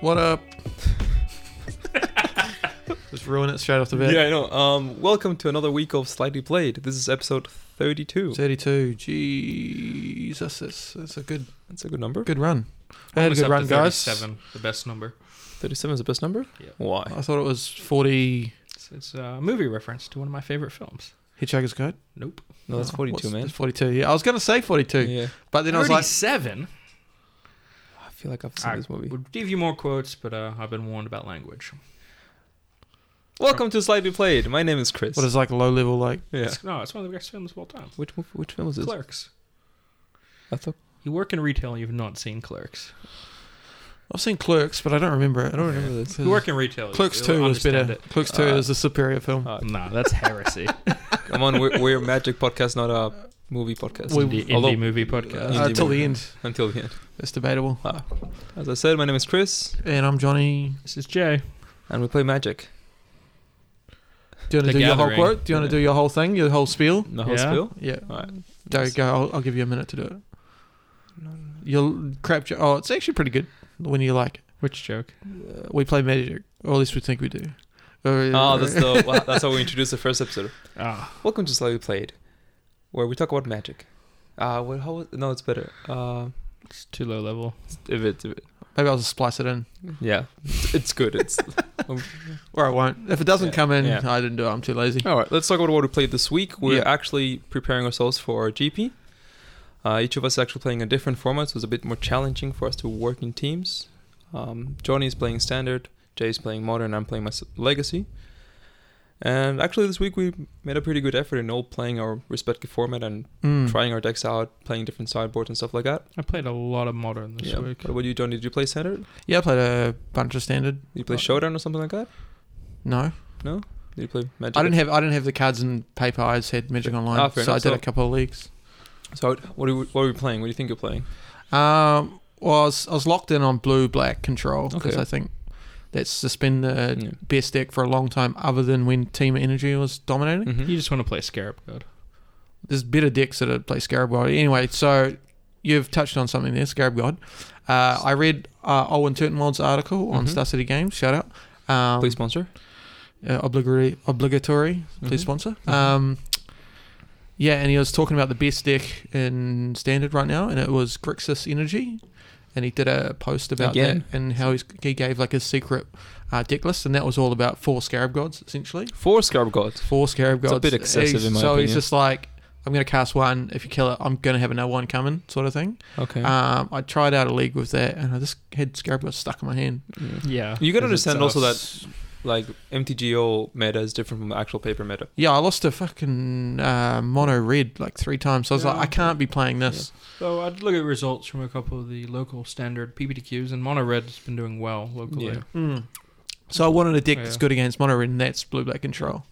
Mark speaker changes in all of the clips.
Speaker 1: What up? Just ruin it straight off the bat.
Speaker 2: Yeah, I know. Um, welcome to another week of Slightly Played. This is episode 32.
Speaker 1: 32. Jesus, that's, that's a good
Speaker 2: That's a good number.
Speaker 1: good run. I had a good run, guys.
Speaker 3: Seven, the best number.
Speaker 2: 37 is the best number?
Speaker 3: Yeah.
Speaker 2: Why?
Speaker 1: I thought it was 40
Speaker 3: It's, it's uh, a movie reference to one of my favorite films.
Speaker 1: Hitchhiker's Guide.
Speaker 3: Nope.
Speaker 2: No, that's
Speaker 1: Oh,
Speaker 2: 42,
Speaker 1: what's-
Speaker 2: man.
Speaker 1: It's 42. Yeah, I was going to say 42,
Speaker 2: Yeah.
Speaker 1: but then I was like,
Speaker 3: Thirty-seven.
Speaker 2: I feel like I've seen
Speaker 3: I
Speaker 2: this movie.
Speaker 3: would give you more quotes, but uh, I've been warned about language.
Speaker 2: Welcome to Slightly Played. My name is Chris.
Speaker 1: what is like low level, like,
Speaker 2: yeah.
Speaker 3: It's- no, it's one of the best films of all time.
Speaker 2: Which, mov- which film is this?
Speaker 3: Clerks.
Speaker 2: I thought
Speaker 3: You work in retail, and you've not seen Clerks.
Speaker 1: I've seen Clerks, but I don't remember it.
Speaker 2: I don't remember this.
Speaker 3: You work in retail.
Speaker 1: Clerks
Speaker 3: you,
Speaker 1: 2 was better.
Speaker 3: It.
Speaker 1: Clerks 2
Speaker 2: Uh,
Speaker 1: is the superior film.
Speaker 2: uh,
Speaker 3: Nah, that's heresy.
Speaker 2: Come on, we're, we're a magic podcast, not a movie podcast.
Speaker 1: We-
Speaker 3: indie, indie
Speaker 2: although-
Speaker 3: movie podcast.
Speaker 2: uh, indie
Speaker 1: until the
Speaker 2: movie.
Speaker 1: end.
Speaker 2: Until the end.
Speaker 1: It's debatable.
Speaker 2: Ah. As I said, my name is Chris,
Speaker 1: And I'm Johnny.
Speaker 3: this is Jay.
Speaker 2: and we play Magic.
Speaker 1: Do you want to
Speaker 3: The
Speaker 1: do your whole
Speaker 3: Gathering.
Speaker 1: quote? Do you want to
Speaker 2: Yeah.
Speaker 1: do your whole thing, your whole spiel?
Speaker 2: The whole
Speaker 3: Yeah.
Speaker 2: spiel.
Speaker 1: Yeah.
Speaker 2: All right.
Speaker 1: Go, go. I'll, I'll give you a minute to do it. You'll crap. your- Oh, it's actually pretty good when you like.
Speaker 3: Which joke?
Speaker 1: Uh, we play magic, or at least we think we do.
Speaker 2: Oh, that's the wow, that's how we introduced the first episode.
Speaker 3: Ah,
Speaker 2: Welcome to Slightly Played, where we talk about magic. Uh, well, how? No, it's better. Uh,
Speaker 3: it's too low level.
Speaker 2: if it, if it-
Speaker 1: Maybe I'll just splice it in,
Speaker 2: yeah, it's good. It's
Speaker 1: or I won't. If it doesn't
Speaker 2: Yeah,
Speaker 1: come in,
Speaker 2: yeah. Oh,
Speaker 1: I didn't do it. I'm too lazy.
Speaker 2: all right. Let's talk about what we played this week. We're
Speaker 1: Yeah.
Speaker 2: actually preparing ourselves for our GP. Uh, each of us actually playing a different format, so it's a bit more challenging for us to work in teams. Um, Johnny is playing standard, Jay is playing modern, I'm playing my s- legacy. And actually, this week we made a pretty good effort in all playing our respective format and
Speaker 1: Mm.
Speaker 2: trying our decks out, playing different sideboards and stuff like that.
Speaker 3: I played a lot of modern this
Speaker 2: Yeah.
Speaker 3: week.
Speaker 2: What about you, John? Did you play standard?
Speaker 1: Yeah, I played a bunch of standard.
Speaker 2: Did you play
Speaker 1: Uh,
Speaker 2: Showdown or something like that?
Speaker 1: No,
Speaker 2: Did you play Magic?
Speaker 1: I didn't have. I didn't have the cards and paper. I just had magic online,
Speaker 2: Ah,
Speaker 1: so
Speaker 2: fair
Speaker 1: I
Speaker 2: enough.
Speaker 1: did
Speaker 2: So-
Speaker 1: a couple of leagues.
Speaker 2: So what- what are, we, what are we playing? What do you think you're playing?
Speaker 1: Um, well, I was, I was locked in on blue black control because
Speaker 2: Okay.
Speaker 1: I think that's just been the
Speaker 2: Yeah.
Speaker 1: best deck for a long time, other than when Team Energy was dominating.
Speaker 2: Mhm.
Speaker 3: You just want to play Scarab God.
Speaker 1: there's better decks that play Scarab God. Anyway, so you've touched on something there, Scarab God. Uh, I read uh, Owen Turtenwald's article on
Speaker 2: Mhm.
Speaker 1: Star City Games. Shout out. Um,
Speaker 2: Please sponsor.
Speaker 1: uh, obligatory, obligatory.
Speaker 2: Mhm.
Speaker 1: Please sponsor. Um, yeah, and he was talking about the best deck in standard right now, and it was Grixis Energy. And he did a post about
Speaker 2: Again.
Speaker 1: that and how he's, he gave like his secret uh, deck list, and that was all about four Scarab Gods essentially
Speaker 2: Four Scarab Gods.
Speaker 1: four scarab
Speaker 2: It's
Speaker 1: gods.
Speaker 2: a bit excessive
Speaker 1: He's-
Speaker 2: in my
Speaker 1: so he's
Speaker 2: opinion.
Speaker 1: just like, I'm gonna cast one. If you kill it, I'm gonna have another one coming, sort of thing.
Speaker 2: Okay.
Speaker 1: Um, I tried out a league with that, and I just had scarab gods stuck in my hand.
Speaker 2: Mm.
Speaker 3: Yeah.
Speaker 2: You can
Speaker 3: 'cause it's
Speaker 2: understand
Speaker 3: us.
Speaker 2: also that like MTGO meta is different from actual paper meta.
Speaker 1: Yeah, I lost a fucking uh, mono red like three times. So I was
Speaker 3: Yeah.
Speaker 1: like, I can't be playing this.
Speaker 3: So I'd look at results from a couple of the local standard PPTQs, and Mono Red has been doing well locally.
Speaker 2: Yeah.
Speaker 1: Mm. So I wanted a deck
Speaker 3: Yeah.
Speaker 1: that's good against mono red, and that's blue black control.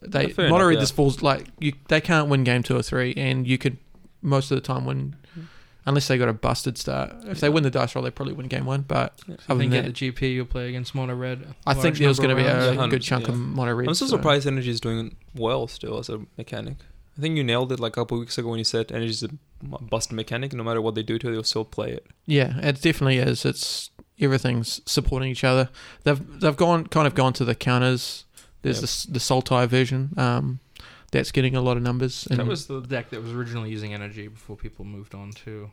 Speaker 1: They
Speaker 2: Yeah, fair
Speaker 1: mono
Speaker 2: enough,
Speaker 1: red
Speaker 2: yeah.
Speaker 1: just falls like you. They can't win game two or three, and you could most of the time win. Unless they got a busted start. If they
Speaker 2: Yeah.
Speaker 1: win the dice roll, they probably win game one. But
Speaker 3: I
Speaker 1: Other
Speaker 3: think
Speaker 1: than
Speaker 3: at the GP you'll play against Mono Red. a
Speaker 1: I
Speaker 3: large
Speaker 1: think there's going
Speaker 3: number
Speaker 1: to
Speaker 3: of
Speaker 1: be a
Speaker 3: rounds.
Speaker 2: Yeah,
Speaker 1: good
Speaker 2: 100%,
Speaker 1: chunk of
Speaker 2: yeah.
Speaker 1: mono red.
Speaker 2: I'm still
Speaker 1: so-
Speaker 2: surprised Energy is doing well still as a mechanic. I think you nailed it like a couple weeks ago when you said Energy is a bust mechanic. No matter what they do to it, they'll still play it.
Speaker 1: Yeah, it definitely is. It's everything's supporting each other. They've they've gone kind of gone to the counters. There's
Speaker 2: Yeah.
Speaker 1: this the Sultai version. Um, that's getting a lot of numbers.
Speaker 3: That
Speaker 1: and-
Speaker 3: was the deck that was originally using energy before people moved on to.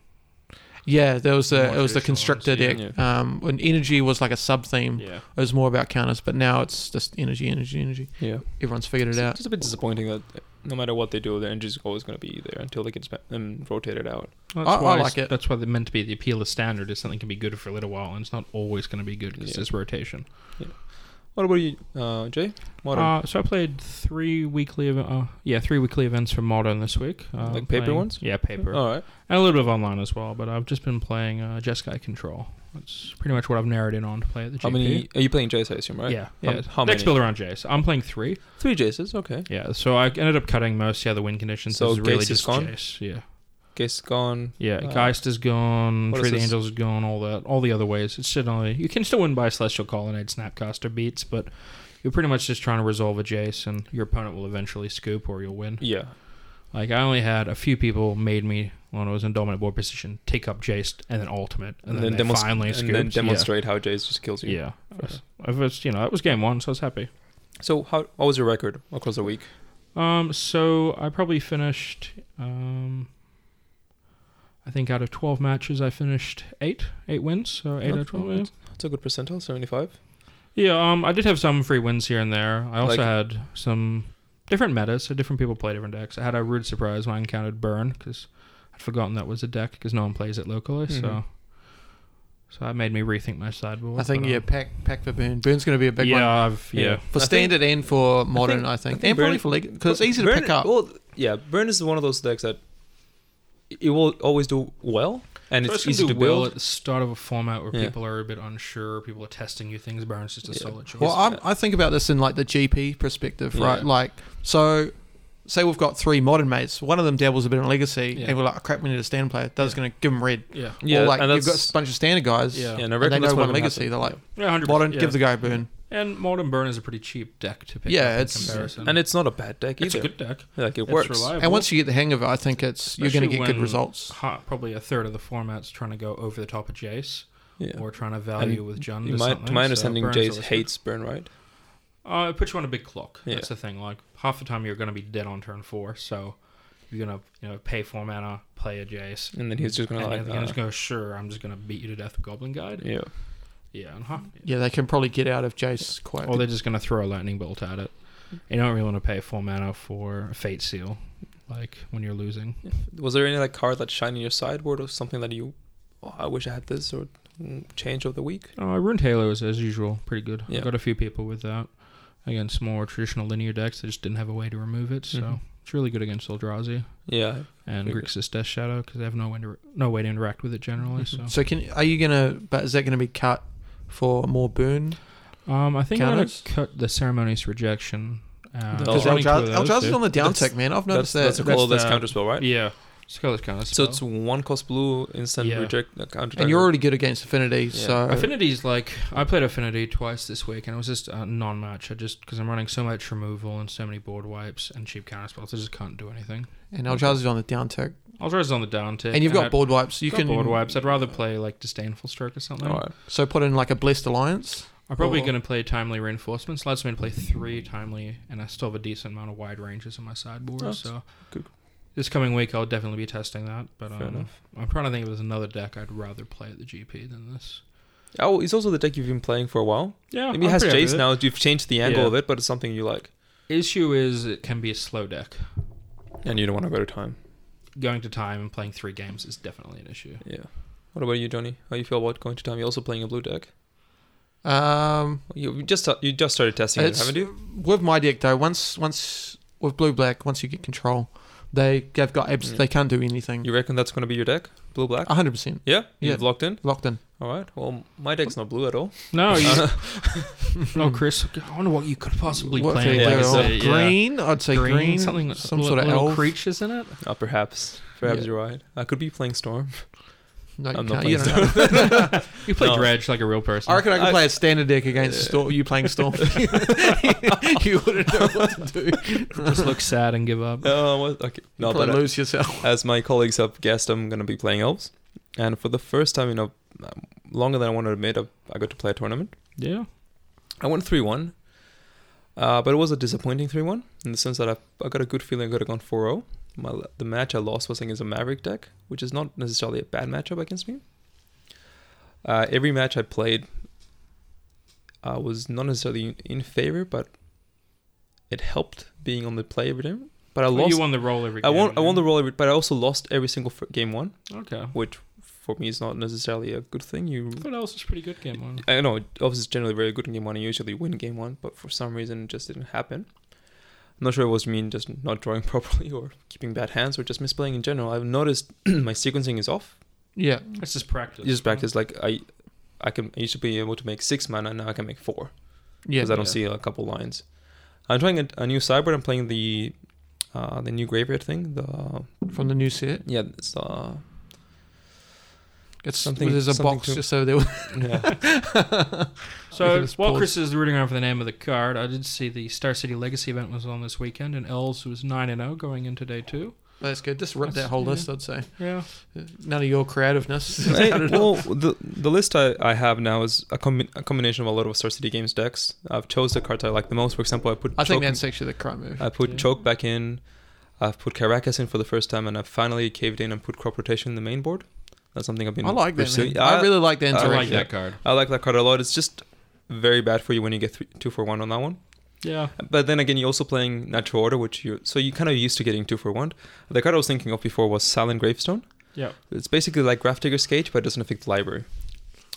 Speaker 1: yeah. There was the
Speaker 3: More
Speaker 1: it was the
Speaker 3: traditional
Speaker 1: Constrictor
Speaker 3: ones,
Speaker 1: deck.
Speaker 2: yeah.
Speaker 1: Um, when energy was like a sub
Speaker 2: Mm.
Speaker 1: theme.
Speaker 3: Yeah.
Speaker 1: It was more about counters, but now it's just energy, energy, energy.
Speaker 2: Yeah.
Speaker 1: Everyone's figured it
Speaker 2: It's
Speaker 1: out.
Speaker 2: just a bit disappointing that no matter what they do, the energy is always going to be there until they get um, rotated out.
Speaker 3: That's
Speaker 1: I- I
Speaker 3: why
Speaker 1: like
Speaker 3: it's-
Speaker 1: it.
Speaker 3: That's why they're meant to be the appeal of standard is something can be good for a little while, and it's not always going to be good because
Speaker 2: Yeah.
Speaker 3: there's rotation.
Speaker 2: What about you, uh, Jay? Modern,
Speaker 3: Uh, so I played three weekly, ev- uh, yeah, three weekly events for Modern this week. Uh,
Speaker 2: Like paper
Speaker 3: playing-
Speaker 2: ones? Oh.
Speaker 3: Yeah, paper.
Speaker 2: all right.
Speaker 3: And a little bit of online as well, but I've just been playing uh, Jeskai Control. That's pretty much what I've narrowed in on to play at the GP.
Speaker 2: How many? Are you playing Jays? I assume, right?
Speaker 3: Yeah,
Speaker 2: How-
Speaker 3: yeah.
Speaker 2: how
Speaker 3: Next
Speaker 2: many?
Speaker 3: build around Jace. I'm playing three.
Speaker 2: Three Jaces. Okay.
Speaker 3: Yeah, so I ended up cutting most of the other win conditions.
Speaker 2: So
Speaker 3: This is really
Speaker 2: Geist is
Speaker 3: just
Speaker 2: gone?
Speaker 3: Jace. Yeah,
Speaker 2: Case gone.
Speaker 3: yeah.
Speaker 2: Uh,
Speaker 3: Geist is gone.
Speaker 2: what
Speaker 3: Free
Speaker 2: is
Speaker 3: the
Speaker 2: this?
Speaker 3: Angels is gone. All that. All the other ways. It's still only you can still win by Celestial Colonnade, Snapcaster beats, but you're pretty much just trying to resolve a Jace, and your opponent will eventually scoop or you'll win.
Speaker 2: Yeah.
Speaker 3: Like I only had a few people made me when it was in dominant board position, take up Jace and then ultimate,
Speaker 2: And
Speaker 3: and, then,
Speaker 2: then
Speaker 3: they
Speaker 2: demonst-
Speaker 3: finally
Speaker 2: and
Speaker 3: scoops.
Speaker 2: then demonstrate how Jace just kills you.
Speaker 3: Yeah, yeah.
Speaker 2: first.
Speaker 3: I was, you know, that was game one, so I was happy.
Speaker 2: So how what was your record across the week?
Speaker 3: Um, so I probably finished. Um, I think out of twelve matches, I finished eight, eight wins. So
Speaker 1: Oh,
Speaker 3: eight out of
Speaker 2: Okay.
Speaker 3: twelve. Yeah.
Speaker 2: That's a good percentile, seventy-five.
Speaker 3: Yeah, um, I did have some free wins here and there. I also
Speaker 2: Like-
Speaker 3: had some different metas, so different people play different decks. I had a rude surprise when I encountered Burn because I'd forgotten that was a deck because no one plays it locally.
Speaker 2: Mhm.
Speaker 3: So, so that made me rethink my sideboard.
Speaker 1: Mm-hmm. I think
Speaker 3: but,
Speaker 1: yeah,
Speaker 3: um,
Speaker 1: pack pack for burn. Burn's going to be a big
Speaker 3: yeah,
Speaker 1: one
Speaker 3: I've, yeah,
Speaker 2: Yeah.
Speaker 1: for
Speaker 2: I think-
Speaker 1: standard and for modern. I think,
Speaker 2: I think
Speaker 1: and
Speaker 2: Burn-
Speaker 1: probably for league because it's easy to
Speaker 2: Burn-
Speaker 1: pick up.
Speaker 2: Well, yeah, Burn is one of those decks that it will always do well, and it's
Speaker 3: First can
Speaker 2: easy
Speaker 3: do
Speaker 2: to
Speaker 3: well
Speaker 2: build.
Speaker 3: at the start of a format where
Speaker 2: Yeah.
Speaker 3: people are a bit unsure, people are testing new things. Burns just a
Speaker 2: Yeah.
Speaker 3: solid choice.
Speaker 1: Well, I'm, I think about this in like the GP perspective, right?
Speaker 2: Yeah.
Speaker 1: Like, so say we've got three modern mates. One of them dabbles a bit in Legacy,
Speaker 3: Yeah.
Speaker 1: and we're like, oh, crap, we need a standard player. That's
Speaker 3: Yeah.
Speaker 1: going to give him red.
Speaker 3: yeah,
Speaker 2: yeah,
Speaker 1: or like
Speaker 2: and
Speaker 1: you've
Speaker 2: that's
Speaker 1: got a bunch of standard guys.
Speaker 3: Yeah.
Speaker 2: yeah, and I
Speaker 1: And
Speaker 2: reckon
Speaker 1: they
Speaker 2: that's
Speaker 1: know one
Speaker 2: what will
Speaker 1: legacy.
Speaker 2: happen.
Speaker 1: They're like,
Speaker 3: yeah, hundred
Speaker 1: modern,
Speaker 3: yeah.
Speaker 1: give the guy a burn.
Speaker 3: and modern Burn is a pretty cheap deck to pick.
Speaker 1: Yeah,
Speaker 3: up in
Speaker 1: it's-
Speaker 3: comparison.
Speaker 2: and it's not a bad deck
Speaker 3: it's
Speaker 2: either.
Speaker 3: a good deck.
Speaker 2: like it
Speaker 3: It's
Speaker 2: works.
Speaker 3: reliable.
Speaker 1: And once you get the hang of it, I think it's you're going to
Speaker 3: Especially
Speaker 1: get good
Speaker 3: when-
Speaker 1: results.
Speaker 3: ha- probably a third of the formats trying to go over the top of Jace
Speaker 2: Yeah.
Speaker 3: or trying to value with Jund.
Speaker 2: In
Speaker 3: or
Speaker 2: my, to
Speaker 3: something,
Speaker 2: my
Speaker 3: so
Speaker 2: understanding,
Speaker 3: uh, Burns
Speaker 2: Jace
Speaker 3: always-
Speaker 2: hates Burn, right?
Speaker 3: Uh, it puts you on a big clock.
Speaker 2: Yeah.
Speaker 3: That's the thing. Like half the time you're going to be dead on turn four, so you're gonna you know pay four mana, play a Jace,
Speaker 2: And then he's just
Speaker 3: and
Speaker 2: gonna like,
Speaker 3: you're gonna
Speaker 2: uh,
Speaker 3: just go sure. I'm just gonna beat you to death with Goblin Guide.
Speaker 2: yeah,
Speaker 3: Yeah, and huh.
Speaker 1: Yeah, they can probably get out of Jace quite.
Speaker 3: Or they're just gonna throw a lightning bolt at it. You don't really want to pay four mana for a Fate Seal, like when you're losing.
Speaker 2: Was there any like card that shined in your sideboard or something that you, oh, I wish I had this or mm, change of the week?
Speaker 3: Uh, Rune Taylor was, as usual, pretty good.
Speaker 2: Yeah.
Speaker 3: I got a few people with that. Against more traditional linear decks, they just didn't have a way to remove it. So
Speaker 2: Mhm.
Speaker 3: it's really good against Eldrazi
Speaker 2: Yeah,
Speaker 3: and
Speaker 2: Very good.
Speaker 3: Grixis Death Shadow because they have no way to no way to interact with it generally. So
Speaker 1: So can are you gonna? But is that going to be cut for more burn?
Speaker 2: Mm-hmm.
Speaker 3: um, I think I'm gonna
Speaker 1: Counters?
Speaker 3: cut the ceremonious rejection.
Speaker 2: The-
Speaker 3: Uh, I was
Speaker 1: Because
Speaker 2: Oh.
Speaker 1: oh,
Speaker 3: running two of those
Speaker 1: Eldrazi's
Speaker 3: two.
Speaker 1: on the
Speaker 2: That's-
Speaker 1: downtick, man. I've
Speaker 2: that's,
Speaker 1: noticed
Speaker 2: that's a
Speaker 1: that.
Speaker 3: that's
Speaker 2: colorless
Speaker 3: the-
Speaker 2: counter spell, right?
Speaker 3: yeah, Scarlet's counter.
Speaker 2: So it's one cost blue instant
Speaker 3: Yeah.
Speaker 2: reject uh, counter.
Speaker 1: and you're
Speaker 2: target.
Speaker 1: already good against Affinity,
Speaker 2: Yeah.
Speaker 1: so
Speaker 3: Uh, Affinity's like I played Affinity twice this week, and it was just a non-match. I just because I'm running so much removal and so many board wipes and cheap counter spells, I just can't do anything.
Speaker 1: and Eldrazi's on the downtick,
Speaker 3: Eldrazi's on the downtick,
Speaker 1: and you've got
Speaker 3: I-
Speaker 1: board wipes. You
Speaker 3: got
Speaker 1: can
Speaker 3: board wipes. I'd rather play like disdainful stroke or something.
Speaker 2: All right.
Speaker 1: so put in like a blessed alliance.
Speaker 3: I'm probably
Speaker 1: Or-
Speaker 3: going to play timely reinforcements. Allows me to play three timely, and I still have a decent amount of wide ranges in my sideboard.
Speaker 2: That's
Speaker 3: so
Speaker 2: good.
Speaker 3: this coming week, I'll definitely be testing that. But
Speaker 2: Fair
Speaker 3: um,
Speaker 2: enough.
Speaker 3: I'm trying to think if there's another deck I'd rather play at the GP than this.
Speaker 2: Oh, it's also the deck you've been playing for a while.
Speaker 3: Yeah,
Speaker 2: Maybe it has Jace now. You've changed the angle
Speaker 3: Yeah.
Speaker 2: of it, but it's something you like,
Speaker 3: Issue is it can be a slow deck.
Speaker 2: and you don't want to go to time.
Speaker 3: Going to time and playing three games is definitely an issue.
Speaker 2: Yeah. What about you, Johnny? How you feel about going to time? You're also playing a blue deck.
Speaker 1: Um,
Speaker 2: You you just uh, you just started testing it,
Speaker 1: It's-
Speaker 2: haven't you?
Speaker 1: with my deck though, once once with blue black, once you get control, they they've got abs-
Speaker 2: Yeah.
Speaker 1: they can't do anything.
Speaker 2: You reckon that's gonna be your deck, blue black?
Speaker 1: Hmm. hundred percent
Speaker 2: yeah,
Speaker 1: yeah.
Speaker 2: you've locked in.
Speaker 1: locked in.
Speaker 2: All right. Well, my deck's not blue at all.
Speaker 3: No, you, no, Chris. I wonder what you could possibly
Speaker 1: What
Speaker 3: play.
Speaker 1: they
Speaker 2: yeah,
Speaker 1: do,
Speaker 2: it's
Speaker 1: oh,
Speaker 2: a-
Speaker 1: green, I'd say green,
Speaker 3: something
Speaker 1: some
Speaker 3: li-
Speaker 1: sort of
Speaker 3: little
Speaker 1: elf.
Speaker 3: creatures in it.
Speaker 2: Uh, perhaps, perhaps
Speaker 1: Oh, Yeah.
Speaker 2: you're right. I could be playing Storm.
Speaker 1: No, you
Speaker 2: I'm not
Speaker 1: can't. You
Speaker 2: playing
Speaker 1: don't know.
Speaker 3: You play
Speaker 2: No.
Speaker 3: dredge like a real person.
Speaker 1: I reckon I could
Speaker 2: I-
Speaker 1: play a standard deck against Storm. You playing Storm? you wouldn't know what to do.
Speaker 3: just look sad and give up.
Speaker 2: Oh, what? okay.
Speaker 1: No,
Speaker 2: No,
Speaker 1: probably
Speaker 2: but uh,
Speaker 1: lose yourself.
Speaker 2: as my colleagues have guessed, I'm gonna be playing elves, and for the first time, you know, um, longer than I want to admit, I, I got to play a tournament.
Speaker 3: Yeah.
Speaker 2: I went 3 1. Uh, but it was a disappointing 3 1 in the sense that I, I got a good feeling I could have gone 4 0. My, the match I lost was against a Maverick deck, which is not necessarily a bad matchup against me. Uh, every match I played uh, was not necessarily in, in favor, but it helped being on the play every time. But I
Speaker 3: Well,
Speaker 2: lost.
Speaker 3: you won the roll every
Speaker 2: I
Speaker 3: game.
Speaker 2: won. I won the
Speaker 3: didn't
Speaker 2: roll, every, but I also lost every single f- game one,
Speaker 3: you? Okay.
Speaker 2: which for me is not necessarily a good thing. You
Speaker 3: I thought else was pretty good game one.
Speaker 2: I know Elvis is generally very good in game one. I usually win game one, but for some reason it just didn't happen. I'm not sure it was mean just not drawing properly or keeping bad hands or just misplaying in general. I've noticed my sequencing is off.
Speaker 1: Yeah,
Speaker 3: It's just practice.
Speaker 2: It's just practice. Like I, I can I used to be able to make six mana. Now I can make four
Speaker 1: yeah.
Speaker 2: because I don't
Speaker 3: Yeah.
Speaker 2: see a couple lines. I'm trying a, a new cyber. I'm playing the, uh, the new graveyard thing. The
Speaker 1: From the new set,
Speaker 2: yeah, it's uh,
Speaker 1: it's
Speaker 2: Something-
Speaker 1: there's a
Speaker 2: something
Speaker 1: box
Speaker 2: to-
Speaker 1: just so there. was-
Speaker 2: yeah.
Speaker 1: We can
Speaker 3: So
Speaker 1: just
Speaker 3: while
Speaker 1: pause.
Speaker 3: Chris is rooting around for the name of the card, I did see the Star City Legacy event was on this weekend, and Els was nine and zero oh going into day two.
Speaker 1: That's good. Just rip
Speaker 3: That's-
Speaker 1: that whole
Speaker 3: yeah.
Speaker 1: list, I'd say.
Speaker 3: Yeah.
Speaker 1: None of your creativeness.
Speaker 2: Hey, well, the the list I, I have now is a, combi- a combination of a lot of Star City Games decks. I've chose the cards I like the most. For example, I put
Speaker 1: I think
Speaker 2: Choke-
Speaker 1: that's actually the crime move.
Speaker 2: I put
Speaker 3: Yeah.
Speaker 2: Choke back in. I've put Caracas in for the first time, and I've finally caved in and put Crop Rotation in the main board. That's something I've been.
Speaker 1: I like that.
Speaker 2: pursuing.
Speaker 1: man. I,
Speaker 2: I-
Speaker 1: really like the
Speaker 2: I
Speaker 4: I
Speaker 1: interaction.
Speaker 2: Sorry,
Speaker 4: like
Speaker 2: Oh, yeah.
Speaker 4: that card.
Speaker 2: I like that card a lot. It's just very bad for you when you get three, two for one on that one.
Speaker 3: Yeah.
Speaker 2: But then again, you're also playing natural order, which you so you kind of used to getting two for one. The card I was thinking of before was Silent Gravestone.
Speaker 3: Yeah.
Speaker 2: It's basically like Graph Digger's Cage, but it doesn't affect the library.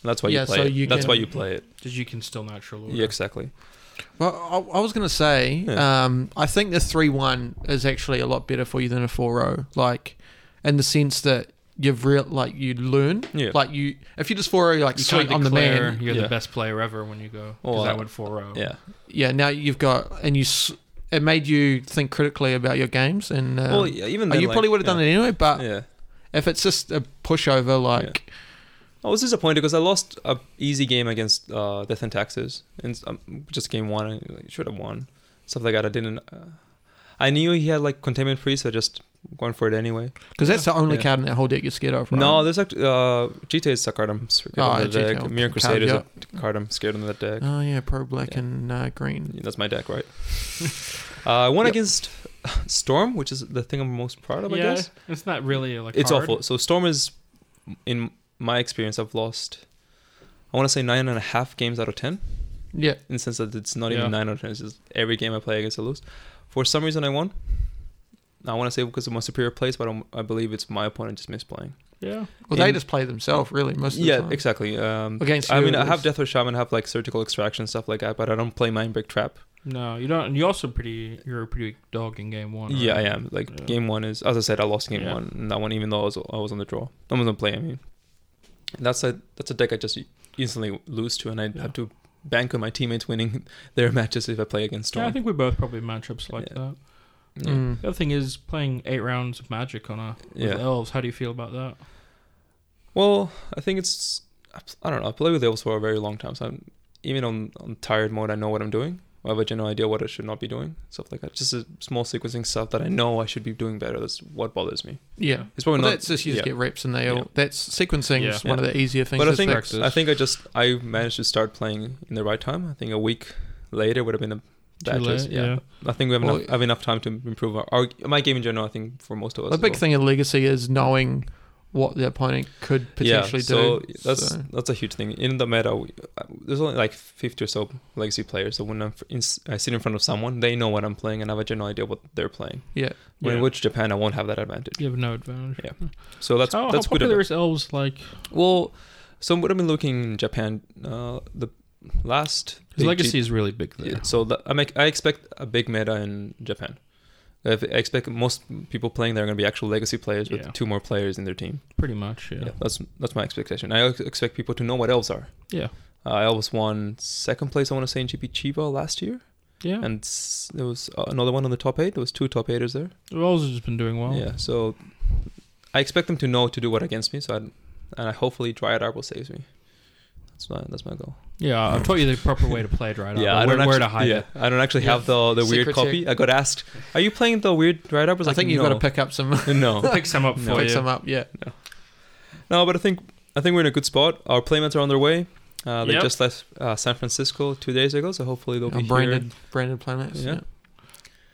Speaker 2: That's why
Speaker 1: Yeah,
Speaker 2: you play.
Speaker 1: so
Speaker 2: it.
Speaker 1: you
Speaker 2: That's
Speaker 1: can-
Speaker 2: why you play it.
Speaker 3: Because you can still natural order.
Speaker 2: Yeah, exactly.
Speaker 1: Well, I, I was going to say,
Speaker 2: Yeah.
Speaker 1: um, I think the 3 1 is actually a lot better for you than a 4 0. Like, in the sense that you've real like you learn
Speaker 2: Yeah.
Speaker 1: like you if you just 4 0 like
Speaker 3: You
Speaker 1: sweet
Speaker 3: can't
Speaker 1: on the
Speaker 3: declare
Speaker 1: man
Speaker 3: you're
Speaker 2: Yeah.
Speaker 3: the best player ever when you go. Because
Speaker 2: Well,
Speaker 3: that
Speaker 2: I-
Speaker 3: would 4
Speaker 1: Oh.
Speaker 3: 0.
Speaker 2: yeah.
Speaker 1: yeah now you've got and you s- it made you think critically about your games and um,
Speaker 2: well, yeah, even
Speaker 1: uh,
Speaker 2: then,
Speaker 1: you
Speaker 2: like,
Speaker 1: probably would have
Speaker 2: yeah.
Speaker 1: done it anyway but
Speaker 2: Yeah.
Speaker 1: if it's just a pushover like
Speaker 2: I was disappointed because I lost a easy game against uh, Death and Taxes, and um, just game one. I like, should have won. Stuff like that. I didn't. Uh, I knew he had like containment free, so I just went for it anyway.
Speaker 1: because that's the only
Speaker 2: Yeah.
Speaker 1: card in that whole deck you're scared of right?
Speaker 2: No, there's actually uh, GTA is a card I'm scared
Speaker 1: Oh,
Speaker 2: of in
Speaker 1: GTA
Speaker 2: the deck.
Speaker 1: will
Speaker 2: Mirror
Speaker 1: count,
Speaker 2: Crusader is
Speaker 1: yeah.
Speaker 2: a card I'm scared of in the deck.
Speaker 1: oh yeah pro black
Speaker 2: Yeah.
Speaker 1: and uh, green
Speaker 2: Yeah, That's my deck, right? uh, I won
Speaker 1: Yep.
Speaker 2: against Storm, which is the thing I'm most proud of. I
Speaker 3: Yeah.
Speaker 2: guess
Speaker 3: It's not really like
Speaker 2: it's awful. So Storm is, in my experience, I've lost. I want to say nine and a half games out of ten.
Speaker 1: yeah
Speaker 2: in the sense that it's not
Speaker 3: Yeah.
Speaker 2: even nine out of ten. It's just every game I play against I lose. For some reason, I won. I want to say because of my superior plays, but I'm, I believe it's my opponent just misplaying.
Speaker 3: Yeah.
Speaker 1: well they
Speaker 2: In-
Speaker 1: just play themselves really most of the
Speaker 2: Yeah,
Speaker 1: time
Speaker 2: exactly. Um,
Speaker 1: Against
Speaker 2: I
Speaker 1: you,
Speaker 2: mean,
Speaker 1: it
Speaker 2: I have
Speaker 1: is.
Speaker 2: Death or Shaman, I have like Surgical Extraction stuff like that, but I don't play Mind Break Trap.
Speaker 3: No, you don't. And you're also pretty. You're a pretty big dog in game one.
Speaker 2: Yeah, I
Speaker 3: right?
Speaker 2: am. Like
Speaker 3: Yeah.
Speaker 2: game one is, as I said, I lost game
Speaker 3: Yeah.
Speaker 2: one. And that one, even though I was I was on the draw, I was on play. I mean, that's a that's a deck I just instantly lose to, and I would
Speaker 3: Yeah.
Speaker 2: have to bank on my teammates winning their matches if I play against Storm.
Speaker 3: Yeah, I think we both probably matchups like
Speaker 2: Yeah.
Speaker 3: that.
Speaker 2: Yeah.
Speaker 1: Mm.
Speaker 3: The other thing is playing eight rounds of magic on a with
Speaker 2: Yeah.
Speaker 3: elves. How do you feel about that?
Speaker 2: Well, I think it's I pl- I don't know. I play with elves for a very long time, so I'm even on, on tired mode. I know what I'm doing. I have a general idea what I should not be doing, stuff like that. Just a small sequencing stuff that I know I should be doing better. That's what bothers me.
Speaker 1: yeah
Speaker 2: It's probably
Speaker 1: Well,
Speaker 2: not.
Speaker 1: that's just you
Speaker 2: yeah.
Speaker 1: just get reps and they all.
Speaker 2: Yeah.
Speaker 1: That's sequencing is
Speaker 2: Yeah.
Speaker 1: one of the easier things.
Speaker 2: but I
Speaker 1: to
Speaker 2: think
Speaker 1: fix.
Speaker 2: I think I just I managed to start playing in the right time. I think a week later would have been a bad choice.
Speaker 3: late,
Speaker 2: Yeah. I think we have
Speaker 1: Well,
Speaker 2: enough have enough time to improve our, our my game in general. I think for most of us,
Speaker 1: the
Speaker 2: as
Speaker 1: big
Speaker 2: well.
Speaker 1: thing in legacy is knowing what the opponent could potentially
Speaker 2: so
Speaker 1: do.
Speaker 2: That's
Speaker 1: So-
Speaker 2: that's a huge thing in the meta. We, uh, there's only like 50 or so legacy players. So when I'm f- in, I sit in front of someone, they know what I'm playing and I have a general idea what they're playing.
Speaker 1: yeah.
Speaker 2: When
Speaker 3: Yeah.
Speaker 2: which Japan, I won't have that advantage.
Speaker 3: You have no advantage.
Speaker 2: Yeah. So that's
Speaker 3: how,
Speaker 2: that's
Speaker 3: how
Speaker 2: good.
Speaker 3: popular
Speaker 2: advan-
Speaker 3: is elves like?
Speaker 2: Well, so what I've been looking in Japan, uh, the last
Speaker 3: Because
Speaker 2: big
Speaker 3: legacy is really big there.
Speaker 2: yeah, so the, I make I expect a big meta in Japan. I f- I expect most people playing there are going to be actual legacy players with
Speaker 3: Yeah.
Speaker 2: two more players in their team.
Speaker 3: Pretty much. Yeah.
Speaker 2: Yeah, that's that's my expectation. I ex- expect people to know what elves are.
Speaker 3: Yeah.
Speaker 2: Uh, I always won second place, I want to say, in GP Chiba last year.
Speaker 3: Yeah.
Speaker 2: And s- there was uh, another one on the top eight. There was two top eighters there.
Speaker 3: elves has just been doing well.
Speaker 2: Yeah, so I expect them to know to do what against me. So I'd, And I hopefully Dryad Arbor saves me. That's my, that's my goal.
Speaker 3: Yeah, I've taught you the proper way to play Dryad Arbor.
Speaker 2: yeah, I
Speaker 3: where,
Speaker 2: don't
Speaker 3: where
Speaker 2: actually,
Speaker 3: to hide
Speaker 2: yeah,
Speaker 3: it.
Speaker 2: I don't actually
Speaker 1: Yeah.
Speaker 2: have the, the weird
Speaker 1: Secret
Speaker 2: copy. I got asked, are you playing the weird Dryad Arbor?
Speaker 1: I think you've
Speaker 2: no.
Speaker 1: got to pick up some, pick
Speaker 2: No.
Speaker 3: Pick some up
Speaker 2: No.
Speaker 3: for
Speaker 1: some
Speaker 3: you.
Speaker 1: up. Yeah.
Speaker 2: No, but I think I think we're in a good spot. Our playmates are on their way. Uh, they
Speaker 3: Yep.
Speaker 2: just left uh, San Francisco two days ago, so hopefully they'll
Speaker 1: Or
Speaker 2: be
Speaker 1: Uh, branded, branded playmates.
Speaker 2: Yeah.
Speaker 1: Yeah.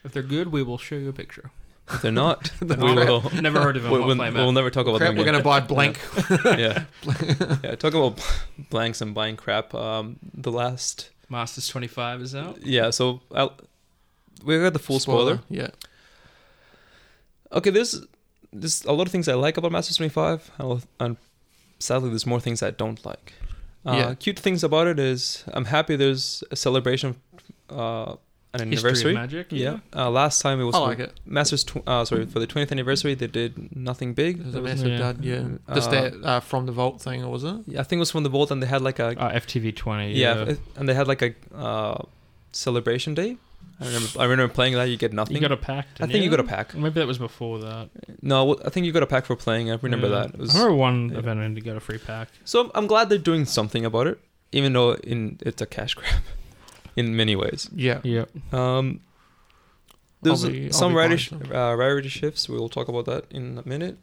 Speaker 3: If they're good, we will show you a picture.
Speaker 2: here. If they're not, we
Speaker 1: The crap-
Speaker 2: will.
Speaker 3: Never heard of him.
Speaker 2: We'll,
Speaker 3: I'll
Speaker 2: we'll-
Speaker 3: play him
Speaker 2: we'll
Speaker 3: out.
Speaker 2: never talk about
Speaker 1: crap,
Speaker 2: them
Speaker 1: we're
Speaker 2: again.
Speaker 1: gonna buy blank.
Speaker 2: yeah. yeah, talking about blanks and buying crap. Um, the last,
Speaker 3: Masters 25 is out.
Speaker 2: Oh. yeah. So I'll, we got the full spoiler.
Speaker 1: Yeah.
Speaker 2: Okay, there's there's a lot of things I like about Masters 25, and a lot- and sadly, there's more things I don't like. Uh,
Speaker 1: Yeah.
Speaker 2: Cute things about it is I'm happy there's a celebration, uh, an
Speaker 3: History of
Speaker 2: anniversary.
Speaker 3: Magic.
Speaker 2: Yeah. Uh, last time it was
Speaker 1: I
Speaker 2: for
Speaker 1: like it.
Speaker 2: Masters. Tw- uh, sorry, for the 20th anniversary, they did nothing big.
Speaker 1: It was
Speaker 2: There
Speaker 1: a
Speaker 2: was-
Speaker 1: massive
Speaker 3: yeah.
Speaker 1: dud. Yeah.
Speaker 2: Uh,
Speaker 1: Just that uh, from the vault thing, or was it?
Speaker 2: yeah, I think it was from the vault, and they had like a
Speaker 3: Uh, FTV 20.
Speaker 2: yeah, f- and they had like a uh, celebration day. I remember, I remember playing that. You get nothing.
Speaker 3: You got a pack.
Speaker 2: I
Speaker 3: didn't
Speaker 2: think you got a pack.
Speaker 3: Maybe that was before that.
Speaker 2: No, well, I think you got a pack for playing. I
Speaker 1: Mm.
Speaker 2: remember
Speaker 3: Yeah.
Speaker 2: that. It was-
Speaker 3: I remember one
Speaker 2: yeah.
Speaker 3: event and you got a free pack.
Speaker 2: so I'm, I'm glad they're doing something about it, even though in it's a cash grab in many ways.
Speaker 1: Yeah.
Speaker 3: Yeah.
Speaker 2: Um, There's
Speaker 1: I'll be- I'll
Speaker 2: some
Speaker 1: be behind
Speaker 2: rarish,
Speaker 1: them.
Speaker 2: uh, rarity shifts. We'll talk about that in a minute.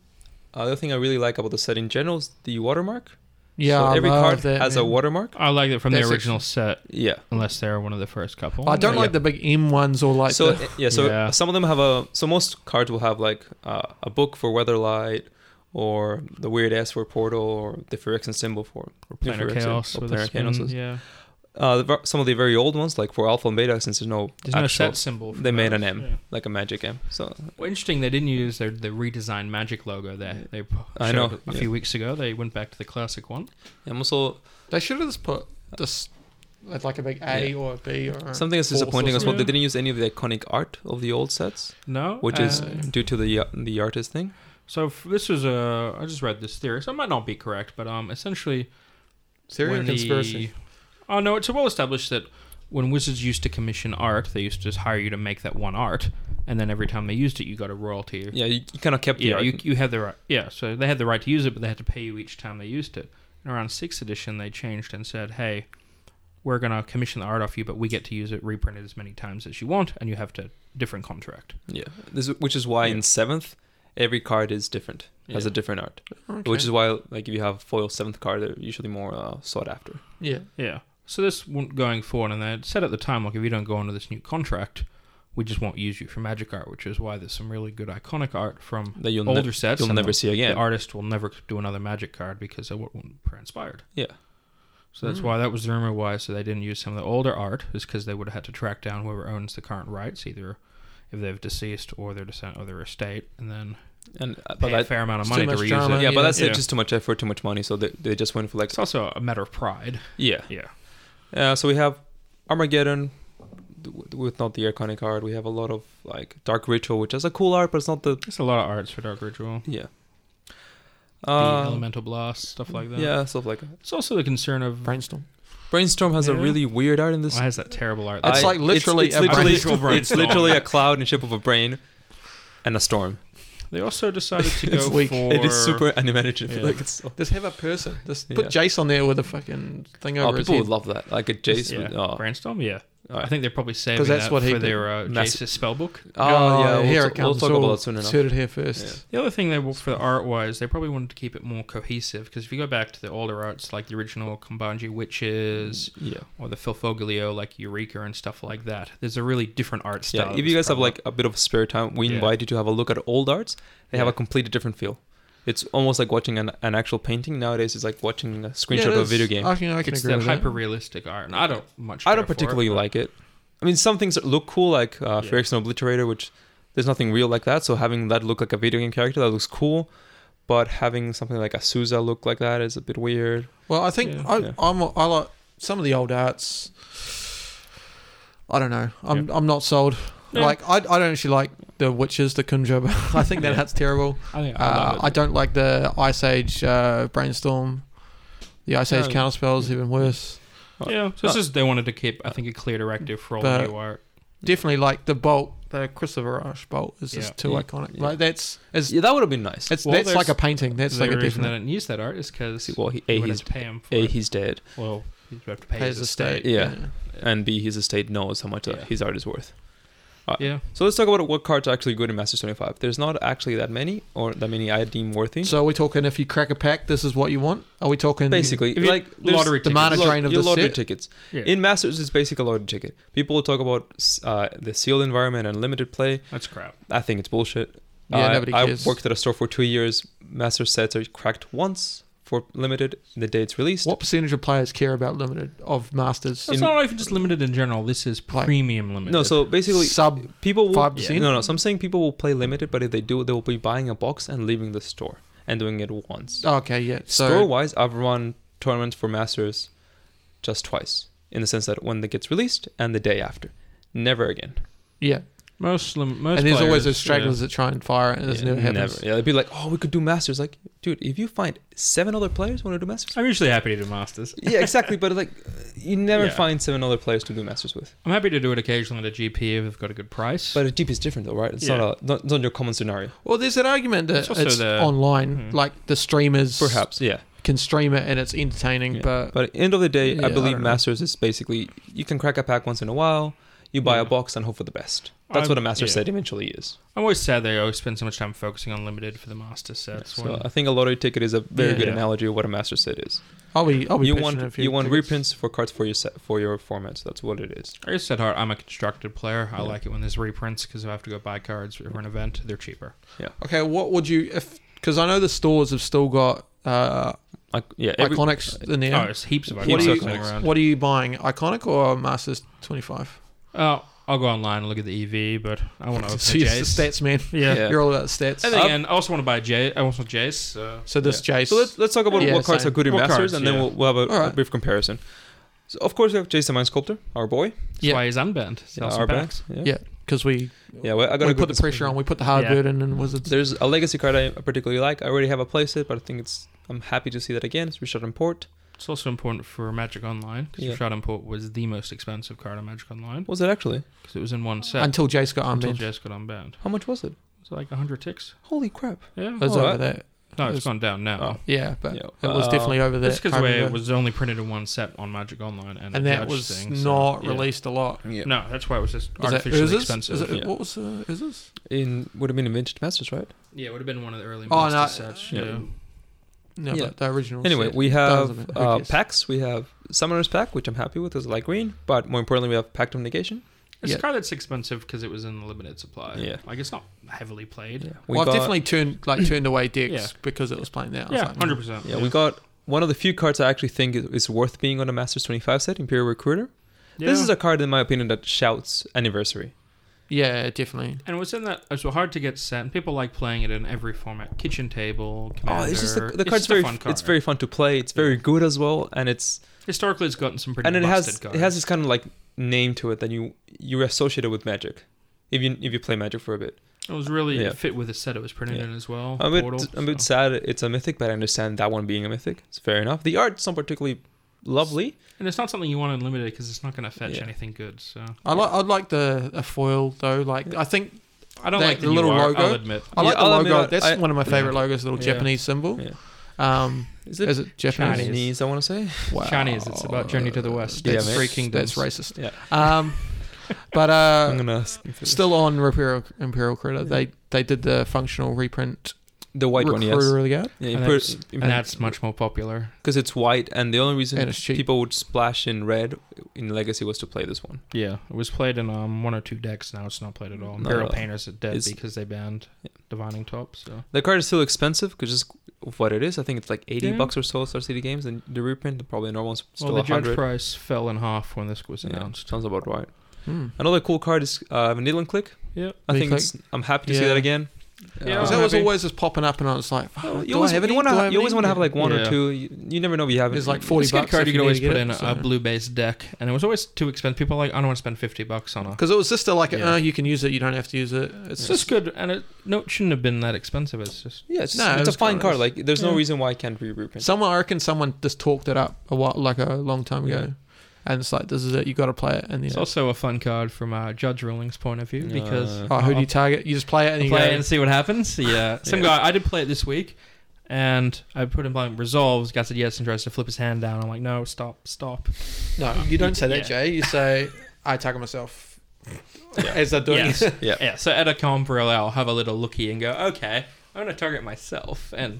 Speaker 2: Other thing I really like about the set in general is the watermark.
Speaker 1: Yeah,
Speaker 2: so
Speaker 1: I
Speaker 2: every
Speaker 1: love
Speaker 2: card
Speaker 1: that,
Speaker 2: has a
Speaker 1: man.
Speaker 2: watermark.
Speaker 3: I like that from
Speaker 1: That's
Speaker 3: the original set,
Speaker 2: Yeah.
Speaker 3: unless they're one of the first couple.
Speaker 1: I don't
Speaker 2: Yeah.
Speaker 1: like the big M ones or like
Speaker 2: so
Speaker 1: the,
Speaker 2: uh, yeah, so
Speaker 3: Yeah.
Speaker 2: some of them have a. So most cards will have like uh, a book for Weatherlight, or the weird S for Portal, or the Phyrexian symbol for
Speaker 3: Or
Speaker 2: New
Speaker 3: Planar
Speaker 2: Phyrexian,
Speaker 3: Chaos.
Speaker 2: or
Speaker 3: with a
Speaker 2: Planar
Speaker 3: spin,
Speaker 2: Chaos.
Speaker 3: Yeah.
Speaker 2: Uh, the, ver- some of the very old ones, like for Alpha and Beta, since there's no
Speaker 3: There's no
Speaker 2: actual,
Speaker 3: set symbol. for
Speaker 2: they made
Speaker 3: those,
Speaker 2: an M.
Speaker 3: yeah.
Speaker 2: like a Magic M. So
Speaker 3: Well, interesting. They didn't use their the redesigned Magic logo there. They p-
Speaker 2: I
Speaker 3: showed
Speaker 2: know,
Speaker 3: a few weeks ago. They went back to the classic one.
Speaker 2: I'm also
Speaker 1: they should have just put this with like a big A
Speaker 2: Yeah.
Speaker 1: or a B or
Speaker 2: something that's
Speaker 1: Force or
Speaker 2: disappointing as well. They
Speaker 3: something.
Speaker 2: didn't use any of the iconic art of the old sets,
Speaker 3: No,
Speaker 2: which is
Speaker 3: uh,
Speaker 2: due to the uh, the artist thing.
Speaker 3: so. F- this is a. I just read this theory, so it might not be correct, but um, essentially,
Speaker 1: serial
Speaker 3: when the-
Speaker 1: conspiracy.
Speaker 3: oh no, it's well established that when wizards used to commission art, they used to just hire you to make that one art, and then every time they used it, you got a royalty.
Speaker 2: Yeah, you, you kind of kept the
Speaker 3: yeah,
Speaker 2: art.
Speaker 3: you, you had the right. Yeah, so they had the right to use it, but they had to pay you each time they used it. And around sixth edition, they changed and said, "Hey, we're gonna commission the art off you, but we get to use it reprinted as many times as you want, and you have to different contract."
Speaker 2: yeah, this which is why in
Speaker 3: Yeah.
Speaker 2: seventh, every card is different, has
Speaker 3: Yeah.
Speaker 2: a different art,
Speaker 1: Okay.
Speaker 2: which is why like if you have foil seventh card, they're usually more uh, sought after.
Speaker 1: yeah,
Speaker 3: Yeah. So this one going forward, and they had said at the time, like, if you don't go onto this new contract, we just won't use you for magic art, which is why there's some really good iconic art from
Speaker 2: That you'll
Speaker 3: older
Speaker 2: never
Speaker 3: sets.
Speaker 2: you'll
Speaker 3: and
Speaker 2: never
Speaker 3: the,
Speaker 2: see
Speaker 3: the
Speaker 2: again.
Speaker 3: artist will never do another magic card because they won't inspired.
Speaker 2: Yeah,
Speaker 3: So that's
Speaker 1: Mm.
Speaker 3: why that was the rumor why. So they didn't use some of the older art, is because they would have had to track down whoever owns the current rights, either if they've deceased or their descent or their estate, and then
Speaker 2: and uh, but
Speaker 3: pay a
Speaker 2: that,
Speaker 3: fair amount of
Speaker 1: It's
Speaker 3: money
Speaker 1: too
Speaker 3: to
Speaker 1: much
Speaker 3: reuse
Speaker 1: drama.
Speaker 3: it.
Speaker 2: yeah, but
Speaker 1: Yeah.
Speaker 2: that's
Speaker 3: Yeah.
Speaker 2: It, just too much effort, too much money. So they, they just went for like
Speaker 3: It's also a matter of pride.
Speaker 2: yeah.
Speaker 3: Yeah.
Speaker 2: Uh, so we have Armageddon w- with not the iconic card. We have a lot of like Dark Ritual, which has a cool art, but it's not the
Speaker 3: It's a lot of arts for Dark Ritual.
Speaker 2: yeah.
Speaker 3: The
Speaker 2: Uh,
Speaker 3: elemental blast, stuff like that.
Speaker 2: Yeah, stuff like that.
Speaker 3: It's also the concern of
Speaker 1: brainstorm.
Speaker 2: Brainstorm has a
Speaker 3: Yeah.
Speaker 2: really weird art in this.
Speaker 3: why has that terrible art?
Speaker 1: It's
Speaker 2: I-
Speaker 1: like literally
Speaker 2: it's,
Speaker 1: a
Speaker 2: literally,
Speaker 3: virtual
Speaker 2: it's
Speaker 3: brainstorm.
Speaker 2: literally a cloud in shape of a brain and a storm.
Speaker 3: they also decided to
Speaker 2: It's
Speaker 3: go
Speaker 1: weak.
Speaker 3: for
Speaker 2: it is super animated.
Speaker 3: Yeah.
Speaker 2: Like it's, oh,
Speaker 1: Just have a person. Just
Speaker 2: Yeah.
Speaker 1: put Jace on there with a fucking thing over his
Speaker 2: Oh, people
Speaker 1: head.
Speaker 2: would love that. Like a Jace.
Speaker 3: yeah.
Speaker 2: would- Oh,
Speaker 3: brainstorm. Yeah,
Speaker 2: alright.
Speaker 3: I think they're probably saving
Speaker 1: 'Cause that's
Speaker 3: that
Speaker 1: what he
Speaker 3: for
Speaker 1: did.
Speaker 3: their uh,
Speaker 2: Massive-
Speaker 3: Jace's spellbook.
Speaker 2: Oh, yeah, we'll,
Speaker 1: here
Speaker 2: t-
Speaker 1: it comes.
Speaker 2: we'll talk
Speaker 1: It's all-
Speaker 2: about that soon
Speaker 1: it's
Speaker 2: enough.
Speaker 1: heard it here first.
Speaker 3: The other thing they will for the art wise, they probably wanted to keep it more cohesive because if you go back to the older arts like the original Kumbanji Witches
Speaker 2: Yeah.
Speaker 3: or the Filfoglio like Eureka and stuff like that, there's a really different art
Speaker 2: Yeah,
Speaker 3: style.
Speaker 2: if you guys
Speaker 3: that's
Speaker 2: have
Speaker 3: prevalent.
Speaker 2: like a bit of spare time, we
Speaker 3: Yeah.
Speaker 2: invite you to have a look at old arts. They have
Speaker 3: Yeah.
Speaker 2: a completely different feel. It's almost like watching an, an actual painting. Nowadays, it's like watching a
Speaker 1: Yeah,
Speaker 2: screenshot
Speaker 1: it
Speaker 2: of a
Speaker 1: is.
Speaker 2: video game.
Speaker 1: I can, I can
Speaker 3: it's
Speaker 1: agree
Speaker 3: that
Speaker 1: with
Speaker 3: hyper
Speaker 1: that.
Speaker 3: realistic art, and I don't much.
Speaker 2: I don't
Speaker 3: care for it,
Speaker 2: particularly
Speaker 3: but-
Speaker 2: like it. I mean, some things look cool, like uh,
Speaker 3: Yeah.
Speaker 2: Phyrexian Obliterator, which there's nothing real like that. So having that look like a video game character, that looks cool. But having something like Azusa look like that is a bit weird.
Speaker 1: Well, I think
Speaker 3: Yeah.
Speaker 1: I,
Speaker 2: Yeah.
Speaker 1: I'm, I like some of the old arts. I don't know. I'm, I'm not sold.
Speaker 3: No.
Speaker 1: Like I, I don't actually like the witches, the Kunjoba. I think that art's terrible.
Speaker 3: I think I,
Speaker 1: Uh,
Speaker 3: love
Speaker 1: I
Speaker 3: it.
Speaker 1: don't like the Ice Age uh, brainstorm. The Ice Age
Speaker 2: No.
Speaker 1: counter spells even worse.
Speaker 3: yeah, so this is they wanted to keep. I think a clear directive for all
Speaker 1: But-
Speaker 3: the new art.
Speaker 1: Definitely like the bolt, the Christopher Rush bolt is just
Speaker 3: Yeah.
Speaker 1: too
Speaker 2: Yeah.
Speaker 1: iconic.
Speaker 2: Yeah.
Speaker 1: Like that's it's,
Speaker 2: Yeah, that would have been nice.
Speaker 1: it's
Speaker 3: Well,
Speaker 1: that's like
Speaker 3: there's-
Speaker 1: a painting. That's
Speaker 3: the
Speaker 1: like a
Speaker 3: reason they
Speaker 1: definite.
Speaker 3: didn't use that art is because
Speaker 2: well, he,
Speaker 3: you
Speaker 2: A,
Speaker 3: would
Speaker 2: he's,
Speaker 3: have to pay him for
Speaker 2: a,
Speaker 3: it.
Speaker 2: he's dead,
Speaker 3: Well, you'd have to pay
Speaker 1: Pays
Speaker 3: his
Speaker 1: the
Speaker 3: estate.
Speaker 1: state.
Speaker 2: Yeah. and B, his estate knows how much uh
Speaker 3: Yeah.
Speaker 2: his art is worth.
Speaker 3: Yeah,
Speaker 2: So let's talk about what cards are actually good in Masters 25. There's not actually that many, or that many I deem worthy.
Speaker 1: So are we talking if you crack a pack, this is what you want? Are we talking
Speaker 2: basically,
Speaker 3: If you-
Speaker 2: like there's
Speaker 3: lottery
Speaker 1: the
Speaker 3: tickets.
Speaker 1: mana
Speaker 2: lot-
Speaker 1: drain of
Speaker 2: your
Speaker 1: the
Speaker 2: lottery
Speaker 1: set?
Speaker 2: tickets.
Speaker 3: yeah.
Speaker 2: In Masters, it's basically a lottery ticket. People will talk about uh, the sealed environment and limited play.
Speaker 3: that's crap.
Speaker 2: I think it's bullshit.
Speaker 1: Yeah,
Speaker 2: Uh,
Speaker 1: nobody
Speaker 2: I
Speaker 1: cares.
Speaker 2: worked at a store for two years. Master sets are cracked once for limited the day it's released.
Speaker 1: What percentage of players care about limited of masters?
Speaker 3: So it's
Speaker 2: In-
Speaker 3: not even just limited in general. This is
Speaker 1: Like-
Speaker 3: premium limited.
Speaker 2: No, so basically,
Speaker 1: Sub
Speaker 2: people will.
Speaker 1: five percent.
Speaker 2: No, no. So I'm saying people will play limited, but if they do, they will be buying a box and leaving the store and doing it once.
Speaker 1: Okay, yeah. Oh, So
Speaker 2: store wise, I've run tournaments for Masters just twice, in the sense that when it gets released and the day after, never again.
Speaker 1: yeah,
Speaker 3: most lim- most
Speaker 1: and there's always
Speaker 3: players,
Speaker 1: those stragglers that try and fire it, and this
Speaker 2: Yeah,
Speaker 1: never happens.
Speaker 2: Yeah, they'd be like, "Oh, we could do Masters." Like, dude, if you find seven other players who want to do Masters,
Speaker 3: yeah. I'm usually happy to do masters.
Speaker 2: yeah, exactly. But like, you never
Speaker 3: Yeah.
Speaker 2: find seven other players to do Masters with.
Speaker 3: I'm happy to do it occasionally at a GP if they've got a good price.
Speaker 2: But a GP is different, though, right? It's
Speaker 3: Yeah.
Speaker 2: not a not, not your common scenario.
Speaker 1: Well, there's an argument that
Speaker 3: It's
Speaker 1: it's,
Speaker 3: also the-
Speaker 1: online,
Speaker 3: Mhm.
Speaker 1: like the streamers
Speaker 2: Perhaps, yeah.
Speaker 1: can stream it and it's entertaining,
Speaker 2: Yeah.
Speaker 1: but
Speaker 2: But at the end of the day,
Speaker 1: Yeah, I
Speaker 2: I believe
Speaker 1: don't know.
Speaker 2: Masters is basically you can crack a pack once in a while. You buy
Speaker 3: Yeah.
Speaker 2: a box and hope for the best. That's
Speaker 3: I'm-
Speaker 2: what a master
Speaker 3: yeah.
Speaker 2: set eventually is.
Speaker 3: I'm always sad they always spend so much time focusing on limited for the master sets.
Speaker 2: So
Speaker 3: when-
Speaker 2: I think a lottery ticket is a very
Speaker 1: Yeah.
Speaker 2: good
Speaker 3: Yeah.
Speaker 2: analogy of what a master set is.
Speaker 1: I'll be. I'll be.
Speaker 2: you
Speaker 1: patient in a
Speaker 2: want
Speaker 1: few
Speaker 2: you want
Speaker 1: tickets.
Speaker 2: reprints for cards for your set, for your formats. That's what it is.
Speaker 3: I guess at heart, I'm a constructed player. I
Speaker 2: Yeah.
Speaker 3: like it when there's reprints because if I have to go buy cards for an event, they're cheaper.
Speaker 1: Okay, what would you if? Because I know the stores have still got uh,
Speaker 2: Like yeah, every,
Speaker 1: iconics in
Speaker 3: Oh,
Speaker 1: there.
Speaker 3: there's heaps of
Speaker 2: What
Speaker 1: what, are
Speaker 3: items
Speaker 2: do
Speaker 1: you,
Speaker 2: Iconics.
Speaker 3: going around.
Speaker 1: what are you buying? Iconic or Masters twenty five?
Speaker 3: Oh, I'll go online and look at the EV, but I want to
Speaker 1: So
Speaker 3: open
Speaker 1: you're
Speaker 3: a
Speaker 1: the
Speaker 3: Jace.
Speaker 1: stats man.
Speaker 3: Yeah.
Speaker 2: Yeah.
Speaker 1: You're all about the stats.
Speaker 3: I think,
Speaker 2: Up.
Speaker 3: and I also want to buy Jace. I also want Jace. So.
Speaker 1: so this Jace.
Speaker 2: So let's let's talk about
Speaker 1: Yeah,
Speaker 2: what cards
Speaker 1: same.
Speaker 2: are good in
Speaker 3: What
Speaker 2: masters,
Speaker 3: cards,
Speaker 2: and then
Speaker 3: yeah.
Speaker 2: we'll, we'll have a,
Speaker 1: All
Speaker 2: a
Speaker 1: right.
Speaker 2: brief comparison. So of course we have Jason Mind Sculptor, our boy,
Speaker 3: That's
Speaker 1: Yeah.
Speaker 3: why he's unbanned. Sell
Speaker 2: yeah,
Speaker 3: some
Speaker 2: our
Speaker 3: packs.
Speaker 2: back. Yeah,
Speaker 1: Yeah. because we
Speaker 2: yeah. Well, I got
Speaker 1: we
Speaker 2: a good
Speaker 1: put the pressure on. We put the hard
Speaker 3: Yeah.
Speaker 1: burden and wizards.
Speaker 2: There's a legacy card I particularly like. I already have a playset, but I think it's. I'm happy to see that again. It's Richard Import.
Speaker 3: It's also important for Magic Online because
Speaker 2: Yeah.
Speaker 3: Shroud Import was the most expensive card on Magic Online
Speaker 2: What was it actually?
Speaker 3: because it was in one set
Speaker 1: Until Jace got
Speaker 3: until
Speaker 1: unbanned.
Speaker 3: Jace got unbanned.
Speaker 2: How much was it?
Speaker 3: It's like 100 ticks.
Speaker 2: Holy crap!
Speaker 3: Yeah.
Speaker 1: It was
Speaker 2: Oh,
Speaker 1: over
Speaker 2: right.
Speaker 1: that.
Speaker 3: no,
Speaker 1: it was-
Speaker 3: it's gone down now.
Speaker 2: Oh.
Speaker 1: Yeah, but
Speaker 2: Yeah.
Speaker 1: it was
Speaker 2: Uh,
Speaker 1: definitely over that.
Speaker 3: That's because
Speaker 1: I
Speaker 3: it
Speaker 1: remember.
Speaker 3: was only printed in one set on Magic Online, and,
Speaker 1: and
Speaker 3: the
Speaker 1: that
Speaker 3: judge
Speaker 1: was
Speaker 3: thing, so-
Speaker 1: not
Speaker 3: yeah.
Speaker 1: released a lot.
Speaker 2: um, Yeah.
Speaker 3: No, that's why it was just
Speaker 1: Was that
Speaker 3: artificially
Speaker 1: Urza's?
Speaker 3: expensive.
Speaker 1: Is it,
Speaker 2: Yeah.
Speaker 1: What was uh, is this?
Speaker 2: In would have been in Vintage Masters, right?
Speaker 3: Yeah, it would have been one of the early
Speaker 1: Oh,
Speaker 3: master
Speaker 1: no,
Speaker 3: sets.
Speaker 2: yeah.
Speaker 3: Yeah.
Speaker 1: No,
Speaker 2: Yeah.
Speaker 1: but the original.
Speaker 2: Anyway,
Speaker 1: set.
Speaker 2: we
Speaker 1: Doesn't
Speaker 2: have
Speaker 1: it? Who
Speaker 2: uh,
Speaker 1: cares?
Speaker 2: packs. We have Summoner's Pack, which I'm happy with. It's light green, but more importantly, we have Pact of Negation.
Speaker 3: It's
Speaker 1: Yeah.
Speaker 3: a card that's expensive because it was in limited supply.
Speaker 2: Yeah.
Speaker 3: Like, it's not heavily played. Yeah,
Speaker 2: We
Speaker 1: well,
Speaker 2: got-
Speaker 1: I've definitely turned like turned away decks
Speaker 3: Yeah.
Speaker 1: because it was playing that. I was like,
Speaker 3: 100%.
Speaker 2: Yeah, we got one of the few cards I actually think is- is worth being on a Masters 25 set, Imperial Recruiter. This is a card, in my opinion, that shouts anniversary.
Speaker 1: Yeah, definitely.
Speaker 3: And it was in that. It's hard to get set, and people like playing it in every format kitchen table, commander.
Speaker 2: oh, it's just the, the
Speaker 3: It's
Speaker 2: card's
Speaker 3: just a
Speaker 2: very
Speaker 3: fun card.
Speaker 2: it's very fun to play. It's very good as well, and it's
Speaker 3: Historically, it's gotten some pretty
Speaker 2: and it has
Speaker 3: busted
Speaker 2: it has this kind of like name to it that you you associate it with Magic, if you if you play Magic for a bit.
Speaker 3: cards. It was really
Speaker 2: Yeah.
Speaker 3: fit with the set it was printed
Speaker 2: Yeah.
Speaker 3: in as well.
Speaker 2: I'm a bit,
Speaker 3: Portal,
Speaker 2: I'm a bit
Speaker 3: Oh, so.
Speaker 2: sad it's a mythic, but I understand that one being a mythic. It's fair enough. The art's not particularly lovely.
Speaker 3: And it's not something you want in limited because it's not going to fetch
Speaker 2: Yeah.
Speaker 3: anything good. So
Speaker 1: I like I'd like the a foil though. Like I think
Speaker 3: I don't
Speaker 1: That-
Speaker 3: like the,
Speaker 1: the little
Speaker 3: little
Speaker 1: logo.
Speaker 3: I'll admit.
Speaker 1: I
Speaker 2: Yeah,
Speaker 1: like the
Speaker 2: I'll
Speaker 1: logo.
Speaker 2: admit I-
Speaker 1: That's
Speaker 2: I-
Speaker 1: one of my favorite
Speaker 3: Yeah.
Speaker 1: logos. Little
Speaker 3: Yeah.
Speaker 1: Japanese symbol.
Speaker 2: Yeah.
Speaker 1: Um,
Speaker 2: Is
Speaker 1: is
Speaker 2: it
Speaker 1: it Japanese?
Speaker 3: Chinese.
Speaker 2: Chinese? I want to say.
Speaker 1: Wow.
Speaker 3: Chinese, it's about Journey to the West.
Speaker 2: Yeah,
Speaker 1: That's
Speaker 2: mate.
Speaker 1: three
Speaker 3: Kingdoms.
Speaker 1: kingdoms. That's racist.
Speaker 2: Yeah.
Speaker 1: Um, but
Speaker 2: I'm
Speaker 1: uh,
Speaker 2: gonna skip this.
Speaker 1: still on Imperial, Imperial Credit.
Speaker 2: Yeah.
Speaker 1: They they did the functional reprint.
Speaker 2: the white one, yes.
Speaker 1: Recruiter of the Guard.
Speaker 2: Yeah,
Speaker 3: And
Speaker 2: Imper-
Speaker 3: that's-
Speaker 2: Imper-
Speaker 3: And that's much more popular.
Speaker 2: because it's white, and the only
Speaker 1: And
Speaker 2: reason
Speaker 1: it's cheap.
Speaker 2: people would splash in red in Legacy was to play this one.
Speaker 3: Yeah, it was played in um, one or two decks. Now it's not played at all.
Speaker 2: No,
Speaker 3: Imperial
Speaker 2: no.
Speaker 3: Painters are dead
Speaker 2: It's-
Speaker 3: because they banned
Speaker 2: Yeah.
Speaker 3: Divining Top. So
Speaker 2: The card is still expensive because just of what it is. I think it's like eighty
Speaker 3: Yeah.
Speaker 2: bucks or so. Star City Games and the reprint, probably the normal is
Speaker 3: well,
Speaker 2: still
Speaker 3: the
Speaker 2: a
Speaker 3: judge
Speaker 2: hundred.
Speaker 3: price fell in half when this was
Speaker 2: Yeah,
Speaker 3: announced.
Speaker 2: sounds about right.
Speaker 1: Hmm.
Speaker 2: Another cool card is uh, Needle and Click.
Speaker 3: Yep.
Speaker 2: I
Speaker 1: Needle
Speaker 2: think
Speaker 1: and
Speaker 2: it's, I'm happy to see
Speaker 1: Yeah.
Speaker 2: that again.
Speaker 3: Yeah,
Speaker 1: Because
Speaker 3: Oh,
Speaker 1: that was
Speaker 3: maybe.
Speaker 1: always just popping up, and I was like,
Speaker 2: Oh,
Speaker 1: "Fuck,
Speaker 2: you
Speaker 1: do I
Speaker 2: always
Speaker 1: have
Speaker 2: you
Speaker 1: any? Do
Speaker 2: wanna
Speaker 1: I
Speaker 2: have-
Speaker 1: have
Speaker 2: you always
Speaker 1: any?"
Speaker 2: want to have like one or
Speaker 3: Yeah.
Speaker 2: two. You, you never know. if You have
Speaker 1: There's like
Speaker 2: four.
Speaker 1: 40
Speaker 3: It's a good
Speaker 1: bucks
Speaker 3: card
Speaker 1: if
Speaker 3: you
Speaker 1: you
Speaker 3: could
Speaker 1: need
Speaker 3: always
Speaker 1: to get
Speaker 3: put
Speaker 1: it,
Speaker 3: in a,
Speaker 1: so-
Speaker 3: a blue base deck, and it was always too expensive. People were like, I don't want to spend fifty bucks on a.
Speaker 1: Because it was just a, like,
Speaker 3: Yeah.
Speaker 1: oh, you can use it, you don't have to use it. It's
Speaker 3: It's
Speaker 1: just
Speaker 3: just good, and it no, it shouldn't have been that expensive. It's just
Speaker 2: Yeah, it's,
Speaker 1: No,
Speaker 2: it's
Speaker 1: it
Speaker 2: a
Speaker 1: was
Speaker 2: fine
Speaker 1: kinda
Speaker 2: card.
Speaker 1: nice.
Speaker 2: Like, there's no
Speaker 3: Yeah.
Speaker 2: reason why it can't be reprinted.
Speaker 1: someone. I reckon someone just talked it up a while, like a long time ago, and it's like, this is it, you got to play it. And
Speaker 3: it's
Speaker 1: then,
Speaker 3: also a fun card from uh, Judge Ruling's point of view because
Speaker 2: Uh,
Speaker 1: oh, who do you target? You just play it and
Speaker 3: I'll
Speaker 1: you
Speaker 3: play it
Speaker 1: go.
Speaker 3: and see what happens. Yeah, some
Speaker 2: Yeah.
Speaker 3: guy. I did play it this week, and I put him playing resolves. Guy said yes and tries to flip his hand down. I'm like, no, stop, stop.
Speaker 1: No, you don't say that,
Speaker 3: Yeah.
Speaker 1: Jay. You say, I target myself as they're doing
Speaker 3: Yes.
Speaker 1: it.
Speaker 2: yeah.
Speaker 3: Yeah. So at a comp roll, I'll have a little looky and go, okay, I'm gonna target myself and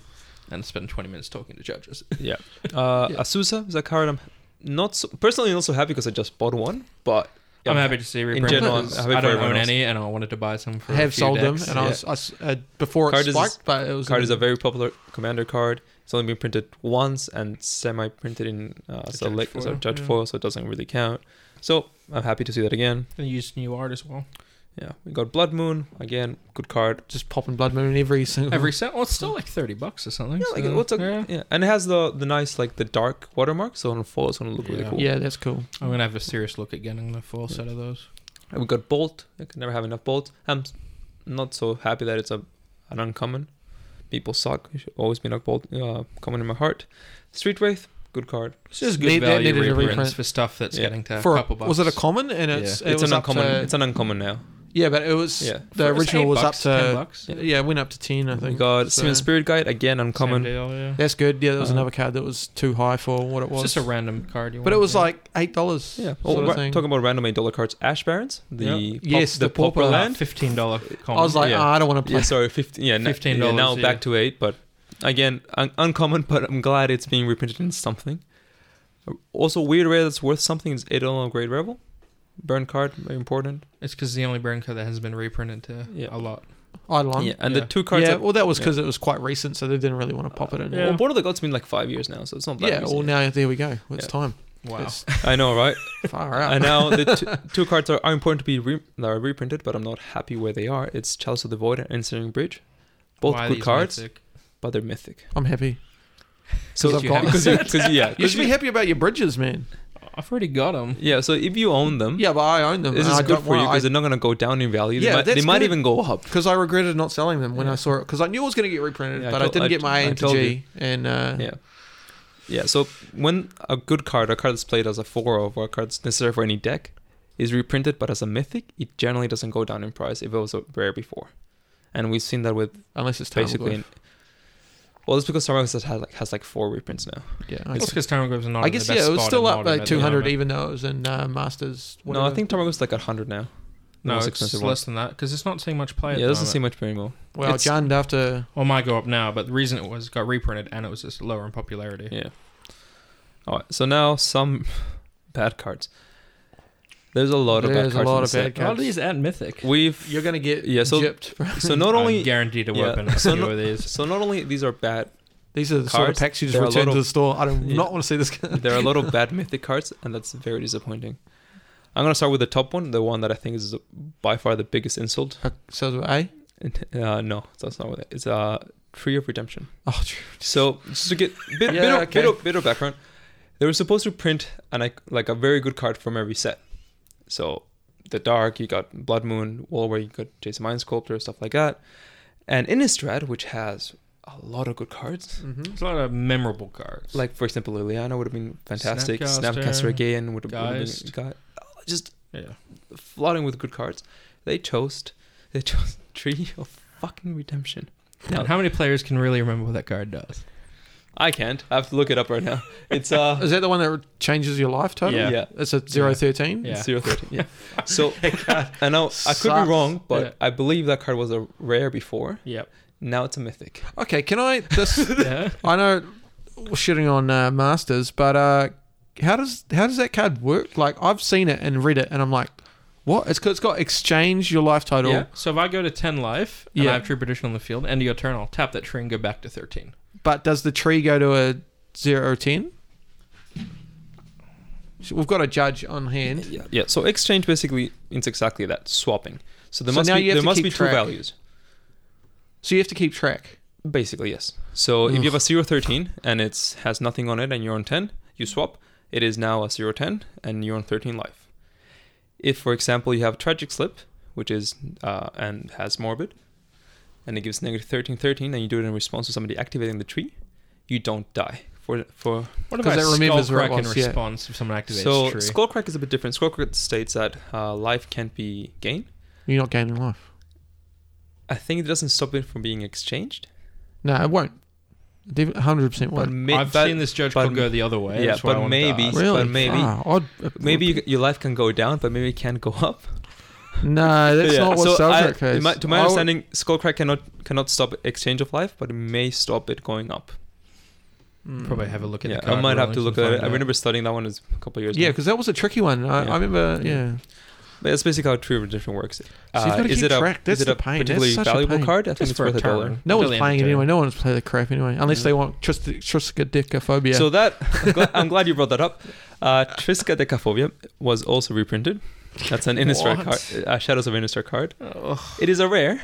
Speaker 3: and spend 20 minutes talking to judges.
Speaker 2: Yeah. Uh,
Speaker 1: Yeah.
Speaker 2: Asusa is a card I'm not so, personally not so happy because I just bought one, but
Speaker 3: I'm happy to see reprints.
Speaker 1: general, I'm
Speaker 2: happy
Speaker 3: I
Speaker 2: for
Speaker 3: don't
Speaker 2: everyone
Speaker 3: own
Speaker 2: else.
Speaker 3: any, and I wanted to buy some for
Speaker 1: I
Speaker 3: a
Speaker 1: have
Speaker 3: few
Speaker 1: sold
Speaker 3: decks.
Speaker 1: them, and I
Speaker 2: yeah.
Speaker 1: was I s uh, before
Speaker 2: Card
Speaker 1: it
Speaker 2: is a-
Speaker 1: spiked, but it was
Speaker 2: Card is a
Speaker 1: in-
Speaker 2: very popular commander card. It's only been printed once and semi-printed in uh,
Speaker 3: The
Speaker 2: select
Speaker 3: judge
Speaker 2: so
Speaker 3: foil,
Speaker 2: judge
Speaker 3: yeah.
Speaker 2: foil, so it doesn't really count. So I'm happy to see that again.
Speaker 3: And used new art as well.
Speaker 2: Yeah, we got Blood Moon again, good card.
Speaker 1: just popping blood moon in every single.
Speaker 3: Every set, well, it's still like 30 bucks or something.
Speaker 2: Yeah, like
Speaker 3: so,
Speaker 2: what's a,
Speaker 3: yeah.
Speaker 2: yeah. and it has the the nice like the dark watermark, so on the foil it's gonna look really
Speaker 3: Yeah.
Speaker 2: cool.
Speaker 1: yeah, that's cool.
Speaker 3: I'm gonna have a serious look at getting the full set of those.
Speaker 2: And we got Bolt. I can never have enough bolts. I'm s- not so happy that it's a an uncommon. People suck. You should always be an Bolt uh, common in my heart. Street Wraith, good card.
Speaker 3: It's just
Speaker 1: Need-
Speaker 3: good
Speaker 1: that
Speaker 3: value
Speaker 1: needed a
Speaker 3: reprints
Speaker 1: reprint.
Speaker 3: for stuff that's
Speaker 2: Yeah.
Speaker 3: getting to
Speaker 1: For
Speaker 3: a
Speaker 1: a-
Speaker 3: couple bucks.
Speaker 1: was it a common? And it's
Speaker 2: it's
Speaker 1: it was
Speaker 2: an
Speaker 1: up
Speaker 2: uncommon.
Speaker 1: to-
Speaker 2: It's an uncommon now.
Speaker 1: Yeah, but it was
Speaker 2: Yeah.
Speaker 1: the
Speaker 3: It
Speaker 1: original
Speaker 3: eight
Speaker 1: was
Speaker 3: bucks,
Speaker 1: up
Speaker 3: ten
Speaker 1: to
Speaker 3: bucks.
Speaker 1: yeah, yeah, it went up to ten, I
Speaker 2: We
Speaker 1: think.
Speaker 2: got
Speaker 1: So-
Speaker 2: Steven Spirit Guide again,
Speaker 3: Common.
Speaker 2: uncommon.
Speaker 3: Deal, yeah.
Speaker 1: That's good. Yeah, that was
Speaker 2: Uh,
Speaker 1: another card that was too high for what it
Speaker 3: It's
Speaker 1: was.
Speaker 3: just a random card. You
Speaker 1: but it
Speaker 3: want,
Speaker 1: was
Speaker 3: yeah.
Speaker 1: like eight dollars.
Speaker 2: Yeah.
Speaker 1: sort
Speaker 2: Oh,
Speaker 1: of
Speaker 2: ra-
Speaker 1: thing.
Speaker 2: talking about random eight dollar cards, Ash Barons, the
Speaker 3: Yeah.
Speaker 2: pop-
Speaker 1: Yes,
Speaker 2: the,
Speaker 1: the
Speaker 2: pauper
Speaker 1: pauper
Speaker 3: Uh,
Speaker 2: land.
Speaker 3: fifteen dollar.
Speaker 1: I was like,
Speaker 2: Yeah.
Speaker 1: oh, I don't want to play.
Speaker 2: Yeah, sorry, fifteen. Yeah, na-
Speaker 3: $15,
Speaker 2: yeah, now
Speaker 3: yeah.
Speaker 2: back to eight, but again, un- uncommon. But I'm glad it's being reprinted in something. Also, weird rare that's worth something is eight dollar grade rebel, burn card, very important.
Speaker 3: it's because the only brand card that has been reprinted to
Speaker 2: Yeah.
Speaker 3: a lot.
Speaker 1: Eidolon.
Speaker 2: Yeah, and
Speaker 3: Yeah.
Speaker 2: the two cards.
Speaker 1: Yeah,
Speaker 2: that,
Speaker 1: well, that was because it was quite recent, so they didn't really want to pop it in.
Speaker 3: Yeah.
Speaker 1: Yeah,
Speaker 2: well, Border of the Gods has been like five years oh, now, so it's not that. recent
Speaker 1: well,
Speaker 2: yet.
Speaker 1: now there we go. It's
Speaker 2: Yeah.
Speaker 1: time.
Speaker 3: Wow.
Speaker 1: It's
Speaker 2: I know, right?
Speaker 1: far out.
Speaker 2: And now the two, two cards are, are important to be re- that are reprinted, but I'm not happy where they are. It's Chalice of the Void and Engineering Bridge, both
Speaker 3: Why are
Speaker 2: good
Speaker 3: these
Speaker 2: cards,
Speaker 3: mythic?
Speaker 2: but they're mythic.
Speaker 1: I'm happy.
Speaker 2: So
Speaker 1: 'Cause
Speaker 2: if
Speaker 1: I've
Speaker 2: you
Speaker 1: got-
Speaker 2: have- 'cause you- 'cause you- yeah,
Speaker 1: You
Speaker 2: 'cause
Speaker 1: should be
Speaker 2: you-
Speaker 1: happy about your bridges, man.
Speaker 3: I've already got them.
Speaker 2: yeah. So if you own them,
Speaker 1: Yeah, but I own them.
Speaker 2: Hmm? this
Speaker 1: and Um,
Speaker 2: is
Speaker 1: I
Speaker 2: good
Speaker 1: don't
Speaker 2: for you
Speaker 1: wanna-
Speaker 2: because they're not going to go down in value. They
Speaker 1: Yeah,
Speaker 2: might, they
Speaker 1: that's
Speaker 2: might
Speaker 1: good.
Speaker 2: even go up.
Speaker 1: because I regretted not selling them when
Speaker 2: Yeah.
Speaker 1: I saw it because I knew it was going to get reprinted,
Speaker 2: Yeah, I
Speaker 1: but I,
Speaker 2: told-
Speaker 1: didn't
Speaker 2: I-
Speaker 1: get my
Speaker 2: I
Speaker 1: A into
Speaker 2: told
Speaker 1: G. And uh,
Speaker 2: Yeah. Yeah, so when a good card, a card that's played as a 4 of, or a card that's necessary for any deck, is reprinted but as a mythic, it generally doesn't go down in price if it was a rare before. And we've seen that with
Speaker 1: unless it's
Speaker 2: basically.
Speaker 1: basically,
Speaker 2: In, well, it's because Starbucks has, had like, has like four reprints now.
Speaker 1: yeah. I
Speaker 3: It's
Speaker 1: guess,
Speaker 3: because Tarmogoyf's not.
Speaker 1: I
Speaker 3: in
Speaker 1: guess
Speaker 3: the best
Speaker 1: yeah, it was
Speaker 3: spot
Speaker 1: still
Speaker 3: in
Speaker 1: up
Speaker 3: modern
Speaker 1: like
Speaker 3: at the
Speaker 1: 200
Speaker 3: moment.
Speaker 1: even though it was in uh, Masters.
Speaker 2: No, I
Speaker 1: whatever.
Speaker 2: think Tarmogo's like at 100 now. The
Speaker 3: No,
Speaker 2: most
Speaker 3: it's
Speaker 2: expensive
Speaker 3: less than that because it's not seeing much
Speaker 1: Oh,
Speaker 3: play.
Speaker 2: one.
Speaker 3: at
Speaker 2: Yeah, it
Speaker 3: the
Speaker 2: doesn't
Speaker 3: moment.
Speaker 2: seem much premium.
Speaker 1: Well,
Speaker 2: it's-
Speaker 1: John after
Speaker 3: Well, it might go up now, but the reason it was got reprinted and it was just lower in popularity.
Speaker 2: Yeah. All right, so now some bad cards. There's a lot of bad
Speaker 1: There's a
Speaker 2: cards. in
Speaker 1: lot
Speaker 2: the
Speaker 1: of bad
Speaker 2: set.
Speaker 1: cards. All these
Speaker 3: at mythic.
Speaker 2: We've
Speaker 1: you're going to get
Speaker 2: Yeah, so-
Speaker 1: gypped.
Speaker 2: so not
Speaker 3: I'm
Speaker 2: only
Speaker 3: guaranteed a
Speaker 2: yeah,
Speaker 3: weapon. A
Speaker 2: so
Speaker 3: few
Speaker 2: no-
Speaker 3: of these.
Speaker 2: so not only these are bad
Speaker 1: These are the sort of
Speaker 2: cards,
Speaker 1: packs you just
Speaker 2: there are a lot
Speaker 1: return to
Speaker 2: of-
Speaker 1: the store. I do
Speaker 2: Yeah.
Speaker 1: not want to see this. guy.
Speaker 2: there are a lot of bad mythic cards, and that's very disappointing. I'm gonna start with the top one, the one that I think is by far the biggest insult.
Speaker 1: So do I.
Speaker 2: And, Uh, no, that's not what it is. Uh, Tree of Redemption.
Speaker 1: Oh, true.
Speaker 2: So just to get bit, bit,
Speaker 1: Yeah,
Speaker 2: of,
Speaker 1: okay.
Speaker 2: bit, of, bit of background, they were supposed to print an ic- like a very good card from every set. So the Dark, you got Blood Moon, Walware, you got Jason Mind Sculptor, stuff like that, and Innistrad, which has a lot of good cards.
Speaker 1: Mhm.
Speaker 3: There's a lot of memorable cards.
Speaker 2: Like for example, Liliana would have been fantastic.
Speaker 3: Snapcaster,
Speaker 2: Snapcaster again would have, would have been
Speaker 3: Geist.
Speaker 2: guy, oh, just
Speaker 3: yeah,
Speaker 2: flooding with good cards. They chose they chose Tree of Fucking Redemption. Now
Speaker 3: And how many players can really remember what that card does?
Speaker 2: I can't. I have to look it up right now. It's uh
Speaker 1: Is that the one that changes your life total?
Speaker 2: yeah,
Speaker 3: Yeah.
Speaker 1: It's a zero
Speaker 3: Yeah.
Speaker 1: thirteen.
Speaker 3: Yeah.
Speaker 2: zero thirty. Yeah. So I know I could
Speaker 1: Sucks.
Speaker 2: be wrong, but
Speaker 3: Yeah.
Speaker 2: I believe that card was a rare before.
Speaker 3: Yep.
Speaker 2: Now it's a mythic.
Speaker 1: Okay, can I this
Speaker 3: yeah.
Speaker 1: I know we're shitting on uh, Masters, but uh, how does how does that card work? Like I've seen it and read it, and I'm like, what? It's 'cause it's got exchange your life title.
Speaker 2: Yeah.
Speaker 3: So if I go to ten life and
Speaker 1: Yeah.
Speaker 3: I have true prediction on the field, end of your turn, I'll tap that tree and go back to thirteen.
Speaker 1: But does the tree go to a zero ten? So We've got a judge on hand.
Speaker 2: Yeah. Yeah. So exchange basically means exactly that swapping. So there
Speaker 1: So
Speaker 2: must
Speaker 1: now
Speaker 2: be
Speaker 1: you have
Speaker 2: there
Speaker 1: to
Speaker 2: must
Speaker 1: keep
Speaker 2: be two
Speaker 1: track.
Speaker 2: values.
Speaker 1: So you have to keep track.
Speaker 2: Basically, yes. So if you have a 013 and it's has nothing on it and you're on 10, you swap. It is now a 010 and you're on 13 life. If, for example, you have Tragic Slip, which is uh, and has Morbid, and it gives negative 13 13, and you do it in response to somebody activating the tree, you don't die. For for
Speaker 3: What
Speaker 1: 'Cause
Speaker 3: about
Speaker 1: it remembers where it
Speaker 3: Skullcrack in
Speaker 1: was, yeah.
Speaker 3: response if someone activates
Speaker 2: so
Speaker 3: tree?
Speaker 2: Skullcrack is a bit different. Skullcrack states that uh, life can't be gained.
Speaker 1: You're not gaining life.
Speaker 2: I think it doesn't stop it from being exchanged.
Speaker 1: No, it won't. Hundred percent
Speaker 2: But
Speaker 1: won't.
Speaker 2: may-
Speaker 3: I've
Speaker 2: but-
Speaker 3: seen this judge
Speaker 2: but-
Speaker 3: call go the other way.
Speaker 2: yeah,
Speaker 3: That's why I
Speaker 2: but
Speaker 3: wanted to
Speaker 2: maybe-
Speaker 3: ask.
Speaker 1: Really?
Speaker 2: but maybe-
Speaker 1: Ah, I'd-
Speaker 2: Maybe you, your life can go down, but maybe it can't go up.
Speaker 1: No, that's
Speaker 2: Yeah.
Speaker 1: not what
Speaker 2: So
Speaker 1: Celtic
Speaker 2: I-
Speaker 1: is.
Speaker 2: in my- to my
Speaker 1: I would-
Speaker 2: understanding, Skullcrack cannot cannot stop exchange of life, but it may stop it going up.
Speaker 1: Mm.
Speaker 3: Probably have a look at
Speaker 2: yeah,
Speaker 3: the card
Speaker 2: I might have to look
Speaker 3: rulings
Speaker 2: at
Speaker 3: and
Speaker 2: it.
Speaker 3: find
Speaker 2: I
Speaker 3: out.
Speaker 2: remember studying that one as a couple of years
Speaker 1: Yeah,
Speaker 2: ago.
Speaker 1: because that was a tricky one. I,
Speaker 2: Yeah.
Speaker 1: I remember.
Speaker 2: Yeah.
Speaker 1: Yeah.
Speaker 2: But that's basically how Tree of Redemption works.
Speaker 1: So you've
Speaker 2: Uh,
Speaker 1: gotta
Speaker 2: is
Speaker 1: keep
Speaker 2: it a,
Speaker 1: track. That's
Speaker 2: is it
Speaker 1: the
Speaker 2: a
Speaker 1: pain. That's
Speaker 2: particularly
Speaker 1: such a
Speaker 2: valuable
Speaker 1: pain.
Speaker 2: card? I think
Speaker 3: Just
Speaker 2: it's
Speaker 3: for a
Speaker 2: worth a
Speaker 3: turn.
Speaker 2: dollar.
Speaker 1: No one's
Speaker 3: Billion
Speaker 1: playing it
Speaker 3: to-
Speaker 1: anyway. No one's playing the crap anyway, unless
Speaker 2: Yeah.
Speaker 1: they want triskaidekaphobia.
Speaker 2: So that I'm glad, I'm glad you brought that up. Uh, Triska Decaphobia was also reprinted. That's an Innistrad
Speaker 3: What?
Speaker 2: card, uh, Shadows of Innistrad card.
Speaker 3: Ugh.
Speaker 2: It is a rare,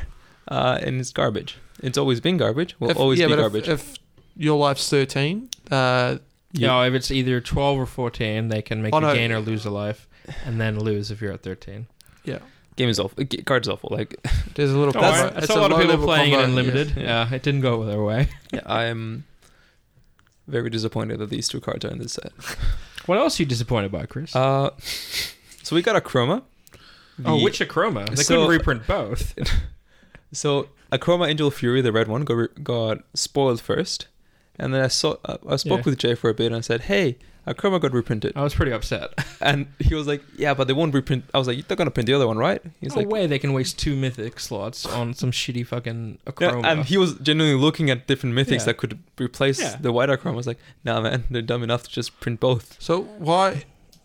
Speaker 2: uh, and it's garbage. It's always been garbage. Will
Speaker 1: If-
Speaker 2: always
Speaker 1: yeah,
Speaker 2: be
Speaker 1: but if-
Speaker 2: garbage.
Speaker 1: If, your life's thirteen, uh,
Speaker 2: Yeah.
Speaker 3: No, if it's either 12 or 14, they can make
Speaker 1: Oh,
Speaker 3: you
Speaker 1: no.
Speaker 3: gain or lose a life, and then lose if you're at 13.
Speaker 2: Game is awful. g- Card's awful. Like
Speaker 1: there's a little.
Speaker 3: That's,
Speaker 2: That's-
Speaker 1: combo.
Speaker 3: that's
Speaker 1: It's
Speaker 3: a lot of people
Speaker 1: low-level
Speaker 3: playing it
Speaker 1: combo,
Speaker 3: in limited.
Speaker 2: yeah.
Speaker 3: Yeah. it didn't go their way.
Speaker 2: Yeah, I'm very disappointed that these two cards are in this set.
Speaker 3: What else are you disappointed by, Chris?
Speaker 2: Uh, so we got a chroma,
Speaker 3: oh,
Speaker 2: the-
Speaker 3: Witcher Chroma. They
Speaker 2: So-
Speaker 3: couldn't reprint both.
Speaker 2: So Achroma Angel Fury, the red one, got, got spoiled first, and then I saw uh, I spoke
Speaker 3: Yeah.
Speaker 2: with Jay for a bit and I said, "Hey, Achroma got reprinted,"
Speaker 3: I was pretty upset.
Speaker 2: and he was like, "Yeah, but they won't reprint." I was like, "They're gonna print the other one, right?" He's
Speaker 3: There's no
Speaker 2: like,
Speaker 3: way they can waste two mythic slots on some shitty fucking
Speaker 2: yeah,
Speaker 3: Achroma.
Speaker 2: and he was genuinely looking at different mythics
Speaker 3: Yeah.
Speaker 2: that could replace
Speaker 3: Yeah.
Speaker 2: the white Achroma. I was like, "Nah, man, they're dumb enough to just print both."
Speaker 1: So why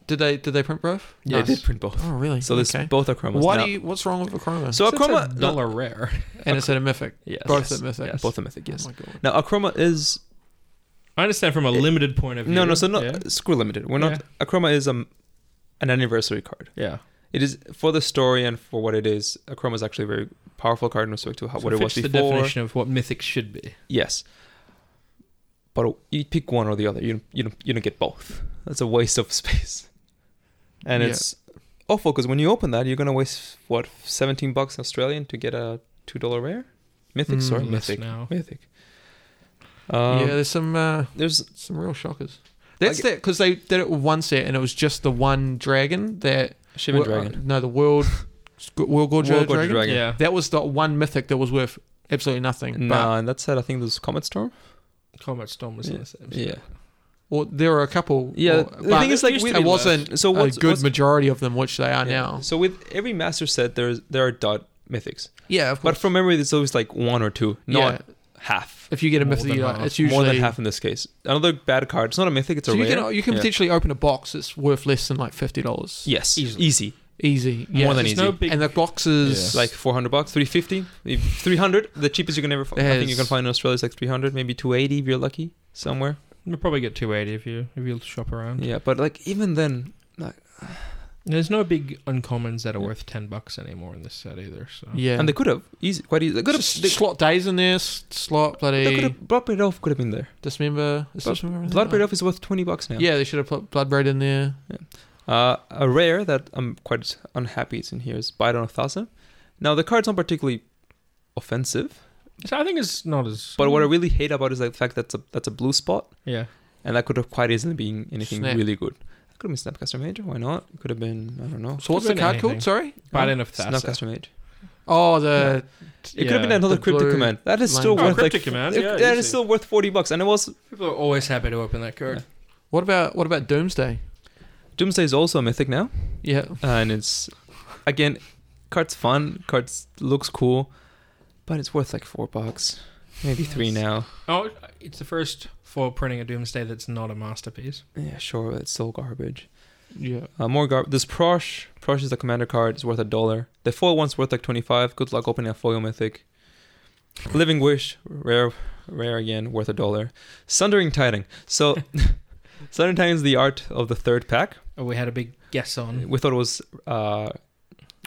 Speaker 1: did they did they print both?
Speaker 2: Yeah,
Speaker 3: Nice.
Speaker 2: they did print both.
Speaker 1: Oh, really?
Speaker 2: So there's
Speaker 1: okay.
Speaker 2: both Achromas.
Speaker 1: Why
Speaker 2: now.
Speaker 1: do you? What's wrong with a chroma?
Speaker 2: So
Speaker 3: So
Speaker 2: Achroma,
Speaker 3: it's a
Speaker 2: no,
Speaker 3: dollar rare.
Speaker 1: and it's at a mythic.
Speaker 3: Yes.
Speaker 1: both at mythic.
Speaker 3: yes.
Speaker 2: both are mythic. Yes.
Speaker 1: Oh my god.
Speaker 2: Now Achroma is
Speaker 3: I understand from a
Speaker 2: It-
Speaker 3: limited point of view.
Speaker 2: no, no. So not
Speaker 3: Yeah.
Speaker 2: screw limited. We're not. Achroma is um an anniversary card.
Speaker 3: yeah.
Speaker 2: It is for the story and for what it is. A chroma is actually a very powerful card in respect to how,
Speaker 3: So
Speaker 2: what it was
Speaker 3: fits the
Speaker 2: before.
Speaker 3: definition of what mythics should be.
Speaker 2: Yes, but you pick one or the other. You don't- you don't, you don't get both. That's a waste of space, and
Speaker 1: Yeah.
Speaker 2: it's awful because when you open that, you're gonna waste what seventeen bucks Australian to get a two dollar rare mythic.
Speaker 1: Mm,
Speaker 2: sorry,
Speaker 3: less
Speaker 2: mythic.
Speaker 3: now.
Speaker 2: Mythic. Um,
Speaker 1: yeah, there's some uh,
Speaker 2: There's
Speaker 1: some real shockers. That's that because they did it with one set and it was just the one dragon that
Speaker 2: Shivan
Speaker 1: Wo-
Speaker 2: Dragon.
Speaker 1: Uh, no, the world world gorge
Speaker 2: World Gorge
Speaker 1: dragon.
Speaker 2: Dragon.
Speaker 3: Yeah.
Speaker 1: That was the one mythic that was worth absolutely nothing.
Speaker 2: No,
Speaker 1: But
Speaker 2: and that said, I think there's Comet Storm.
Speaker 3: Combat Storm was in the same.
Speaker 2: Yeah.
Speaker 1: or there were a couple.
Speaker 2: Yeah,
Speaker 1: or-
Speaker 2: the
Speaker 1: but
Speaker 2: thing is, like,
Speaker 3: used to
Speaker 2: with-
Speaker 3: be
Speaker 1: it wasn't
Speaker 2: so
Speaker 1: a
Speaker 2: what's,
Speaker 1: good
Speaker 2: what's
Speaker 1: majority of them, which they are
Speaker 2: Yeah.
Speaker 1: now.
Speaker 2: So with every master set, there's there are dot mythics,
Speaker 1: Yeah, of
Speaker 2: but from memory, there's always like one or two, not half.
Speaker 1: If you get a
Speaker 3: More
Speaker 1: mythic,
Speaker 3: than
Speaker 1: you like,
Speaker 3: half.
Speaker 1: it's usually
Speaker 2: More than half in this case. Another bad card. It's not a mythic. It's
Speaker 1: So
Speaker 2: a
Speaker 1: you
Speaker 2: rare.
Speaker 1: can you can
Speaker 2: Yeah.
Speaker 1: potentially open a box that's worth less than like fifty dollars.
Speaker 2: yes,
Speaker 3: Easily.
Speaker 2: easy.
Speaker 1: easy.
Speaker 2: More
Speaker 1: Yeah.
Speaker 2: than
Speaker 3: There's
Speaker 2: easy.
Speaker 3: no big.
Speaker 1: and the boxes
Speaker 3: Yeah.
Speaker 2: Like 400 bucks, 350, 300. The cheapest you can ever find. I think you can
Speaker 1: Yes.
Speaker 2: find in Australia is like 300, maybe 280 if you're lucky somewhere.
Speaker 3: you'll probably get 280 if you if you shop around.
Speaker 2: Yeah, but like even then,
Speaker 3: There's no big uncommons that are worth 10 bucks anymore in this set either. So
Speaker 1: yeah,
Speaker 2: and they could have easy, quite easy. They could have.
Speaker 1: Just
Speaker 2: They,
Speaker 1: slot days in there, s- slot
Speaker 2: they could
Speaker 1: bloody
Speaker 2: have. Bloodbraid Elf could have been there.
Speaker 1: dismember. is
Speaker 2: Blood-
Speaker 1: dismember in there?
Speaker 2: Bloodbraid Elf is worth 20 bucks now.
Speaker 1: Yeah, they should have put bloodbraid in there.
Speaker 2: Uh, a rare that I'm quite unhappy it's in here is Bite on a Thousand. Now the card's not particularly offensive,
Speaker 3: So I think it's not as.
Speaker 2: but what I really hate about it is like the fact that's a that's a blue spot,
Speaker 3: yeah.
Speaker 2: and that could have quite easily been anything
Speaker 1: Snap.
Speaker 2: really good. That could have been Snapcaster Mage. Why not? It could have been I don't know.
Speaker 1: So what's the
Speaker 3: Could
Speaker 1: card
Speaker 3: have been
Speaker 1: called?
Speaker 3: anything.
Speaker 1: Sorry.
Speaker 3: But enough that.
Speaker 2: Snapcaster Mage.
Speaker 1: Oh, the
Speaker 2: It could have been
Speaker 3: Yeah,
Speaker 2: another
Speaker 1: the
Speaker 2: Cryptic
Speaker 1: blue
Speaker 2: Command. That is
Speaker 1: line
Speaker 2: still
Speaker 1: card.
Speaker 3: Oh,
Speaker 2: worth
Speaker 3: Cryptic
Speaker 2: like
Speaker 3: Command,
Speaker 2: it-
Speaker 3: yeah,
Speaker 2: that is
Speaker 3: easy.
Speaker 2: still worth 40 bucks, and it was
Speaker 3: People are always happy to open that card.
Speaker 1: what about what about Doomsday?
Speaker 2: Doomsday is also a mythic now,
Speaker 1: Yeah,
Speaker 2: and it's again, card's fun, card's looks cool, but it's worth like four bucks, maybe three
Speaker 3: Yes.
Speaker 2: now.
Speaker 3: Oh, it's the first for printing a Doomsday that's not a masterpiece.
Speaker 2: Yeah, sure, but it's still garbage.
Speaker 1: yeah.
Speaker 2: Uh, more garbage. This Prosh, Prosh is the commander card. It's worth a dollar. The foil one's worth like twenty-five. Good luck opening a foil mythic. Living Wish, rare, rare again, worth a dollar. Sundering Titan. So, Sundering Titan is the art of the third pack.
Speaker 3: Oh, we had a big guess on.
Speaker 2: We thought it was. Uh,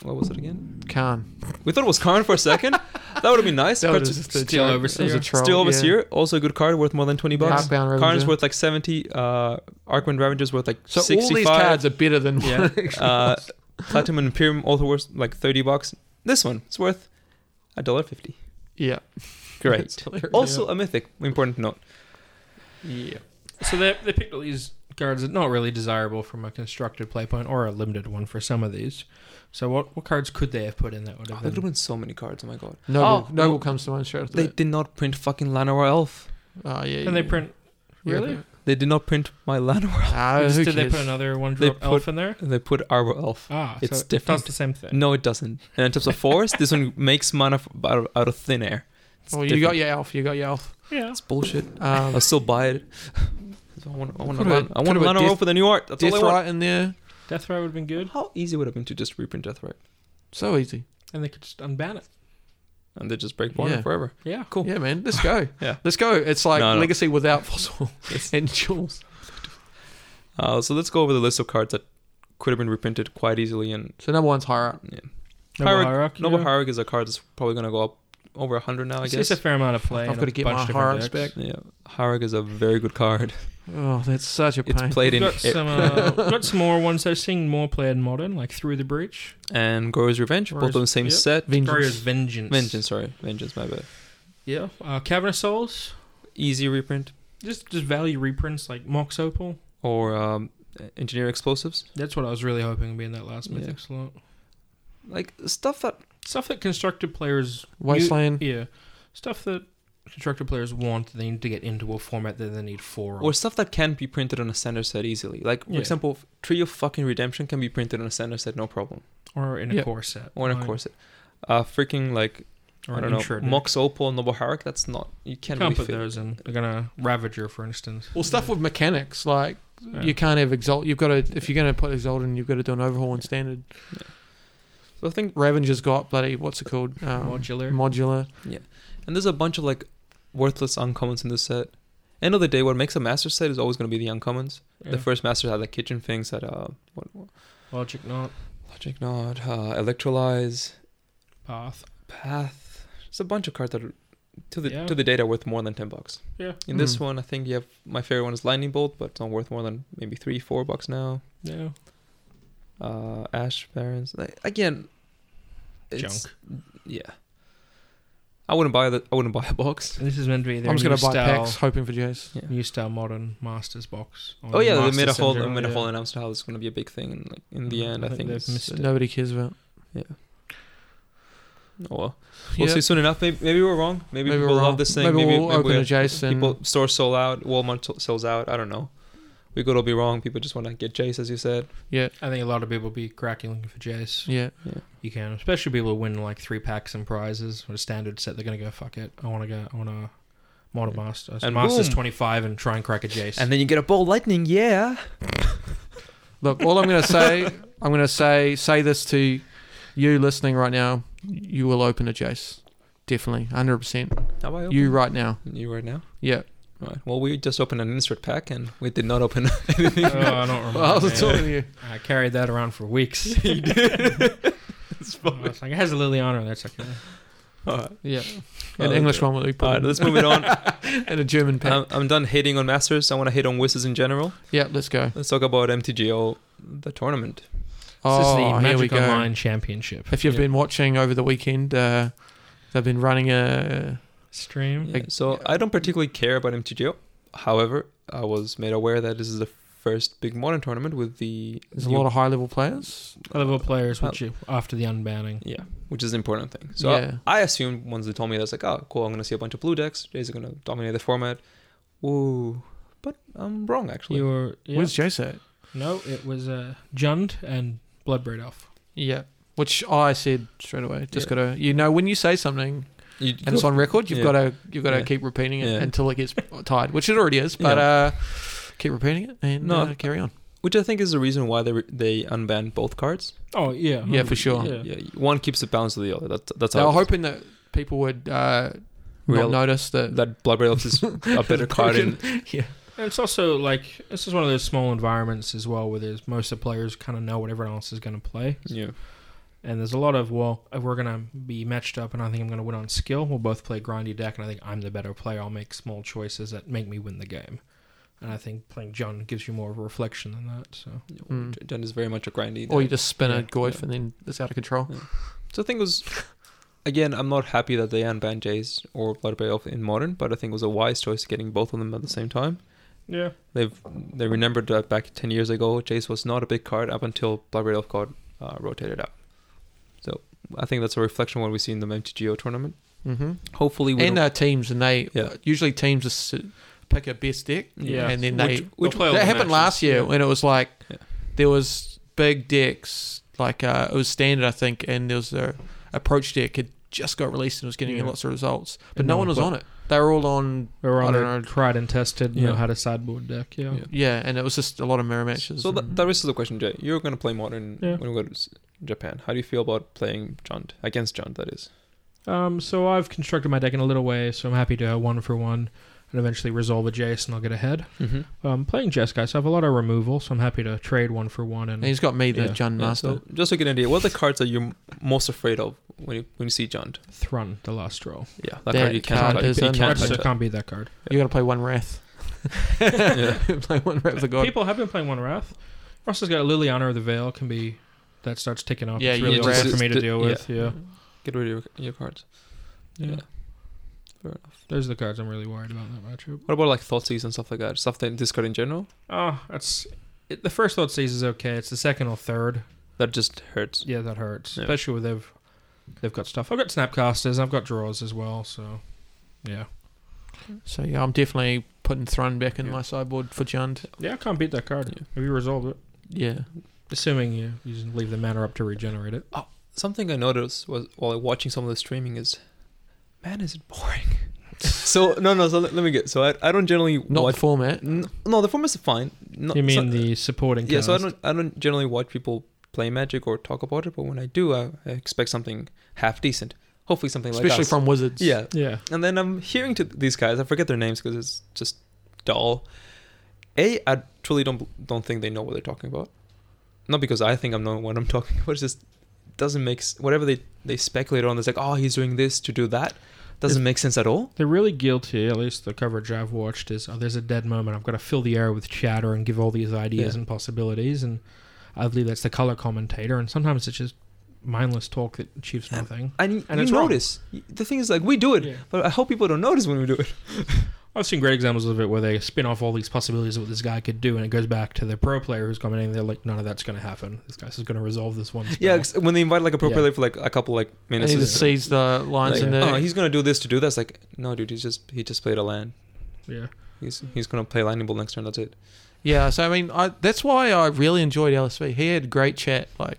Speaker 2: what was it again?
Speaker 1: Khan.
Speaker 2: We thought it was Karn for a second. that would have been nice.
Speaker 1: That
Speaker 2: Card's
Speaker 1: was just a
Speaker 3: Steel
Speaker 1: joke.
Speaker 3: Overseer.
Speaker 1: It was a troll,
Speaker 2: Still
Speaker 1: yeah.
Speaker 2: overseer, also a good card, worth more than twenty bucks.
Speaker 1: Outbound
Speaker 2: Karn is
Speaker 1: Revenger.
Speaker 2: worth like seventy. Uh, Arkwind Ravager's worth like
Speaker 1: So
Speaker 2: sixty-five.
Speaker 1: all these cards are better than
Speaker 3: Yeah.
Speaker 1: what it
Speaker 2: uh,
Speaker 1: was.
Speaker 2: platinum imperium also worth like 30 bucks this one it's worth a dollar fifty
Speaker 1: yeah. It's
Speaker 2: great
Speaker 1: hilarious.
Speaker 2: also um, a mythic important note
Speaker 1: yeah.
Speaker 3: So they they picked all these cards that are not really desirable from a constructed play point or a limited one for some of these. So what what cards could they have put in that would
Speaker 2: oh,
Speaker 3: have
Speaker 2: there could have
Speaker 3: been?
Speaker 2: been so many cards oh my god
Speaker 1: Noble,
Speaker 2: Oh,
Speaker 1: Noble comes to mind straight after
Speaker 2: they
Speaker 1: that.
Speaker 2: did not print fucking Llanowar elf
Speaker 1: Oh, yeah.
Speaker 3: Can they print? Really?
Speaker 2: they did not print my Llanowar
Speaker 1: Ah,
Speaker 3: Or just
Speaker 1: who
Speaker 3: did Uh, they
Speaker 1: cares?
Speaker 3: put another one
Speaker 2: They
Speaker 3: drop elf in there?
Speaker 2: they put arbor elf
Speaker 3: Ah,
Speaker 2: It's
Speaker 3: so it
Speaker 2: different.
Speaker 3: does the same thing.
Speaker 2: no it doesn't and in terms of forest this one makes mana f- out of, out of thin air it's
Speaker 1: Well, you got
Speaker 2: different.
Speaker 1: your elf. You got your elf.
Speaker 3: Yeah.
Speaker 2: it's bullshit
Speaker 1: Um,
Speaker 2: I'll still buy it I want, I want,
Speaker 1: Could
Speaker 2: a
Speaker 1: have-
Speaker 2: Lan- I
Speaker 1: could
Speaker 2: want
Speaker 1: have a
Speaker 2: Llanowar
Speaker 1: death-
Speaker 2: elf with a new art that's
Speaker 1: Death
Speaker 2: all I want
Speaker 1: Right in there.
Speaker 3: Death Row would have been good.
Speaker 2: how easy would it have been to just reprint death right
Speaker 1: So easy.
Speaker 3: And they could just unban it.
Speaker 2: and they just break Warner
Speaker 1: Yeah.
Speaker 2: forever
Speaker 3: Yeah.
Speaker 2: Cool.
Speaker 1: Yeah, man. Let's go.
Speaker 2: Yeah.
Speaker 1: Let's go. It's like
Speaker 2: No, no.
Speaker 1: Legacy without Fossil and Jules.
Speaker 2: Uh, so let's go over the list of cards that could have been reprinted quite easily. And
Speaker 1: So number one's Hyrule.
Speaker 2: yeah.
Speaker 3: Noble
Speaker 2: Hierarch-
Speaker 3: Hierarchy.
Speaker 2: Nova
Speaker 3: yeah.
Speaker 2: Hierarch is a card that's probably going to go up over 100 now, I
Speaker 3: It's- It's a
Speaker 2: guess.
Speaker 3: fair amount of play.
Speaker 1: I've
Speaker 3: and
Speaker 1: gotta
Speaker 3: a
Speaker 1: get
Speaker 3: bunch
Speaker 1: my
Speaker 3: of different
Speaker 1: Hierarchs
Speaker 3: decks.
Speaker 1: back.
Speaker 2: Yeah, Hierarch is a very good card.
Speaker 1: Oh, that's such a
Speaker 2: It's
Speaker 1: pain.
Speaker 2: played in
Speaker 3: We've got some, uh, we've got some more ones that are seeing more play in modern, like Through the Breach,
Speaker 2: and Goro's Revenge, both
Speaker 3: Goro's-
Speaker 2: on the same
Speaker 3: yep.
Speaker 2: set.
Speaker 1: Vengeance.
Speaker 3: Warrior's Vengeance,
Speaker 2: Vengeance, sorry, Vengeance, my bad.
Speaker 3: yeah, uh, Cavernous Souls,
Speaker 2: Easy reprint
Speaker 3: just just value reprints like Mox Opal.
Speaker 2: or um, Engineer Explosives.
Speaker 3: That's what I was really hoping would be in that last
Speaker 2: Yeah.
Speaker 3: mythic slot.
Speaker 2: like stuff that
Speaker 3: Stuff that constructed players
Speaker 1: Wasteland.
Speaker 3: Yeah, stuff that constructed players want. They need to get into a format that they need for.
Speaker 2: or stuff that can be printed on a standard set easily. Like for
Speaker 3: Yeah.
Speaker 2: example, Tree of Fucking Redemption can be printed on a standard set, no problem,
Speaker 3: or in a
Speaker 1: Yeah.
Speaker 3: core set,
Speaker 2: or in a
Speaker 3: Like-
Speaker 2: corset. Uh, freaking like
Speaker 3: or
Speaker 2: I
Speaker 3: an
Speaker 2: don't know,
Speaker 3: intro deck.
Speaker 2: Mox Opal, Noble Harak. That's not you can't,
Speaker 3: Can't
Speaker 2: really
Speaker 3: put
Speaker 2: fit-
Speaker 3: those in. They're gonna Ravager, for instance.
Speaker 1: Well, stuff with mechanics like
Speaker 3: Yeah.
Speaker 1: you can't have exalt. You've got to if you're going to put exalt in, you've got to do an overhaul in standard.
Speaker 2: So I think
Speaker 1: Ravenger's got bloody what's it called?
Speaker 2: uh,
Speaker 1: Um,
Speaker 3: modular.
Speaker 1: modular.
Speaker 2: And there's a bunch of like worthless uncommons in this set. End of the day, what makes a master set is always going to be the uncommons.
Speaker 3: Yeah.
Speaker 2: The first masters had the kitchen things that uh, what, what-
Speaker 3: Logic not
Speaker 2: logic nod, uh, electrolyze,
Speaker 3: path.
Speaker 2: path. Just a bunch of cards that are, to the
Speaker 3: Yeah.
Speaker 2: to the data worth more than ten bucks.
Speaker 3: Yeah.
Speaker 2: In this
Speaker 1: Mm.
Speaker 2: one, I think you have my favorite one is lightning bolt, but it's not worth more than maybe three four bucks now.
Speaker 3: Yeah.
Speaker 2: Uh, ash barons like, again. it's- Yeah. I wouldn't buy that. I wouldn't buy a box.
Speaker 3: This is meant to be their
Speaker 1: I'm just
Speaker 3: new
Speaker 1: going to buy
Speaker 3: style,
Speaker 1: packs, hoping for Jace.
Speaker 2: Yeah.
Speaker 3: new style modern Masters box. or
Speaker 2: Oh yeah, they made a
Speaker 3: Masters in
Speaker 2: whole
Speaker 3: general,
Speaker 2: they made a
Speaker 3: yeah.
Speaker 2: whole announcement how it's gonna be a big thing, and like in the
Speaker 3: Mm,
Speaker 2: end, I,
Speaker 3: I think
Speaker 2: think,
Speaker 3: they've
Speaker 2: it's,
Speaker 3: missed it.
Speaker 1: Nobody cares about.
Speaker 2: Yeah. Oh, well,
Speaker 1: Yeah.
Speaker 2: we'll see soon enough. Maybe, maybe we're wrong. Maybe,
Speaker 1: Maybe
Speaker 2: people
Speaker 1: we're
Speaker 2: love
Speaker 1: wrong.
Speaker 2: this thing.
Speaker 1: Maybe
Speaker 2: Maybe,
Speaker 1: we'll
Speaker 2: maybe
Speaker 1: open
Speaker 2: we
Speaker 1: a
Speaker 2: have-
Speaker 1: Jason.
Speaker 2: people store sold out. Walmart so- sells out. I don't know. We could all be wrong. People just want to get Jace, as you said.
Speaker 1: Yeah,
Speaker 3: I think a lot of people will be cracking looking for Jace.
Speaker 1: yeah.
Speaker 3: You can, especially people who win like three packs and prizes with a standard set. They're gonna go fuck it. I want to go. I want to modern Masters.
Speaker 2: And
Speaker 3: Masters
Speaker 2: boom.
Speaker 3: 25 and try and crack a Jace.
Speaker 2: And then you get a bolt lightning. Yeah.
Speaker 1: Look, all I'm going to say, I'm going to say, say this to you listening right now. You will open a Jace, definitely, hundred percent.
Speaker 2: How about
Speaker 1: You right now.
Speaker 2: You right now.
Speaker 1: Yeah.
Speaker 2: All right. Well, we just opened an insert pack, and we did not open anything.
Speaker 3: oh, I don't remember.
Speaker 1: Well, I was
Speaker 3: man.
Speaker 1: talking to you.
Speaker 3: I carried that around for weeks. you did. it's like it has a Liliana, and that's okay.
Speaker 2: all right.
Speaker 1: Yeah.
Speaker 2: Oh,
Speaker 1: An
Speaker 2: okay.
Speaker 1: English one with
Speaker 2: All right. Let's move it on.
Speaker 1: and a German pack.
Speaker 2: I'm, I'm done hating on masters. I want to hate on wizards in general.
Speaker 1: yeah, let's go.
Speaker 2: Let's talk about MTGO, the tournament.
Speaker 1: Oh,
Speaker 3: this is the
Speaker 1: here we
Speaker 3: Magic
Speaker 1: go.
Speaker 3: Online Championship
Speaker 1: If you've
Speaker 2: Yeah.
Speaker 1: been watching over the weekend, uh, they've been running a Mm,
Speaker 3: stream.
Speaker 2: Yeah, so I don't particularly care about MTGO. However, I was made aware that this is the first big modern tournament with the
Speaker 1: there's a lot of high level players.
Speaker 3: Level players,
Speaker 2: uh,
Speaker 3: which you, after the unbanning.
Speaker 2: yeah, which is an important thing. So
Speaker 1: Yeah.
Speaker 2: I, I assumed once they told me that's like, oh, cool, I'm gonna see a bunch of blue decks. Jays are gonna dominate the format. Woo! But I'm wrong actually.
Speaker 3: You were yeah.
Speaker 1: Where's Jace at?
Speaker 3: no, it was uh, Jund and Bloodbraid Elf.
Speaker 1: Yeah. Which I said straight away. Just
Speaker 2: Yeah.
Speaker 1: gotta you know when you say something
Speaker 2: You-
Speaker 1: and it's on record, you've
Speaker 2: Yeah.
Speaker 1: gotta you've gotta
Speaker 2: Yeah.
Speaker 1: keep repeating it
Speaker 2: Yeah.
Speaker 1: until it gets tired, which it already is. But
Speaker 2: Yeah.
Speaker 1: uh, keep repeating it and
Speaker 2: No,
Speaker 1: uh, carry on.
Speaker 2: which I think is the reason why they re- they unbanned both cards.
Speaker 3: Oh yeah,
Speaker 1: Yeah, for sure.
Speaker 3: Yeah.
Speaker 2: yeah one keeps the balance of the other. That's that's
Speaker 1: They were
Speaker 2: how
Speaker 1: hoping that people would uh,
Speaker 2: Real-
Speaker 1: not notice that.
Speaker 2: that Blood Red Elves is a better card in
Speaker 3: And it's also like this is one of those small environments as well, where there's most of the players kind of know what everyone else is going to play,
Speaker 2: yeah.
Speaker 3: and there's a lot of well, if we're going to be matched up, and I think I'm going to win on skill. We'll both play grindy deck, and I think I'm the better player. I'll make small choices that make me win the game, and I think playing John gives you more of a reflection than that. So
Speaker 1: Mm.
Speaker 2: Jen is very much a grindy.
Speaker 1: Or
Speaker 2: deck.
Speaker 1: oh, you just spin
Speaker 2: Yeah.
Speaker 1: a goif
Speaker 2: Yeah.
Speaker 1: and then it's out of control.
Speaker 2: So I think it was, again, I'm not happy that they unbanned Jays or Blood Bay Elf in modern, but I think it was a wise choice getting both of them at the same time.
Speaker 3: yeah,
Speaker 2: They've they remembered that back ten years ago, Jace was not a big card up until Blood Bay Elf got uh, rotated out. So I think that's a reflection of what we see in the MTGO tournament.
Speaker 1: Mm-hmm.
Speaker 2: Hopefully, we
Speaker 1: And
Speaker 2: don't-
Speaker 1: our teams, and they
Speaker 2: Yeah.
Speaker 1: usually teams just s- pick a best deck,
Speaker 3: Yeah.
Speaker 1: and then they
Speaker 2: Which- which-
Speaker 3: They'll play all
Speaker 1: that
Speaker 3: the
Speaker 1: happened
Speaker 3: matches.
Speaker 1: last year
Speaker 3: Yeah.
Speaker 1: when it was like
Speaker 2: Yeah.
Speaker 1: there was big decks like uh, it was standard I think and there was a approach deck had just got released and was getting
Speaker 3: Yeah.
Speaker 1: lots of results but
Speaker 3: And
Speaker 1: no
Speaker 3: no
Speaker 1: one
Speaker 3: one
Speaker 1: was
Speaker 3: played.
Speaker 1: on it they were all on
Speaker 3: we were
Speaker 1: I
Speaker 3: on
Speaker 1: don't
Speaker 3: the
Speaker 1: know.
Speaker 3: tried and tested. You
Speaker 2: Yeah.
Speaker 3: know how to sideboard deck. Yeah,
Speaker 2: Yeah.
Speaker 1: yeah and it was just a lot of mirror matches
Speaker 2: so
Speaker 1: and-
Speaker 2: that, that raises the question, Jay. You're going to play modern
Speaker 3: Yeah.
Speaker 2: when we go to s- Japan. How do you feel about playing Junt against Junt? That is.
Speaker 3: Um, so I've constructed my deck in a little way, so I'm happy to uh, one for one and eventually resolve a Jace and I'll get ahead.
Speaker 2: Mm-hmm.
Speaker 3: Um, playing Jeskai, so I have a lot of removal, so I'm happy to trade one for one and
Speaker 1: and he's got me the
Speaker 3: Yeah.
Speaker 1: Jun
Speaker 2: Yeah,
Speaker 1: Master
Speaker 2: so just to get an idea, what are the cards that you're m- most afraid of when you when you see Junt?
Speaker 3: Thrun the last roll.
Speaker 2: Yeah, that,
Speaker 1: That
Speaker 2: card you
Speaker 1: card
Speaker 2: can't touch.
Speaker 1: is
Speaker 2: You can't
Speaker 3: Actually,
Speaker 2: touch
Speaker 3: it
Speaker 2: it.
Speaker 3: can't be that card.
Speaker 1: you gotta play one Wrath
Speaker 2: Yeah.
Speaker 1: play one Wrath of God
Speaker 3: People have been playing one Wrath. Russell's got a Liliana of the Veil can be that starts ticking up.
Speaker 1: Yeah,
Speaker 3: it's
Speaker 1: you
Speaker 3: really
Speaker 1: get
Speaker 3: hard
Speaker 1: just-
Speaker 3: for me to
Speaker 2: d-
Speaker 3: deal
Speaker 2: yeah.
Speaker 3: with. Yeah.
Speaker 2: Get rid of your, your cards.
Speaker 3: Yeah.
Speaker 2: Yeah. Fair enough.
Speaker 3: Those are the cards I'm really worried about in that matchup.
Speaker 2: What about like Thoughtseize and stuff like that? Stuff that discard in general?
Speaker 3: Ah, Oh, that's it, the first thought sees is okay. It's the second or third
Speaker 2: That just hurts.
Speaker 3: Yeah, that hurts.
Speaker 2: Yeah.
Speaker 3: Especially where they've they've got stuff. I've got snapcasters. I've got drawers as well. So yeah,
Speaker 1: So yeah, I'm definitely putting Thrun back in
Speaker 3: Yeah.
Speaker 1: my sideboard for Jund.
Speaker 3: yeah, I can't beat that card.
Speaker 2: Yeah.
Speaker 3: Have you resolved it?
Speaker 1: Yeah.
Speaker 3: Assuming you you just leave the mana up to regenerate it.
Speaker 2: Something I noticed was while watching some of the streaming is, man, is it boring? so no, no. So let, let me get. So I, I don't generally
Speaker 1: Not
Speaker 2: watch.
Speaker 1: the format.
Speaker 2: N- no, the formats are fine. Not,
Speaker 3: you
Speaker 2: so-
Speaker 3: mean the supporting?
Speaker 2: yeah? So I
Speaker 3: cast?
Speaker 2: don't I don't generally watch people play Magic or talk about it, but when I do, I, I expect something half decent. Hopefully, something like
Speaker 1: Especially
Speaker 2: us.
Speaker 1: from Wizards.
Speaker 2: yeah.
Speaker 3: Yeah.
Speaker 2: And then I'm hearing to these guys. I forget their names because it's just dull. A, I truly don't don't think they know what they're talking about. Not because I think I'm knowing what I'm talking about. It's just doesn't make s- whatever they they speculate on. It's like oh he's doing this to do that. Doesn't make sense at all.
Speaker 3: They're really guilty, at least the coverage I've watched is oh, there's a dead moment. I've got to fill the air with chatter and give all these ideas
Speaker 2: Yeah.
Speaker 3: and possibilities. And I believe that's the color commentator. And sometimes it's just mindless talk that achieves
Speaker 2: And-
Speaker 3: nothing.
Speaker 2: And,
Speaker 3: And
Speaker 2: and you
Speaker 3: it's wrong.
Speaker 2: notice the thing is like we do it,
Speaker 3: Yeah.
Speaker 2: but I hope people don't notice when we do it.
Speaker 3: I've seen great examples of it where they spin off all these possibilities of what this guy could do. And it goes back to the pro player who's commenting. They're like, none of that's going to happen. This guy's just going to resolve this one.
Speaker 2: Yeah,
Speaker 3: spell."
Speaker 2: ex- when they invite like a pro
Speaker 3: Yeah.
Speaker 2: player for like a couple like
Speaker 1: And he
Speaker 2: minutes,
Speaker 1: just
Speaker 2: it's
Speaker 1: sees the lines
Speaker 2: like,
Speaker 1: in there.
Speaker 2: oh he's gonna do this to do that. It's like no dude, he's just he just played a land.
Speaker 3: yeah.
Speaker 2: He's he's gonna play lightning bolt next turn. That's it.
Speaker 1: yeah, so I mean, I, that's why I really enjoyed LSV. He had great chat. Like,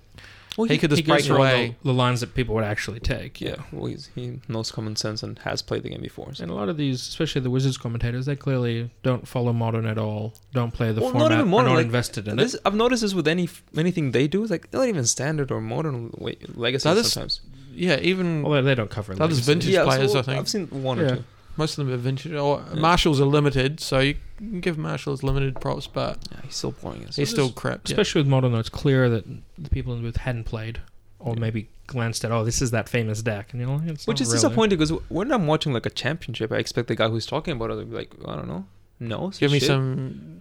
Speaker 2: Well,
Speaker 1: he, could just break
Speaker 3: goes through all
Speaker 1: away.
Speaker 3: The, the lines that people would actually take.
Speaker 2: Yeah, well, he's, he knows common sense and has played the game before. So.
Speaker 3: And a lot of these, especially the Wizards commentators, they clearly don't follow modern at all. Don't play the
Speaker 2: Well, not
Speaker 3: format.
Speaker 2: even
Speaker 3: are
Speaker 2: modern,
Speaker 3: not
Speaker 2: like,
Speaker 3: invested in
Speaker 2: This,
Speaker 3: it.
Speaker 2: I've noticed this with any f- anything they do. It's like not even standard or modern way, legacy
Speaker 1: That is-
Speaker 2: sometimes.
Speaker 1: Yeah, even
Speaker 3: Although they don't cover.
Speaker 1: That was
Speaker 3: legacy.
Speaker 1: vintage. just players, I think.
Speaker 2: have seen one
Speaker 3: Yeah.
Speaker 2: or two.
Speaker 1: most of them are vintage. Or
Speaker 2: Yeah.
Speaker 1: Marshalls are limited, so you can give Marshalls limited props, but
Speaker 2: Yeah, he's so boring.
Speaker 1: he's
Speaker 2: As
Speaker 3: this-
Speaker 1: still crap. Yeah.
Speaker 3: Especially with modern, though, it's clear that the people in the booth hadn't played, or
Speaker 2: Yeah.
Speaker 3: maybe glanced at. Oh, this is that famous deck, and you know, it's
Speaker 2: Which
Speaker 3: not
Speaker 2: is
Speaker 3: really.
Speaker 2: disappointing because when I'm watching like a championship, I expect the guy who's talking about it to be like, I don't know, no.
Speaker 1: Give me
Speaker 2: shit.
Speaker 1: some.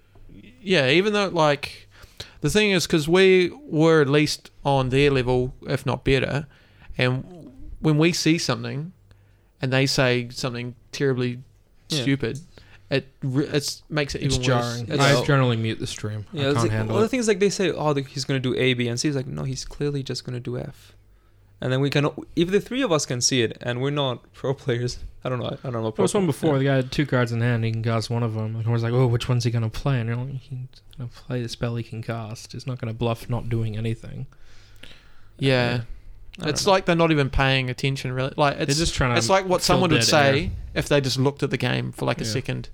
Speaker 1: Yeah, even though like the thing is, because we were at least on their level, if not better, and when we see something, and they say something terribly
Speaker 2: Yeah.
Speaker 1: stupid, it it makes it
Speaker 3: It's
Speaker 1: even
Speaker 3: jarring.
Speaker 1: worse.
Speaker 2: It's-
Speaker 3: I
Speaker 2: Yeah.
Speaker 3: generally mute the stream.
Speaker 2: Yeah,
Speaker 3: I
Speaker 2: it's
Speaker 3: can't
Speaker 2: like,
Speaker 3: handle
Speaker 2: well, the
Speaker 3: it.
Speaker 2: thing is, like they say, oh, the, he's gonna do A, B, and C. It's like, no, he's clearly just gonna do F. And then we can, if the three of us can see it, and we're not pro players, I don't know. I don't know.
Speaker 3: There
Speaker 2: pro
Speaker 3: was one
Speaker 2: player.
Speaker 3: before. The guy had two cards in hand. He can cast one of them, and I was like, "Oh, which one's he gonna play?" And you're like, "He's gonna play the spell he can cast. He's not gonna bluff, not doing anything."
Speaker 1: Yeah,
Speaker 2: I don't
Speaker 1: it's
Speaker 2: know.
Speaker 1: like they're not even paying attention. Really, like it's
Speaker 3: They're just trying to.
Speaker 1: it's like what
Speaker 3: fill
Speaker 1: someone would
Speaker 3: dead
Speaker 1: say
Speaker 3: air.
Speaker 1: if they just looked at the game for like a
Speaker 3: Yeah.
Speaker 1: second.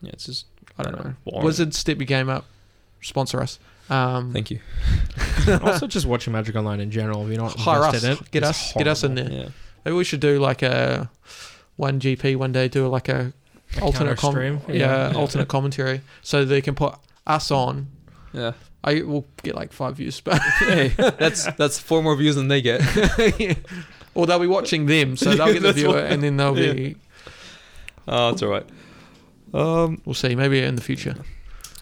Speaker 2: yeah, it's just
Speaker 1: I don't know.
Speaker 2: Boring.
Speaker 1: Wizards, step your game up. Sponsor us. Um,
Speaker 2: Thank you.
Speaker 3: And also just watching Magic Online in general. If you're not
Speaker 1: hire us.
Speaker 3: invested in it,
Speaker 1: Get
Speaker 3: it's
Speaker 1: us. Get us in
Speaker 3: horrible.
Speaker 1: there.
Speaker 2: Yeah.
Speaker 1: Maybe we should do like a one GP one day. Do like a,
Speaker 3: A
Speaker 1: alternate com-
Speaker 3: counter-stream?
Speaker 1: yeah,
Speaker 3: Yeah.
Speaker 1: alternate commentary, so they can put us on.
Speaker 2: Yeah.
Speaker 1: I will get like five views, but
Speaker 2: hey, that's that's four more views than they get.
Speaker 1: or they'll be watching them, so they'll get the
Speaker 2: That's
Speaker 1: viewer,
Speaker 2: what-
Speaker 1: and then they'll
Speaker 2: yeah.
Speaker 1: be.
Speaker 2: Oh, that's all right. Um,
Speaker 1: We'll see. Maybe in the future.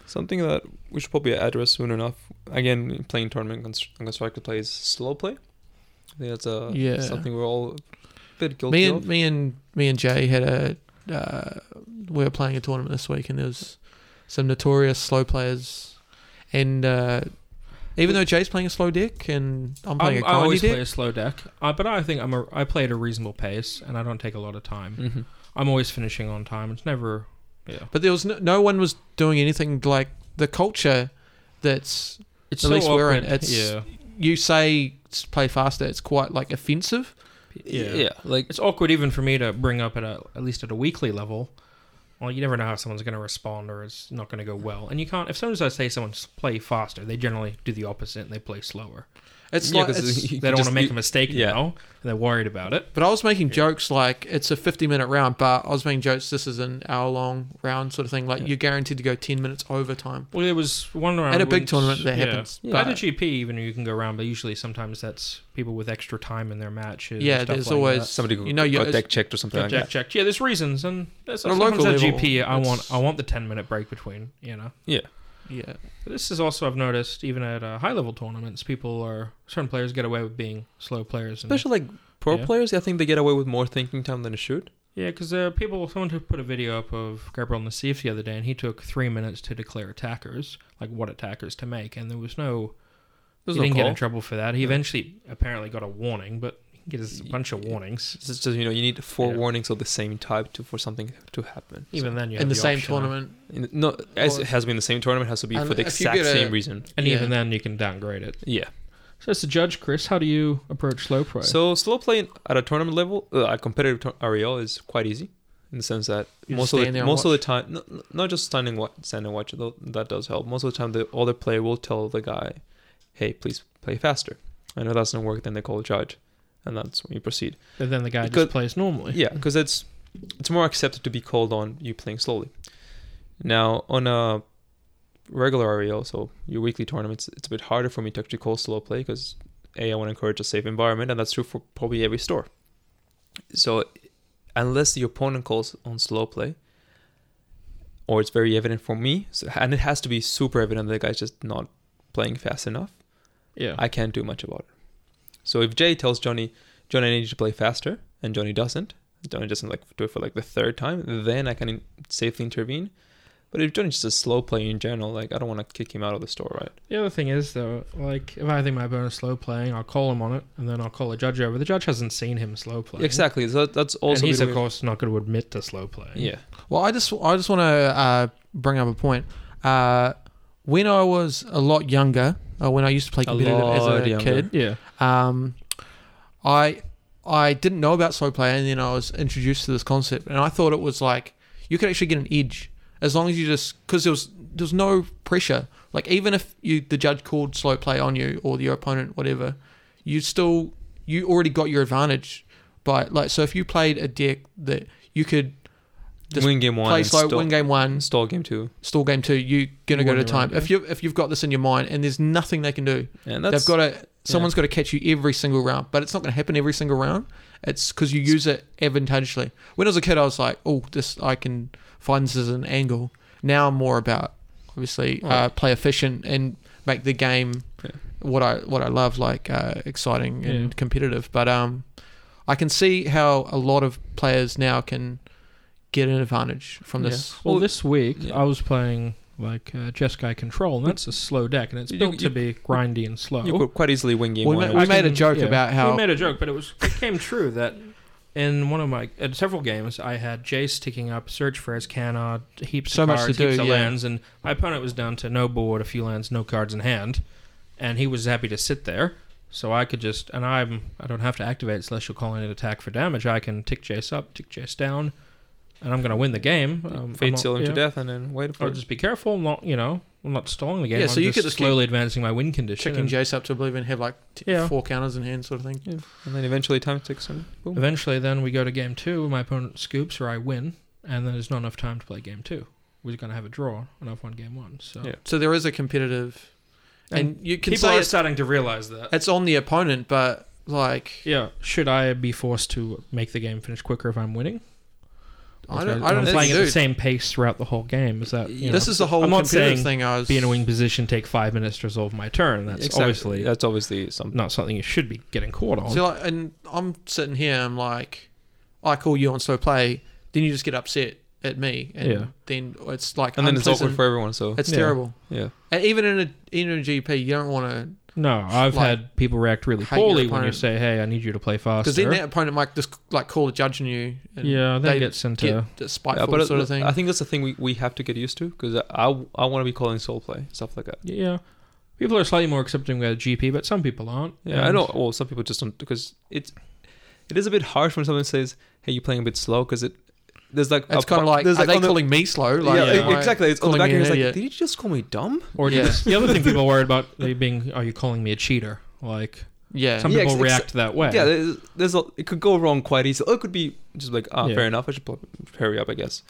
Speaker 2: something that we should probably address soon enough. Again, playing tournament const- constructed play is slow play. I think that's a
Speaker 1: Yeah.
Speaker 2: something we're all a bit guilty
Speaker 1: Me and
Speaker 2: of.
Speaker 1: me and me and Jay had a. Uh, we were playing a tournament this week, and there was some notorious slow players, and. Uh, even though Jay's playing a slow deck and I'm playing
Speaker 3: I'm,
Speaker 1: a
Speaker 3: I
Speaker 1: grindy
Speaker 3: always
Speaker 1: deck,
Speaker 3: play a slow deck, uh, but I think I'm a, I play at a reasonable pace, and I don't take a lot of time.
Speaker 1: Mm.
Speaker 2: Mhm.
Speaker 3: I'm always finishing on time. It's never, yeah.
Speaker 1: But there was no, no one was doing anything like the culture that's
Speaker 3: It's
Speaker 1: At
Speaker 3: so
Speaker 1: least we're in-
Speaker 3: awkward.
Speaker 1: it's-
Speaker 3: yeah,
Speaker 1: you say s- play faster. It's quite like offensive.
Speaker 3: yeah,
Speaker 2: yeah. Like
Speaker 3: It's awkward even for me to bring up at a at least at a weekly level. Well, you never know how someone's going to respond, or it's not going to go well. And you can't. If soon as I say someone's play faster, they generally do the opposite and they play slower.
Speaker 1: It's
Speaker 2: Yeah,
Speaker 1: like,
Speaker 2: 'cause
Speaker 1: it's-
Speaker 2: You
Speaker 3: they don't want
Speaker 2: just-
Speaker 3: to make
Speaker 2: you-
Speaker 3: a mistake
Speaker 2: yeah.
Speaker 3: now. And they're worried about it.
Speaker 1: but I was making jokes like it's a fifty minute round, but I was making jokes. This is an hour long round sort of thing. Like
Speaker 2: Yeah.
Speaker 1: you're guaranteed to go ten minutes overtime.
Speaker 3: Well, there was one round
Speaker 1: At a big
Speaker 3: when-
Speaker 1: tournament, that
Speaker 3: yeah.
Speaker 1: happens,
Speaker 3: Yeah. At a
Speaker 1: but-
Speaker 3: GP, even you can go around, but usually sometimes that's people with extra time in their matches.
Speaker 1: Yeah,
Speaker 3: and stuff
Speaker 1: there's
Speaker 3: like
Speaker 1: always-
Speaker 3: that.
Speaker 2: somebody
Speaker 1: you know, you-
Speaker 2: got
Speaker 1: it's-
Speaker 2: deck checked or something.
Speaker 3: Check,
Speaker 2: Like that.
Speaker 3: check, check. Yeah, there's reasons, and there's
Speaker 1: At a
Speaker 3: sometimes
Speaker 1: local
Speaker 3: at
Speaker 1: level,
Speaker 3: GP, I
Speaker 2: it's-
Speaker 3: want I want the ten minute break between. You know,
Speaker 2: Yeah.
Speaker 1: Yeah,
Speaker 3: but this is also I've noticed even at uh, high level tournaments, people are certain players get away with being slow players. And,
Speaker 2: Especially like pro
Speaker 3: Yeah.
Speaker 2: players, I think they get away with more thinking time than they should.
Speaker 3: yeah, because uh, people someone who put a video up of Gabriel Nassif the other day, and he took three minutes to declare attackers, like what attackers to make, and there was no
Speaker 2: There's
Speaker 3: he
Speaker 2: no
Speaker 3: didn't get
Speaker 2: call.
Speaker 3: in trouble for that. He eventually apparently got a warning, but he can get us a bunch of warnings.
Speaker 2: It's just you know you need four
Speaker 3: Yeah.
Speaker 2: warnings of the same type to for something to happen. So-
Speaker 3: Even then, you
Speaker 1: in
Speaker 3: have
Speaker 1: the, same
Speaker 3: option of-
Speaker 1: tournament.
Speaker 2: In- no, as
Speaker 1: Or-
Speaker 2: it has been the same tournament, has to be
Speaker 1: And
Speaker 2: for the
Speaker 1: if you
Speaker 2: exact
Speaker 1: get a-
Speaker 2: same reason.
Speaker 3: and
Speaker 1: Yeah.
Speaker 3: even then you can downgrade it.
Speaker 2: Yeah.
Speaker 3: So, as a judge, Chris, how do you approach slow play?
Speaker 2: So slow play at a tournament level, uh, a competitive tor- REL is quite easy, in the sense that
Speaker 1: You
Speaker 2: most
Speaker 1: just
Speaker 2: of
Speaker 1: stand there
Speaker 2: the,
Speaker 1: and
Speaker 2: most of the time, no, no- not just standing watch, stand and watch, though that does help. Most of the time, the other player will tell the guy, "Hey, please play faster." And if that doesn't work, then they call a judge, and that's when you proceed.
Speaker 3: and then the guy
Speaker 2: because-
Speaker 3: just plays normally.
Speaker 2: Yeah, because it's it's more accepted to be called on you playing slowly. Now on a regular REL, so your weekly tournaments, it's a bit harder for me to actually call slow play because a I want to encourage a safe environment, and that's true for probably every store. So unless the opponent calls on slow play, or it's very evident for me, so, and it has to be super evident that the guy's just not playing fast enough.
Speaker 3: yeah.
Speaker 2: I can't do much about it. So if Jay tells Johnny, Johnny, I need you to play faster, and Johnny doesn't, Johnny doesn't like do it for like the third time, then I can in- safely intervene. But if Johnny's just a slow player in general, like I don't want to kick him out of the store, right?
Speaker 3: The other thing is though, like if I think my opponent's slow playing, I'll call him on it, and then I'll call a judge over. The judge hasn't seen him slow play.
Speaker 2: Exactly. So that- that's also
Speaker 3: and he's
Speaker 2: a
Speaker 3: of
Speaker 2: bit weird.
Speaker 3: course not going to admit to slow playing.
Speaker 2: yeah.
Speaker 1: Well, I just I just want to uh, bring up a point. Uh, when I was a lot younger, uh, when I used to play
Speaker 2: A
Speaker 1: competitive as
Speaker 2: lot
Speaker 1: a
Speaker 2: younger.
Speaker 1: kid,
Speaker 3: Yeah.
Speaker 1: um, I I didn't know about slow play, and then I was introduced to this concept, and I thought it was like you could actually get an edge as long as you just because there was there was no pressure. Like even if you the judge called slow play on you or your opponent, whatever, you still you already got your advantage. By like so, if you played a deck that you could Just
Speaker 2: win game one.
Speaker 1: play
Speaker 2: and
Speaker 1: slow,
Speaker 2: stall,
Speaker 1: win game one,
Speaker 2: stall game two,
Speaker 1: stall game two, you're gonna
Speaker 3: You
Speaker 1: go to
Speaker 3: win your
Speaker 1: time.
Speaker 3: round,
Speaker 1: If you if you've got this in your mind and there's nothing they can do,
Speaker 2: and that's
Speaker 1: they've got to someone's got to catch you every single round. But it's not gonna happen every single round. It's because you use it advantageously. When I was a kid, I was like, oh, this I can find this as an angle. Now I'm more about obviously uh,
Speaker 2: Right.
Speaker 1: play efficient and make the game
Speaker 2: Yeah.
Speaker 1: what I what I love, like uh, exciting and
Speaker 3: Yeah.
Speaker 1: competitive. But um, I can see how a lot of players now can get an advantage from
Speaker 2: Yeah.
Speaker 1: this.
Speaker 3: Well,
Speaker 2: Well,
Speaker 3: this week
Speaker 2: yeah.
Speaker 3: I was playing like uh, Jeskai Control, and that's a slow deck, and it's
Speaker 2: You-
Speaker 3: built
Speaker 2: you-
Speaker 3: to be grindy and slow.
Speaker 2: you could quite easily win game
Speaker 1: We,
Speaker 2: one.
Speaker 1: ma-
Speaker 2: and
Speaker 1: we
Speaker 3: I
Speaker 1: made a
Speaker 3: can-
Speaker 1: joke
Speaker 3: yeah.
Speaker 1: about how
Speaker 3: we made a joke, but it was it came true that in one of my at several games I had Jace ticking up search for his canard, heaps
Speaker 1: So
Speaker 3: of
Speaker 1: much
Speaker 3: cards,
Speaker 1: to do,
Speaker 3: heaps of
Speaker 1: yeah.
Speaker 3: lands, and my opponent was down to no board, a few lands, no cards in hand, and he was happy to sit there. So I could just and I'm I don't have to activate Celestial Calling an attack for damage. I can tick Jace up, tick Jace down, and I'm gonna win the game. Um, I'm
Speaker 2: fade
Speaker 3: not-
Speaker 2: seal him
Speaker 3: yeah.
Speaker 2: to death, and then wait for
Speaker 3: I'll
Speaker 2: it.
Speaker 3: just be careful. I'm not you know I'm not stalling the game.
Speaker 1: Yeah,
Speaker 3: I'm
Speaker 1: so you
Speaker 3: just
Speaker 1: could just keep
Speaker 3: slowly advancing my win condition.
Speaker 1: checking
Speaker 3: and
Speaker 1: Jace up to oblivion, and have like t-
Speaker 3: Yeah.
Speaker 1: four counters in hand, sort of thing.
Speaker 2: Yeah. and then eventually time ticks and boom.
Speaker 3: Eventually, then we go to game two. My opponent scoops, or I win, and then there's not enough time to play game two. We're going to have a draw, and I've won game one. So
Speaker 2: Yeah.
Speaker 1: So there is a competitive, and, you can
Speaker 3: people
Speaker 1: say
Speaker 3: are
Speaker 1: it's,
Speaker 3: starting to realize that.
Speaker 1: it's on the opponent, but like
Speaker 3: Yeah, should I be forced to make the game finish quicker if I'm winning?
Speaker 1: I
Speaker 3: If
Speaker 1: don't,
Speaker 3: I'm
Speaker 1: I don't
Speaker 2: think
Speaker 1: think
Speaker 3: playing at
Speaker 1: you
Speaker 3: the
Speaker 1: do.
Speaker 3: same pace throughout the whole game. Is that you
Speaker 1: this
Speaker 3: know,
Speaker 1: is the whole
Speaker 3: I'm not
Speaker 1: competitive
Speaker 3: saying
Speaker 1: thing. I was
Speaker 3: be in a winning position, take five minutes to resolve my turn? That's
Speaker 2: Exactly.
Speaker 3: obviously
Speaker 2: that's obviously something.
Speaker 3: not something you should be getting caught on.
Speaker 1: So like, and I'm sitting here, I'm like, I call you on slow play, then you just get upset at me, and
Speaker 3: Yeah.
Speaker 1: then it's like
Speaker 2: And then it's awkward
Speaker 1: unpleasant.
Speaker 2: for everyone. So
Speaker 1: It's
Speaker 3: Yeah.
Speaker 1: terrible.
Speaker 2: yeah.
Speaker 1: And even in a even in a GP, you don't want to
Speaker 3: no, I've
Speaker 1: Like,
Speaker 3: had people react really
Speaker 1: hate your
Speaker 3: poorly when you
Speaker 1: opponent.
Speaker 3: say, "Hey, I need you to play faster."
Speaker 1: because then that opponent might just like call a judge on you. And
Speaker 3: yeah, that
Speaker 1: they
Speaker 3: gets into
Speaker 1: get spiteful
Speaker 2: Yeah, but
Speaker 1: sort
Speaker 2: it-
Speaker 1: of thing.
Speaker 2: I think that's the thing we, we have to get used to because I, I, want to be calling soul play stuff like that.
Speaker 3: Yeah. People are slightly more accepting with GP, but some people aren't.
Speaker 2: Yeah, I know. Well, some people just don't because it's it is a bit harsh when someone says, "Hey, you're playing a bit slow," because it there's like
Speaker 1: It's
Speaker 2: a-
Speaker 1: kind of like,
Speaker 2: there's
Speaker 1: are they
Speaker 2: on the-
Speaker 1: calling me slow? Like,
Speaker 2: yeah,
Speaker 3: Yeah.
Speaker 2: e-
Speaker 1: why-
Speaker 2: exactly. It's on the
Speaker 1: calling
Speaker 2: back
Speaker 1: me
Speaker 2: end.
Speaker 1: an
Speaker 2: It's like,
Speaker 1: idiot?
Speaker 2: did you just call me dumb?
Speaker 3: Or
Speaker 1: Yeah.
Speaker 3: just, the other thing people are worried about they being, are you calling me a cheater? Like
Speaker 1: Yeah.
Speaker 3: some
Speaker 2: Yeah,
Speaker 3: people
Speaker 2: ex- ex-
Speaker 3: react that way.
Speaker 2: Yeah, there's, there's a, it could go wrong quite easily. Or it could be just like, ah,
Speaker 3: Yeah.
Speaker 2: fair enough. I should probably hurry up, I guess.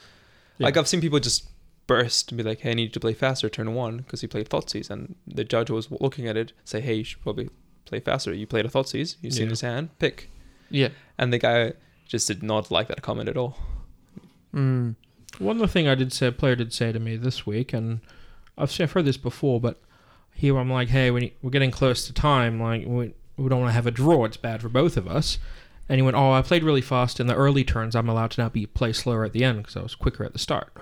Speaker 3: Yeah.
Speaker 2: Like I've seen people just burst and be like, "Hey, I need you to play faster, turn one," because he played Thoughtseize, and the judge was looking at it, say, "Hey, you should probably play faster. You played a Thoughtseize. You've seen
Speaker 3: Yeah.
Speaker 2: his hand. Pick."
Speaker 1: yeah.
Speaker 2: And the guy just did not like that comment at all.
Speaker 1: Mm.
Speaker 3: One other thing I did say, a player did say to me this week, and I've, seen, I've heard this before, but here I'm like, hey, we, we're getting close to time. Like, we, we don't want to have a draw. It's bad for both of us. And he went, oh, I played really fast in the early turns. I'm allowed to now be play slower at the end because I was quicker at the start.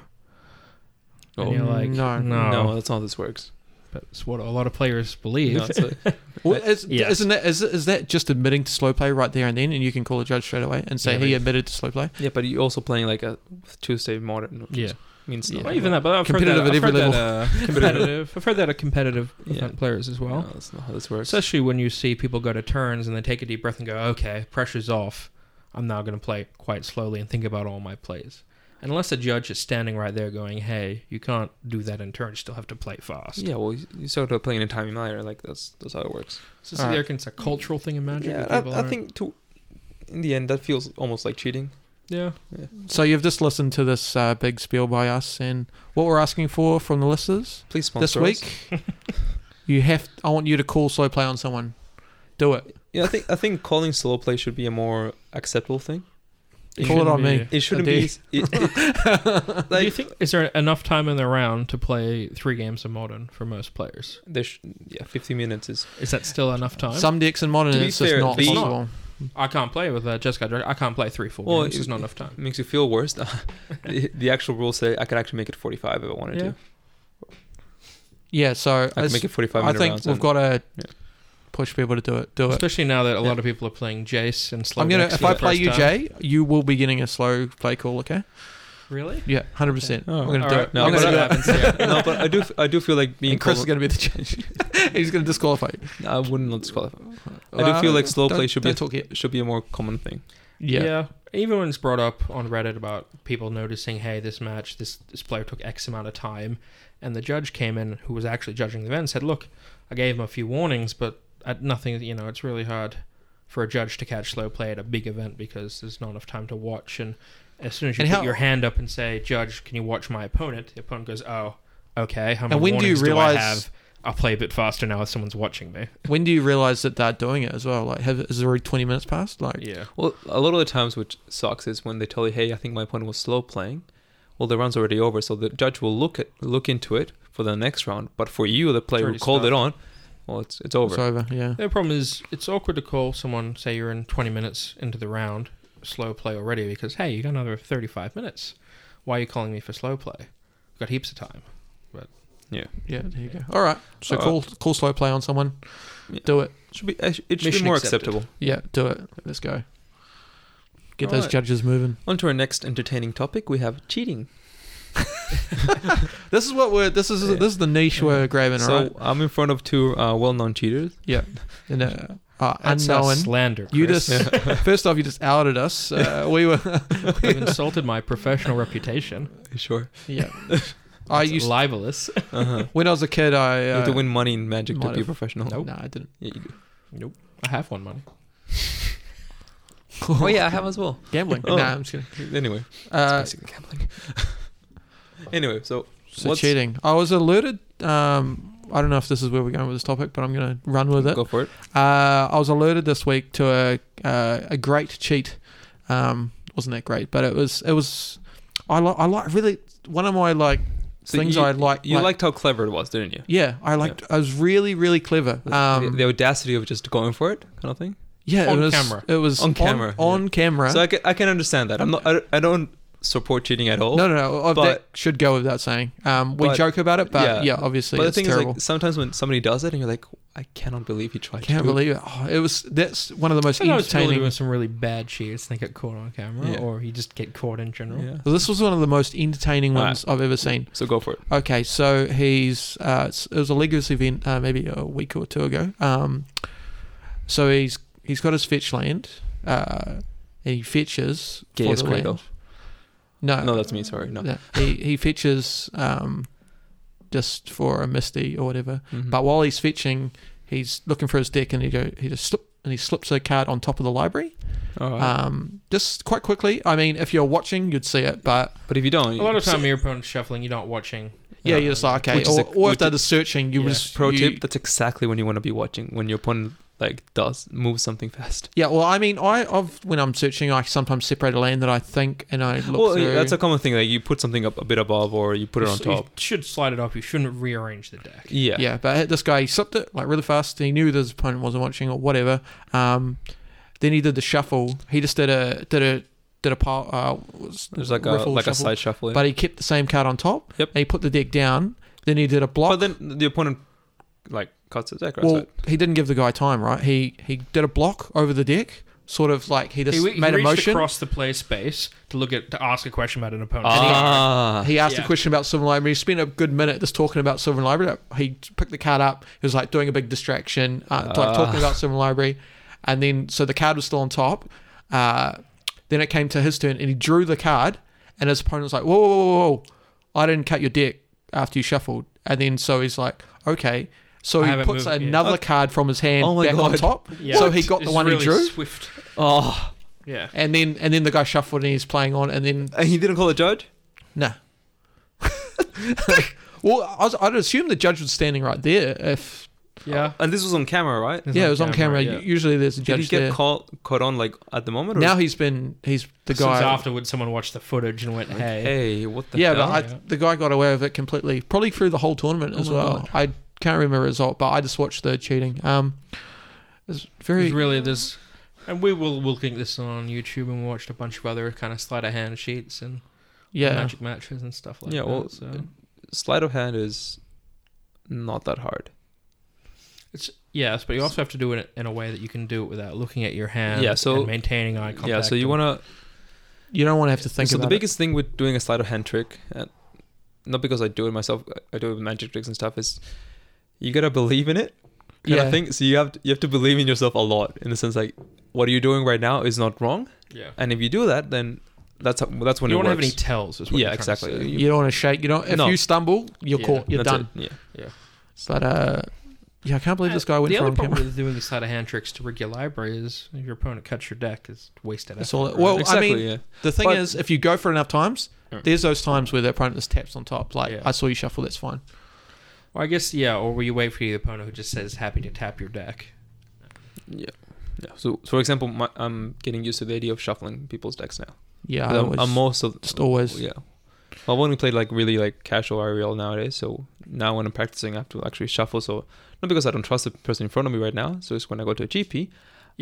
Speaker 3: And
Speaker 1: Oh,
Speaker 3: you're like,
Speaker 1: no.
Speaker 3: no,
Speaker 2: No, that's not how this works.
Speaker 3: But it's what a lot of players believe.
Speaker 2: No, it's a-
Speaker 1: Well, is,
Speaker 3: Yes.
Speaker 1: Isn't that is, is that just admitting to slow play right there and then, and you can call a judge straight away and say
Speaker 3: Yeah,
Speaker 1: he
Speaker 3: but-
Speaker 1: admitted to slow play?
Speaker 2: yeah, but you're also playing like a Tuesday modern. which
Speaker 3: Yeah.
Speaker 2: means
Speaker 1: Yeah.
Speaker 2: nothing,
Speaker 3: Well, even
Speaker 2: but-
Speaker 3: that, but I've
Speaker 1: Competitive
Speaker 3: heard
Speaker 1: at
Speaker 3: that,
Speaker 1: every
Speaker 3: I've heard That, uh, competitive. I've heard that at competitive
Speaker 2: Yeah.
Speaker 3: event players as well.
Speaker 2: No, that's not how this works.
Speaker 3: Especially when you see people go to turns and they take a deep breath and go, okay, pressure's off. I'm now going to play quite slowly and think about all my plays. Unless a judge is standing right there going, hey, you can't do that in turn. You still have to play fast.
Speaker 2: yeah, well, you you sort of playing in a timing manner. Like that's that's how it works.
Speaker 3: So
Speaker 1: All
Speaker 3: see, there can- it's a cultural thing in Magic.
Speaker 2: yeah,
Speaker 3: that people
Speaker 2: I, I
Speaker 3: aren't-
Speaker 2: think to, in the end that feels almost like cheating.
Speaker 3: Yeah.
Speaker 1: So you've just listened to this uh, big spiel by us, and what we're asking for from the listeners
Speaker 2: Please sponsor
Speaker 1: this
Speaker 2: us.
Speaker 1: week, you have. I want you to call slow play on someone. Do it.
Speaker 2: Yeah, I think I think calling slow play should be a more acceptable thing. It
Speaker 1: call it
Speaker 3: shouldn't
Speaker 1: on
Speaker 3: be-
Speaker 1: me.
Speaker 2: It shouldn't
Speaker 1: Indeed.
Speaker 2: be. s- It, it,
Speaker 3: do
Speaker 2: like,
Speaker 3: you think is there enough time in the round to play three games of Modern for most players?
Speaker 2: there sh- yeah, 50 minutes is.
Speaker 3: Is that still enough time?
Speaker 1: Some decks in modern,
Speaker 2: To be
Speaker 1: it's just
Speaker 2: fair,
Speaker 1: not
Speaker 2: the-
Speaker 1: possible.
Speaker 3: I can't play with uh, Jessica. Drake. I can't play three full
Speaker 2: Well,
Speaker 3: games.
Speaker 2: it-
Speaker 3: It's not enough time.
Speaker 2: makes you feel worse. the, the actual rules say I could actually make it 45 if I wanted
Speaker 3: Yeah.
Speaker 2: to.
Speaker 1: Yeah, so
Speaker 2: I
Speaker 1: it's-
Speaker 2: could make it 45
Speaker 1: I
Speaker 2: minute
Speaker 1: think
Speaker 2: rounds
Speaker 1: we've
Speaker 2: and-
Speaker 1: got to
Speaker 2: Yeah.
Speaker 1: push people to do it. Do it.
Speaker 3: Especially now that a lot of people are playing Jace and Slow.
Speaker 1: I'm gonna.
Speaker 3: Dex
Speaker 1: If
Speaker 3: for
Speaker 1: I
Speaker 3: the
Speaker 1: play
Speaker 3: first
Speaker 1: you,
Speaker 3: time.
Speaker 1: Jay, you will be getting a slow play call. Okay.
Speaker 3: really?
Speaker 1: Yeah, hundred percent.
Speaker 2: Okay.
Speaker 1: I'm gonna
Speaker 3: All
Speaker 1: do
Speaker 3: right.
Speaker 1: it.
Speaker 2: No,
Speaker 1: I'm
Speaker 2: but
Speaker 1: gonna do
Speaker 2: I-
Speaker 1: that.
Speaker 2: Oh. no, but I do. I do feel like being.
Speaker 1: And Chris is
Speaker 2: called-
Speaker 1: going to be the judge. He's going to disqualify you.
Speaker 2: I wouldn't not disqualify. I do feel like slow play should be
Speaker 1: don't talk yet.
Speaker 2: It should be a more common thing.
Speaker 1: Yeah.
Speaker 3: Even when it's brought up on Reddit about people noticing, hey, this match, this this player took X amount of time, and the judge came in who was actually judging the event and said, look, I gave him a few warnings, but at nothing. You know, it's really hard for a judge to catch slow play at a big event because there's not enough time to watch. And as soon as you
Speaker 1: And
Speaker 3: put
Speaker 1: how-
Speaker 3: your hand up and say, judge, can you watch my opponent? The opponent goes, oh, okay. How many
Speaker 1: when do you
Speaker 3: warnings do,
Speaker 1: realize-
Speaker 3: I have? I'll play a bit faster now if someone's watching me.
Speaker 1: When do you realize that they're doing it as well? Like, have is it already twenty minutes past? Like,
Speaker 3: Yeah.
Speaker 2: Well, a lot of the times, which sucks, is when they tell you, "Hey, I think my opponent was slow playing." Well, the round's already over, so the judge will look at look into it for the next round. But for you, the player who
Speaker 3: already
Speaker 2: called it on, well, it's it's over.
Speaker 1: it's over. Yeah.
Speaker 3: The problem is it's awkward to call someone, say you're in 20 minutes into the round, slow play already, because hey, you got another 35 minutes. Why are you calling me for slow play? We've got heaps of time.
Speaker 1: Yeah. There you go. All right. So
Speaker 2: All
Speaker 1: call call slow play on someone.
Speaker 2: Yeah.
Speaker 1: Do it.
Speaker 2: Should be it should- it should be
Speaker 3: Mission
Speaker 2: more
Speaker 3: accepted.
Speaker 2: acceptable.
Speaker 1: Yeah. Do it. Let's go. Get
Speaker 2: All
Speaker 1: those
Speaker 2: right.
Speaker 1: judges moving.
Speaker 2: On to our next entertaining topic, we have cheating.
Speaker 1: This is what we're. This is
Speaker 2: Yeah.
Speaker 1: this is the niche we're grabbing.
Speaker 2: so
Speaker 1: all right.
Speaker 2: I'm in front of two uh, well-known cheaters.
Speaker 1: And, uh, uh,
Speaker 3: That's now
Speaker 1: unknown.
Speaker 3: slander.
Speaker 1: You
Speaker 3: Chris.
Speaker 1: just first off, you just outed us. Uh, we were.
Speaker 3: You've insulted my professional reputation.
Speaker 2: Sure.
Speaker 1: Yeah. I
Speaker 3: It's
Speaker 1: used
Speaker 3: libelous.
Speaker 2: Uh-huh.
Speaker 1: when I was a kid. I
Speaker 2: you
Speaker 1: uh,
Speaker 2: have to win money in Magic to
Speaker 1: might
Speaker 2: be a
Speaker 1: have.
Speaker 2: professional.
Speaker 1: No, I didn't.
Speaker 2: Yeah, you do.
Speaker 3: Nope. I have one money.
Speaker 2: oh yeah, I have as well.
Speaker 1: Gambling.
Speaker 2: Oh.
Speaker 1: Nah, I'm just kidding.
Speaker 2: Anyway,
Speaker 1: Uh,
Speaker 2: it's basically gambling. anyway, so
Speaker 1: so
Speaker 2: what's-
Speaker 1: cheating. I was alerted. Um, I don't know if this is where we're going with this topic, but I'm going to run with it.
Speaker 2: go for it.
Speaker 1: Uh, I was alerted this week to a uh, a great cheat. Um, wasn't that great? But it was it was. I like I like really one of my like
Speaker 2: So
Speaker 1: things
Speaker 2: you-
Speaker 1: I like.
Speaker 2: You
Speaker 1: like-
Speaker 2: liked how clever it was, didn't you?
Speaker 1: Yeah, I liked. I was really really clever.
Speaker 2: The-
Speaker 1: Um,
Speaker 2: the, the audacity of just going for it, kind of thing.
Speaker 1: yeah,
Speaker 3: on
Speaker 1: it was,
Speaker 3: camera.
Speaker 1: It was
Speaker 2: On camera, yeah.
Speaker 1: On camera.
Speaker 2: So I can, I can understand that. I'm not. I, I don't support cheating at all.
Speaker 1: No, no, no. uh, that
Speaker 2: But-
Speaker 1: should go without saying. Um, we
Speaker 2: But-
Speaker 1: joke about it, but yeah,
Speaker 2: yeah.
Speaker 1: obviously
Speaker 2: but the
Speaker 1: it's
Speaker 2: thing
Speaker 1: terrible.
Speaker 2: is, like, sometimes when somebody does it, and you're like, I cannot believe he tried.
Speaker 1: I can't
Speaker 2: to. do
Speaker 1: believe it. Oh, it was that's one of the most
Speaker 3: Sometimes people
Speaker 1: entertaining.
Speaker 3: doing some really bad cheats and they get caught on camera,
Speaker 2: Yeah.
Speaker 3: or you just get caught in general.
Speaker 2: Yeah.
Speaker 1: This was one of the most entertaining
Speaker 2: Alright.
Speaker 1: ones I've ever seen.
Speaker 2: So go for it.
Speaker 1: Okay, so he's uh, it's- it was a Legos event uh, maybe a week or two ago. Um, so he's he's got his fetch land, uh, and he fetches
Speaker 2: Gay
Speaker 1: for
Speaker 2: as
Speaker 1: the
Speaker 2: Kratos.
Speaker 1: land. No,
Speaker 2: no, that's me. Sorry. No.
Speaker 1: he he fetches um, just for a misty or whatever.
Speaker 2: Mhm.
Speaker 1: But while he's fetching, he's looking for his deck, and he go he just slip and he slips a card on top of the library.
Speaker 2: All right.
Speaker 1: Um, just quite quickly. I mean, if you're watching, you'd see it, but
Speaker 2: but if you don't,
Speaker 3: A lot of time your opponent's shuffling, you're not watching.
Speaker 1: yeah,
Speaker 3: Uh,
Speaker 1: you're just like okay.
Speaker 2: Which is
Speaker 1: Or,
Speaker 2: a-
Speaker 1: or if
Speaker 2: which
Speaker 1: they're just searching, you
Speaker 3: Yeah.
Speaker 1: just
Speaker 2: pro
Speaker 1: you-
Speaker 2: tip, that's exactly when you want to be watching when your opponent like does move something fast.
Speaker 1: Yeah, well, I mean, I I've, when I'm searching, I sometimes separate a land that I think and I look
Speaker 2: well,
Speaker 1: through.
Speaker 2: that's a common thing. Like you put something up a bit above, or you put it
Speaker 3: you
Speaker 2: on
Speaker 3: s- you
Speaker 2: top.
Speaker 3: should slide it off. You shouldn't rearrange the deck.
Speaker 2: Yeah.
Speaker 1: yeah. but this guy he slipped it like really fast. He knew that his opponent wasn't watching or whatever. Um, then he did the shuffle. He just did a did a did a pile. Uh, was-
Speaker 2: There's like a
Speaker 1: riffle
Speaker 2: like a
Speaker 1: shuffle.
Speaker 2: side shuffle. yeah.
Speaker 1: But he kept the same card on top.
Speaker 2: Yep.
Speaker 1: And he put the deck down. Then he did a block.
Speaker 2: But then the opponent like cuts the deck, right?
Speaker 1: Well,
Speaker 2: So-
Speaker 1: he didn't give the guy time, right? He he did a block over the deck, sort of like he just
Speaker 3: he, he
Speaker 1: made a
Speaker 3: reached
Speaker 1: motion.
Speaker 3: across the play space to look at to ask a question about an opponent.
Speaker 2: ah,
Speaker 1: He asked
Speaker 3: Yeah.
Speaker 1: a question about Sylvan Library. He spent a good minute just talking about Sylvan Library. He picked the card up. He was like doing a big distraction, uh,
Speaker 3: Ah.
Speaker 1: like talking about Sylvan Library. And then, so the card was still on top. Uh, then it came to his turn and he drew the card. And his opponent was like, whoa, whoa, whoa, whoa, whoa. I didn't cut your deck after you shuffled. And then, so he's like, okay. So
Speaker 3: I
Speaker 1: he
Speaker 3: haven't
Speaker 1: puts
Speaker 3: moved yet.
Speaker 1: another card from his hand
Speaker 2: Oh my
Speaker 1: back on
Speaker 2: God.
Speaker 1: top.
Speaker 3: Yeah.
Speaker 1: So he got
Speaker 3: This
Speaker 1: the
Speaker 3: is
Speaker 1: one
Speaker 3: really
Speaker 1: he drew.
Speaker 3: Swift.
Speaker 2: oh,
Speaker 3: Yeah.
Speaker 1: And then, and then the guy shuffled and he's playing on. And then
Speaker 2: and he didn't call a judge.
Speaker 1: No. well, I was, I'd assume the judge was standing right there. If
Speaker 3: Yeah.
Speaker 2: Oh. And this was on camera, right?
Speaker 3: It's
Speaker 1: yeah,
Speaker 3: on
Speaker 1: it was on camera.
Speaker 3: camera,
Speaker 1: U-
Speaker 3: yeah.
Speaker 1: Usually there's a
Speaker 2: Did
Speaker 1: judge
Speaker 2: he get
Speaker 1: there.
Speaker 2: caught caught on like at the moment? Or
Speaker 1: now he's been he's the
Speaker 3: Since
Speaker 1: guy.
Speaker 3: afterwards, someone watched the footage and went, "Hey,
Speaker 2: hey, what the
Speaker 1: yeah,
Speaker 2: hell?
Speaker 1: but I,
Speaker 3: Yeah.
Speaker 1: the guy got away with it completely, probably through the whole tournament
Speaker 2: Oh
Speaker 1: as
Speaker 2: my
Speaker 1: well.
Speaker 2: God.
Speaker 1: I can't remember the result, but I just watched the cheating. Um, it's very
Speaker 3: There's really this, and we will we'll link this on YouTube, and we watched a bunch of other kind of sleight of hand sheets and
Speaker 1: yeah.
Speaker 3: magic matches and stuff like
Speaker 2: Yeah,
Speaker 3: that.
Speaker 2: well,
Speaker 3: so
Speaker 2: sleight of hand is not that hard.
Speaker 3: it's yes, but you also have to do it in a way that you can do it without looking at your hand.
Speaker 2: Yeah, so-
Speaker 3: and maintaining eye contact.
Speaker 2: yeah, so you
Speaker 3: and-
Speaker 2: want to
Speaker 1: You don't want to have to think
Speaker 2: so
Speaker 1: about
Speaker 2: the biggest thing with doing a sleight of hand trick and not because i do it myself I- i do it with magic tricks and stuff is you gotta believe in it kind
Speaker 1: Yeah.
Speaker 2: of thing so you have to, you have to believe in yourself a lot in the sense like what you're doing right now is not wrong
Speaker 3: yeah.
Speaker 2: and if you do that then that's how, that's when
Speaker 3: you
Speaker 2: it
Speaker 3: don't
Speaker 2: works
Speaker 3: have any tells, is what
Speaker 2: Yeah,
Speaker 3: you're trying to
Speaker 2: exactly.
Speaker 1: it.
Speaker 3: say.
Speaker 1: You don't want to shake. You don't. If
Speaker 2: No.
Speaker 1: you stumble, you're
Speaker 3: Yeah,
Speaker 1: caught. You're
Speaker 2: That's
Speaker 1: done.
Speaker 2: it, yeah
Speaker 1: But uh, yeah, I can't believe this guy went
Speaker 3: Uh, the
Speaker 1: for
Speaker 3: other
Speaker 1: on
Speaker 3: problem
Speaker 1: camera.
Speaker 3: with doing the sleight of hand tricks to rig your library is if your opponent cuts your deck, it's wasted.
Speaker 1: That's
Speaker 3: effort,
Speaker 1: all it-
Speaker 3: right?
Speaker 1: well, I
Speaker 2: exactly
Speaker 1: mean,
Speaker 2: yeah
Speaker 1: The thing
Speaker 2: But-
Speaker 1: is, if you go for enough times,
Speaker 2: Mm.
Speaker 1: there's those times where the opponent just taps on top. Like,
Speaker 3: Yeah.
Speaker 1: I saw you shuffle, that's fine.
Speaker 3: Well, I guess yeah, or will you wait for the opponent who just says happy to tap your deck?
Speaker 2: yeah so, so for example my, i'm getting used to the idea of shuffling people's decks now
Speaker 1: Yeah, I
Speaker 2: I'm-
Speaker 1: always-
Speaker 2: i'm most of
Speaker 1: just always.
Speaker 2: yeah well, I've only played like really like casual IRL nowadays, so now when I'm practicing, I have to actually shuffle. So not because I don't trust the person in front of me right now. So it's when I go to a GP,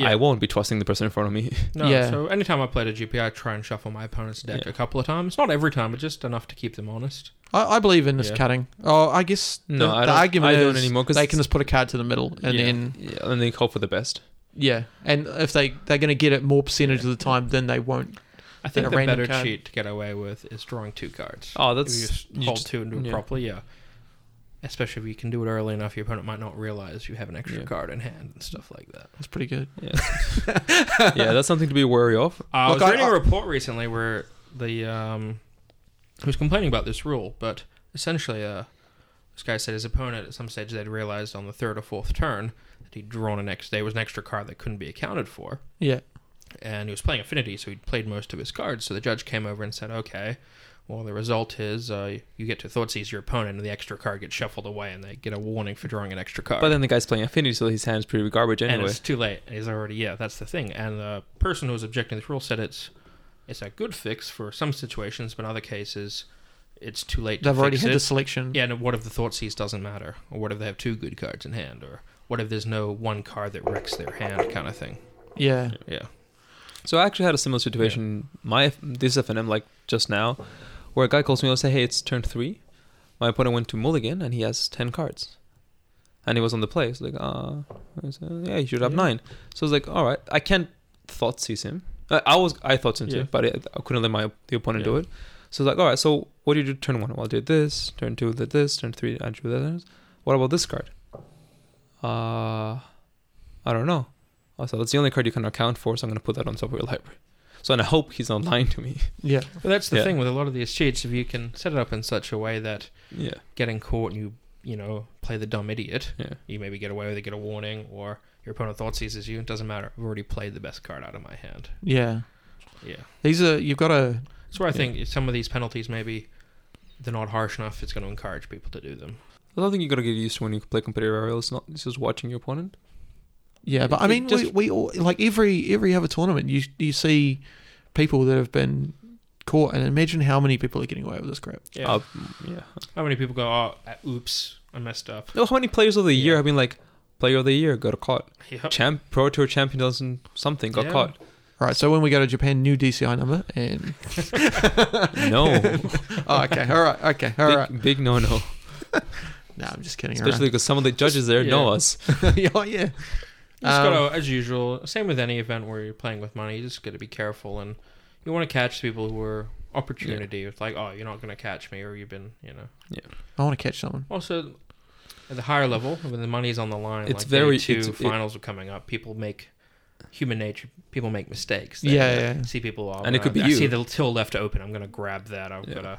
Speaker 2: I won't be trusting the person in front of me.
Speaker 3: No,
Speaker 1: Yeah.
Speaker 3: so anytime I played a GP, I try and shuffle my opponent's deck
Speaker 2: Yeah.
Speaker 3: a couple of times. Not every time, but just enough to keep them honest.
Speaker 1: I, I believe in this
Speaker 3: Yeah.
Speaker 1: cutting. Oh, I guess the,
Speaker 2: No, I
Speaker 1: the
Speaker 2: don't-
Speaker 1: argument
Speaker 2: I don't
Speaker 1: is
Speaker 2: anymore 'cause
Speaker 1: they
Speaker 2: it's-
Speaker 1: can just put a card to the middle and
Speaker 3: Yeah.
Speaker 1: then,
Speaker 2: yeah, and then hope for the best.
Speaker 1: yeah. And if they, they're going to get it more percentage of the time, then they won't.
Speaker 3: I think
Speaker 1: a
Speaker 3: the
Speaker 1: random
Speaker 3: better
Speaker 1: card.
Speaker 3: cheat to get away with is drawing two cards.
Speaker 2: Oh,
Speaker 3: if you
Speaker 2: that's
Speaker 3: just
Speaker 2: you
Speaker 3: hold
Speaker 2: just-
Speaker 3: two and do it
Speaker 2: yeah.
Speaker 3: properly, yeah. Especially if you can do it early enough, your opponent might not realize you have an extra
Speaker 2: Yeah.
Speaker 3: card in hand and stuff like that.
Speaker 1: That's pretty good.
Speaker 2: yeah. yeah, that's something to be wary of.
Speaker 3: I
Speaker 1: Look,
Speaker 3: Uh, was
Speaker 1: I-
Speaker 3: reading a
Speaker 1: I-
Speaker 3: report recently where the um, he was complaining about this rule, but essentially, uh, this guy said his opponent at some stage they'd realized on the third or fourth turn that he'd drawn an ex. There was an extra card that couldn't be accounted for,
Speaker 1: Yeah.
Speaker 3: and he was playing Affinity, so he'd played most of his cards. So the judge came over and said, "Okay, well, the result is uh, you get to thought seize your opponent, and the extra card gets shuffled away, and they get a warning for drawing an extra card."
Speaker 2: But then the guy's playing Affinity, so his hand's pretty garbage
Speaker 3: And
Speaker 2: anyway.
Speaker 3: it's too late. He's already yeah. That's the thing. And the person who was objecting to this rule said it's it's a good fix for some situations, but in other cases, it's too late.
Speaker 1: They've
Speaker 3: to
Speaker 1: already
Speaker 3: fix
Speaker 1: had
Speaker 3: it.
Speaker 1: the selection.
Speaker 3: Yeah. And what if the thought seize doesn't matter, or what if they have two good cards in hand, or what if there's no one card that wrecks their hand, kind of thing.
Speaker 1: Yeah.
Speaker 3: Yeah.
Speaker 2: So I actually had a similar situation. My this FNM like just now, where a guy calls me and say, "Hey, it's turn three. My opponent went to Mulligan and he has ten cards, and he was on the play. So like, uh, I said, yeah, you should have
Speaker 3: Yeah.
Speaker 2: nine. So I was like, all right, I can't thought seize him. I, I was I thought seize
Speaker 3: Yeah.
Speaker 2: him, but I, I couldn't let my the opponent
Speaker 3: Yeah.
Speaker 2: do it. So I was like, all right, so what do you do turn one? Well, I did this. Turn two, I did this. Turn three, I drew that. What about this card? Uh, I don't know. Also, that's the only card you can account for, so I'm going to put that on top of your library. So, and I hope he's not lying to me.
Speaker 1: Yeah.
Speaker 3: But that's the
Speaker 2: Yeah.
Speaker 3: thing with a lot of these cheats. If you can set it up in such a way that
Speaker 2: Yeah,
Speaker 3: getting caught and you you know play the dumb idiot,
Speaker 2: yeah,
Speaker 3: you maybe get away with it, get a warning, or your opponent thought seizes you. It doesn't matter. I've already played the best card out of my hand.
Speaker 1: Yeah.
Speaker 3: Yeah.
Speaker 1: These are, you've got to,
Speaker 3: That's where I
Speaker 2: Yeah.
Speaker 3: think some of these penalties maybe they're not harsh enough. It's going to encourage people to do them.
Speaker 2: I don't think you got to get used to when you play competitive aerial. It's not it's just watching your opponent.
Speaker 1: Yeah, but
Speaker 2: It-
Speaker 1: I
Speaker 2: it
Speaker 1: mean, we,
Speaker 2: just-
Speaker 1: we all like every every other tournament, you you see people that have been caught, and imagine how many people are getting away with this crap.
Speaker 3: Yeah.
Speaker 2: Uh, yeah.
Speaker 3: How many people go, oh, uh, oops, I messed up.
Speaker 2: No, how many players of the year
Speaker 3: Yeah.
Speaker 2: have been like player of the year got caught?
Speaker 3: Yep.
Speaker 2: Champ, pro tour champion doesn't something got
Speaker 3: Yeah.
Speaker 2: caught.
Speaker 1: All right, so when we go to Japan, new DCI number, and
Speaker 2: No,
Speaker 1: oh, okay, all right, okay, all
Speaker 2: big,
Speaker 1: right,
Speaker 2: big no no.
Speaker 1: No, I'm just kidding.
Speaker 2: Especially because some of the judges there know
Speaker 3: Yeah.
Speaker 2: us.
Speaker 1: around. oh yeah.
Speaker 3: You just
Speaker 1: Um,
Speaker 3: gotta, as usual, same with any event where you're playing with money, you just gotta be careful and you want to catch people who are opportunity. It's like, oh, you're not gonna catch me, or you've been, you know.
Speaker 1: I want to catch someone.
Speaker 3: Also, at the higher level, when the money's on the line,
Speaker 2: It's
Speaker 3: like
Speaker 2: very-
Speaker 3: day two
Speaker 2: it's- it-
Speaker 3: finals are coming up. People make human nature. People make mistakes.
Speaker 1: Yeah, yeah.
Speaker 3: See people, oh,
Speaker 2: And it
Speaker 3: uh,
Speaker 2: could be
Speaker 3: I
Speaker 2: you.
Speaker 3: see the till left open. I'm gonna grab that. I've
Speaker 2: Yeah.
Speaker 3: gotta.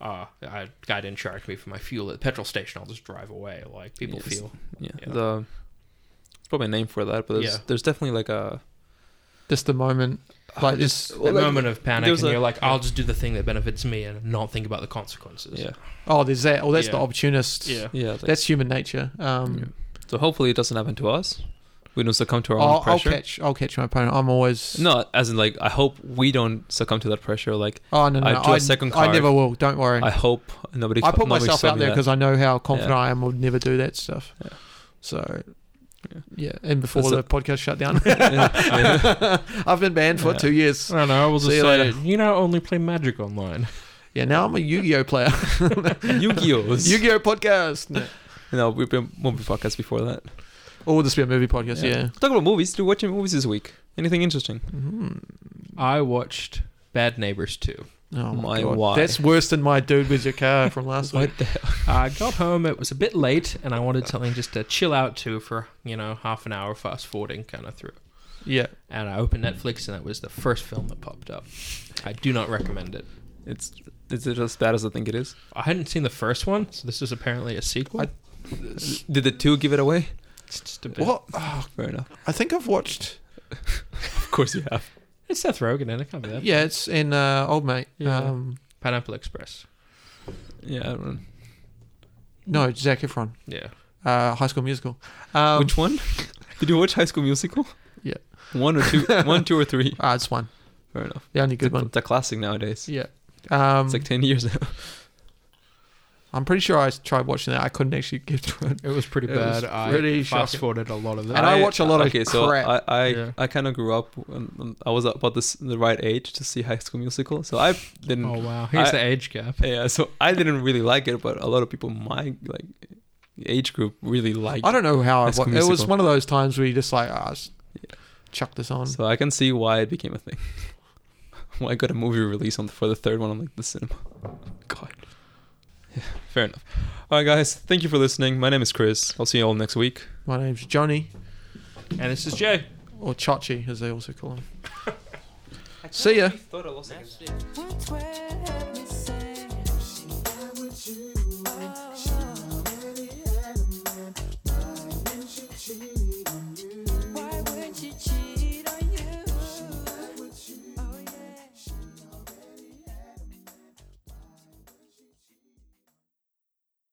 Speaker 3: Uh, I guy didn't charge me for my fuel at the petrol station. I'll just drive away. Like people
Speaker 2: Yes.
Speaker 3: feel
Speaker 2: Yeah,
Speaker 3: Yeah.
Speaker 2: the it's probably a name for that, but there's,
Speaker 3: Yeah.
Speaker 2: there's definitely like a
Speaker 1: Just the moment, like
Speaker 2: Oh, Just-
Speaker 1: just
Speaker 3: the
Speaker 2: Well, like,
Speaker 3: moment of panic,
Speaker 2: there's
Speaker 3: and
Speaker 2: a-
Speaker 3: you're like, I'll just do the thing that benefits me and not think about the consequences.
Speaker 2: yeah,
Speaker 1: oh, there's that. Oh, that's the
Speaker 3: Yeah.
Speaker 1: opportunists.
Speaker 3: yeah.
Speaker 2: yeah. like-
Speaker 1: that's human nature. Um,
Speaker 2: Yeah. so hopefully it doesn't happen to us. We don't succumb to our
Speaker 1: I'll,
Speaker 2: own
Speaker 1: I'll
Speaker 2: pressure.
Speaker 1: catch. I'll catch my opponent. I'm always
Speaker 2: No, as in like I hope we don't succumb to that pressure. Like
Speaker 1: Oh no, no,
Speaker 2: I
Speaker 1: no.
Speaker 2: drew a
Speaker 1: I,
Speaker 2: second
Speaker 1: I
Speaker 2: card.
Speaker 1: never will. Don't worry.
Speaker 2: I
Speaker 1: I,
Speaker 2: hope nobody.
Speaker 1: put
Speaker 2: nobody
Speaker 1: myself
Speaker 2: saw
Speaker 1: out
Speaker 2: me
Speaker 1: there
Speaker 2: that.
Speaker 1: because I know how confident
Speaker 2: Yeah.
Speaker 1: I am. Would never do that stuff.
Speaker 2: Yeah.
Speaker 1: So,
Speaker 2: Yeah.
Speaker 1: yeah. And before
Speaker 2: That's
Speaker 1: the podcast shut down,
Speaker 2: Yeah.
Speaker 1: I've been banned for
Speaker 2: Yeah.
Speaker 1: two years.
Speaker 3: I don't know. I will
Speaker 1: just See you say, later.
Speaker 3: you know, only play Magic online.
Speaker 1: Yeah, now I'm a Yu-Gi-Oh player.
Speaker 2: Yu-Gi-Oh's.
Speaker 1: Yu-Gi-Oh podcast. No.
Speaker 2: no, we've been movie podcasts before that.
Speaker 1: Oh, this be a movie podcast. Yeah.
Speaker 2: Talk about movies. Do you watch any movies this week? Anything interesting?
Speaker 1: Mhm.
Speaker 3: I watched Bad Neighbors 2.
Speaker 1: Oh
Speaker 2: My
Speaker 1: my god,
Speaker 2: why.
Speaker 1: that's worse than my dude with your car from last week.
Speaker 2: What the hell?
Speaker 3: I got home, it was a bit late, and I wanted something just to chill out to for, you know, half an hour fast forwarding kind of through.
Speaker 1: Yeah,
Speaker 3: And I opened Netflix, and that was the first film that popped up. I do not recommend it.
Speaker 2: It's is it as bad as I think it is?
Speaker 3: I hadn't seen the first one, so this is apparently a sequel.
Speaker 1: I-
Speaker 2: Did the two give it away?
Speaker 3: it's just a bit.
Speaker 1: what? Oh,
Speaker 2: Fair enough.
Speaker 1: I think I've watched.
Speaker 2: Of course you have.
Speaker 3: It's Seth Rogen in it, can't be that.
Speaker 1: Yeah, it's in uh, Old Mate.
Speaker 3: Yeah.
Speaker 1: Um,
Speaker 3: Pineapple Express.
Speaker 2: Yeah. I don't
Speaker 1: no, Zac Efron.
Speaker 3: Yeah.
Speaker 1: Uh, High School Musical. Um,
Speaker 2: Which one? Did you watch High School Musical?
Speaker 1: Yeah.
Speaker 2: One or two? one, two or three?
Speaker 1: Ah, it's one.
Speaker 2: Fair enough.
Speaker 1: The only good
Speaker 2: it's a-
Speaker 1: one.
Speaker 2: It's a classic nowadays.
Speaker 1: Yeah. Um,
Speaker 2: It's like ten years now.
Speaker 1: I'm pretty sure I tried watching that. I couldn't actually get through it.
Speaker 3: It was pretty
Speaker 1: It was
Speaker 3: bad. I
Speaker 1: pretty
Speaker 3: fast
Speaker 1: shocking.
Speaker 3: forwarded a lot of that.
Speaker 1: And I watch a lot of
Speaker 2: okay, so
Speaker 1: crap.
Speaker 2: I I,
Speaker 3: Yeah.
Speaker 2: I kind of grew up. When, when I was about this the right age to see High School Musical, so I didn't.
Speaker 3: oh, wow. Here's
Speaker 2: I-
Speaker 3: the age gap.
Speaker 2: Yeah, so I didn't really like it, but a lot of people in my like age group really liked.
Speaker 1: I don't know how I
Speaker 2: High School
Speaker 1: watched it. was
Speaker 2: Musical.
Speaker 1: one of those times where you just like, ah, just chuck this on.
Speaker 2: it. So I can see why it became a thing. Why I got a movie release on for the third one on like the cinema. God. Yeah, fair enough. All right, guys, thank you for listening. My name is Chris. I'll see you all next week.
Speaker 1: My name's Johnny,
Speaker 3: And this is Jay.
Speaker 1: or Chachi, as they also call him. See ya.
Speaker 2: thought I lost
Speaker 4: What's where?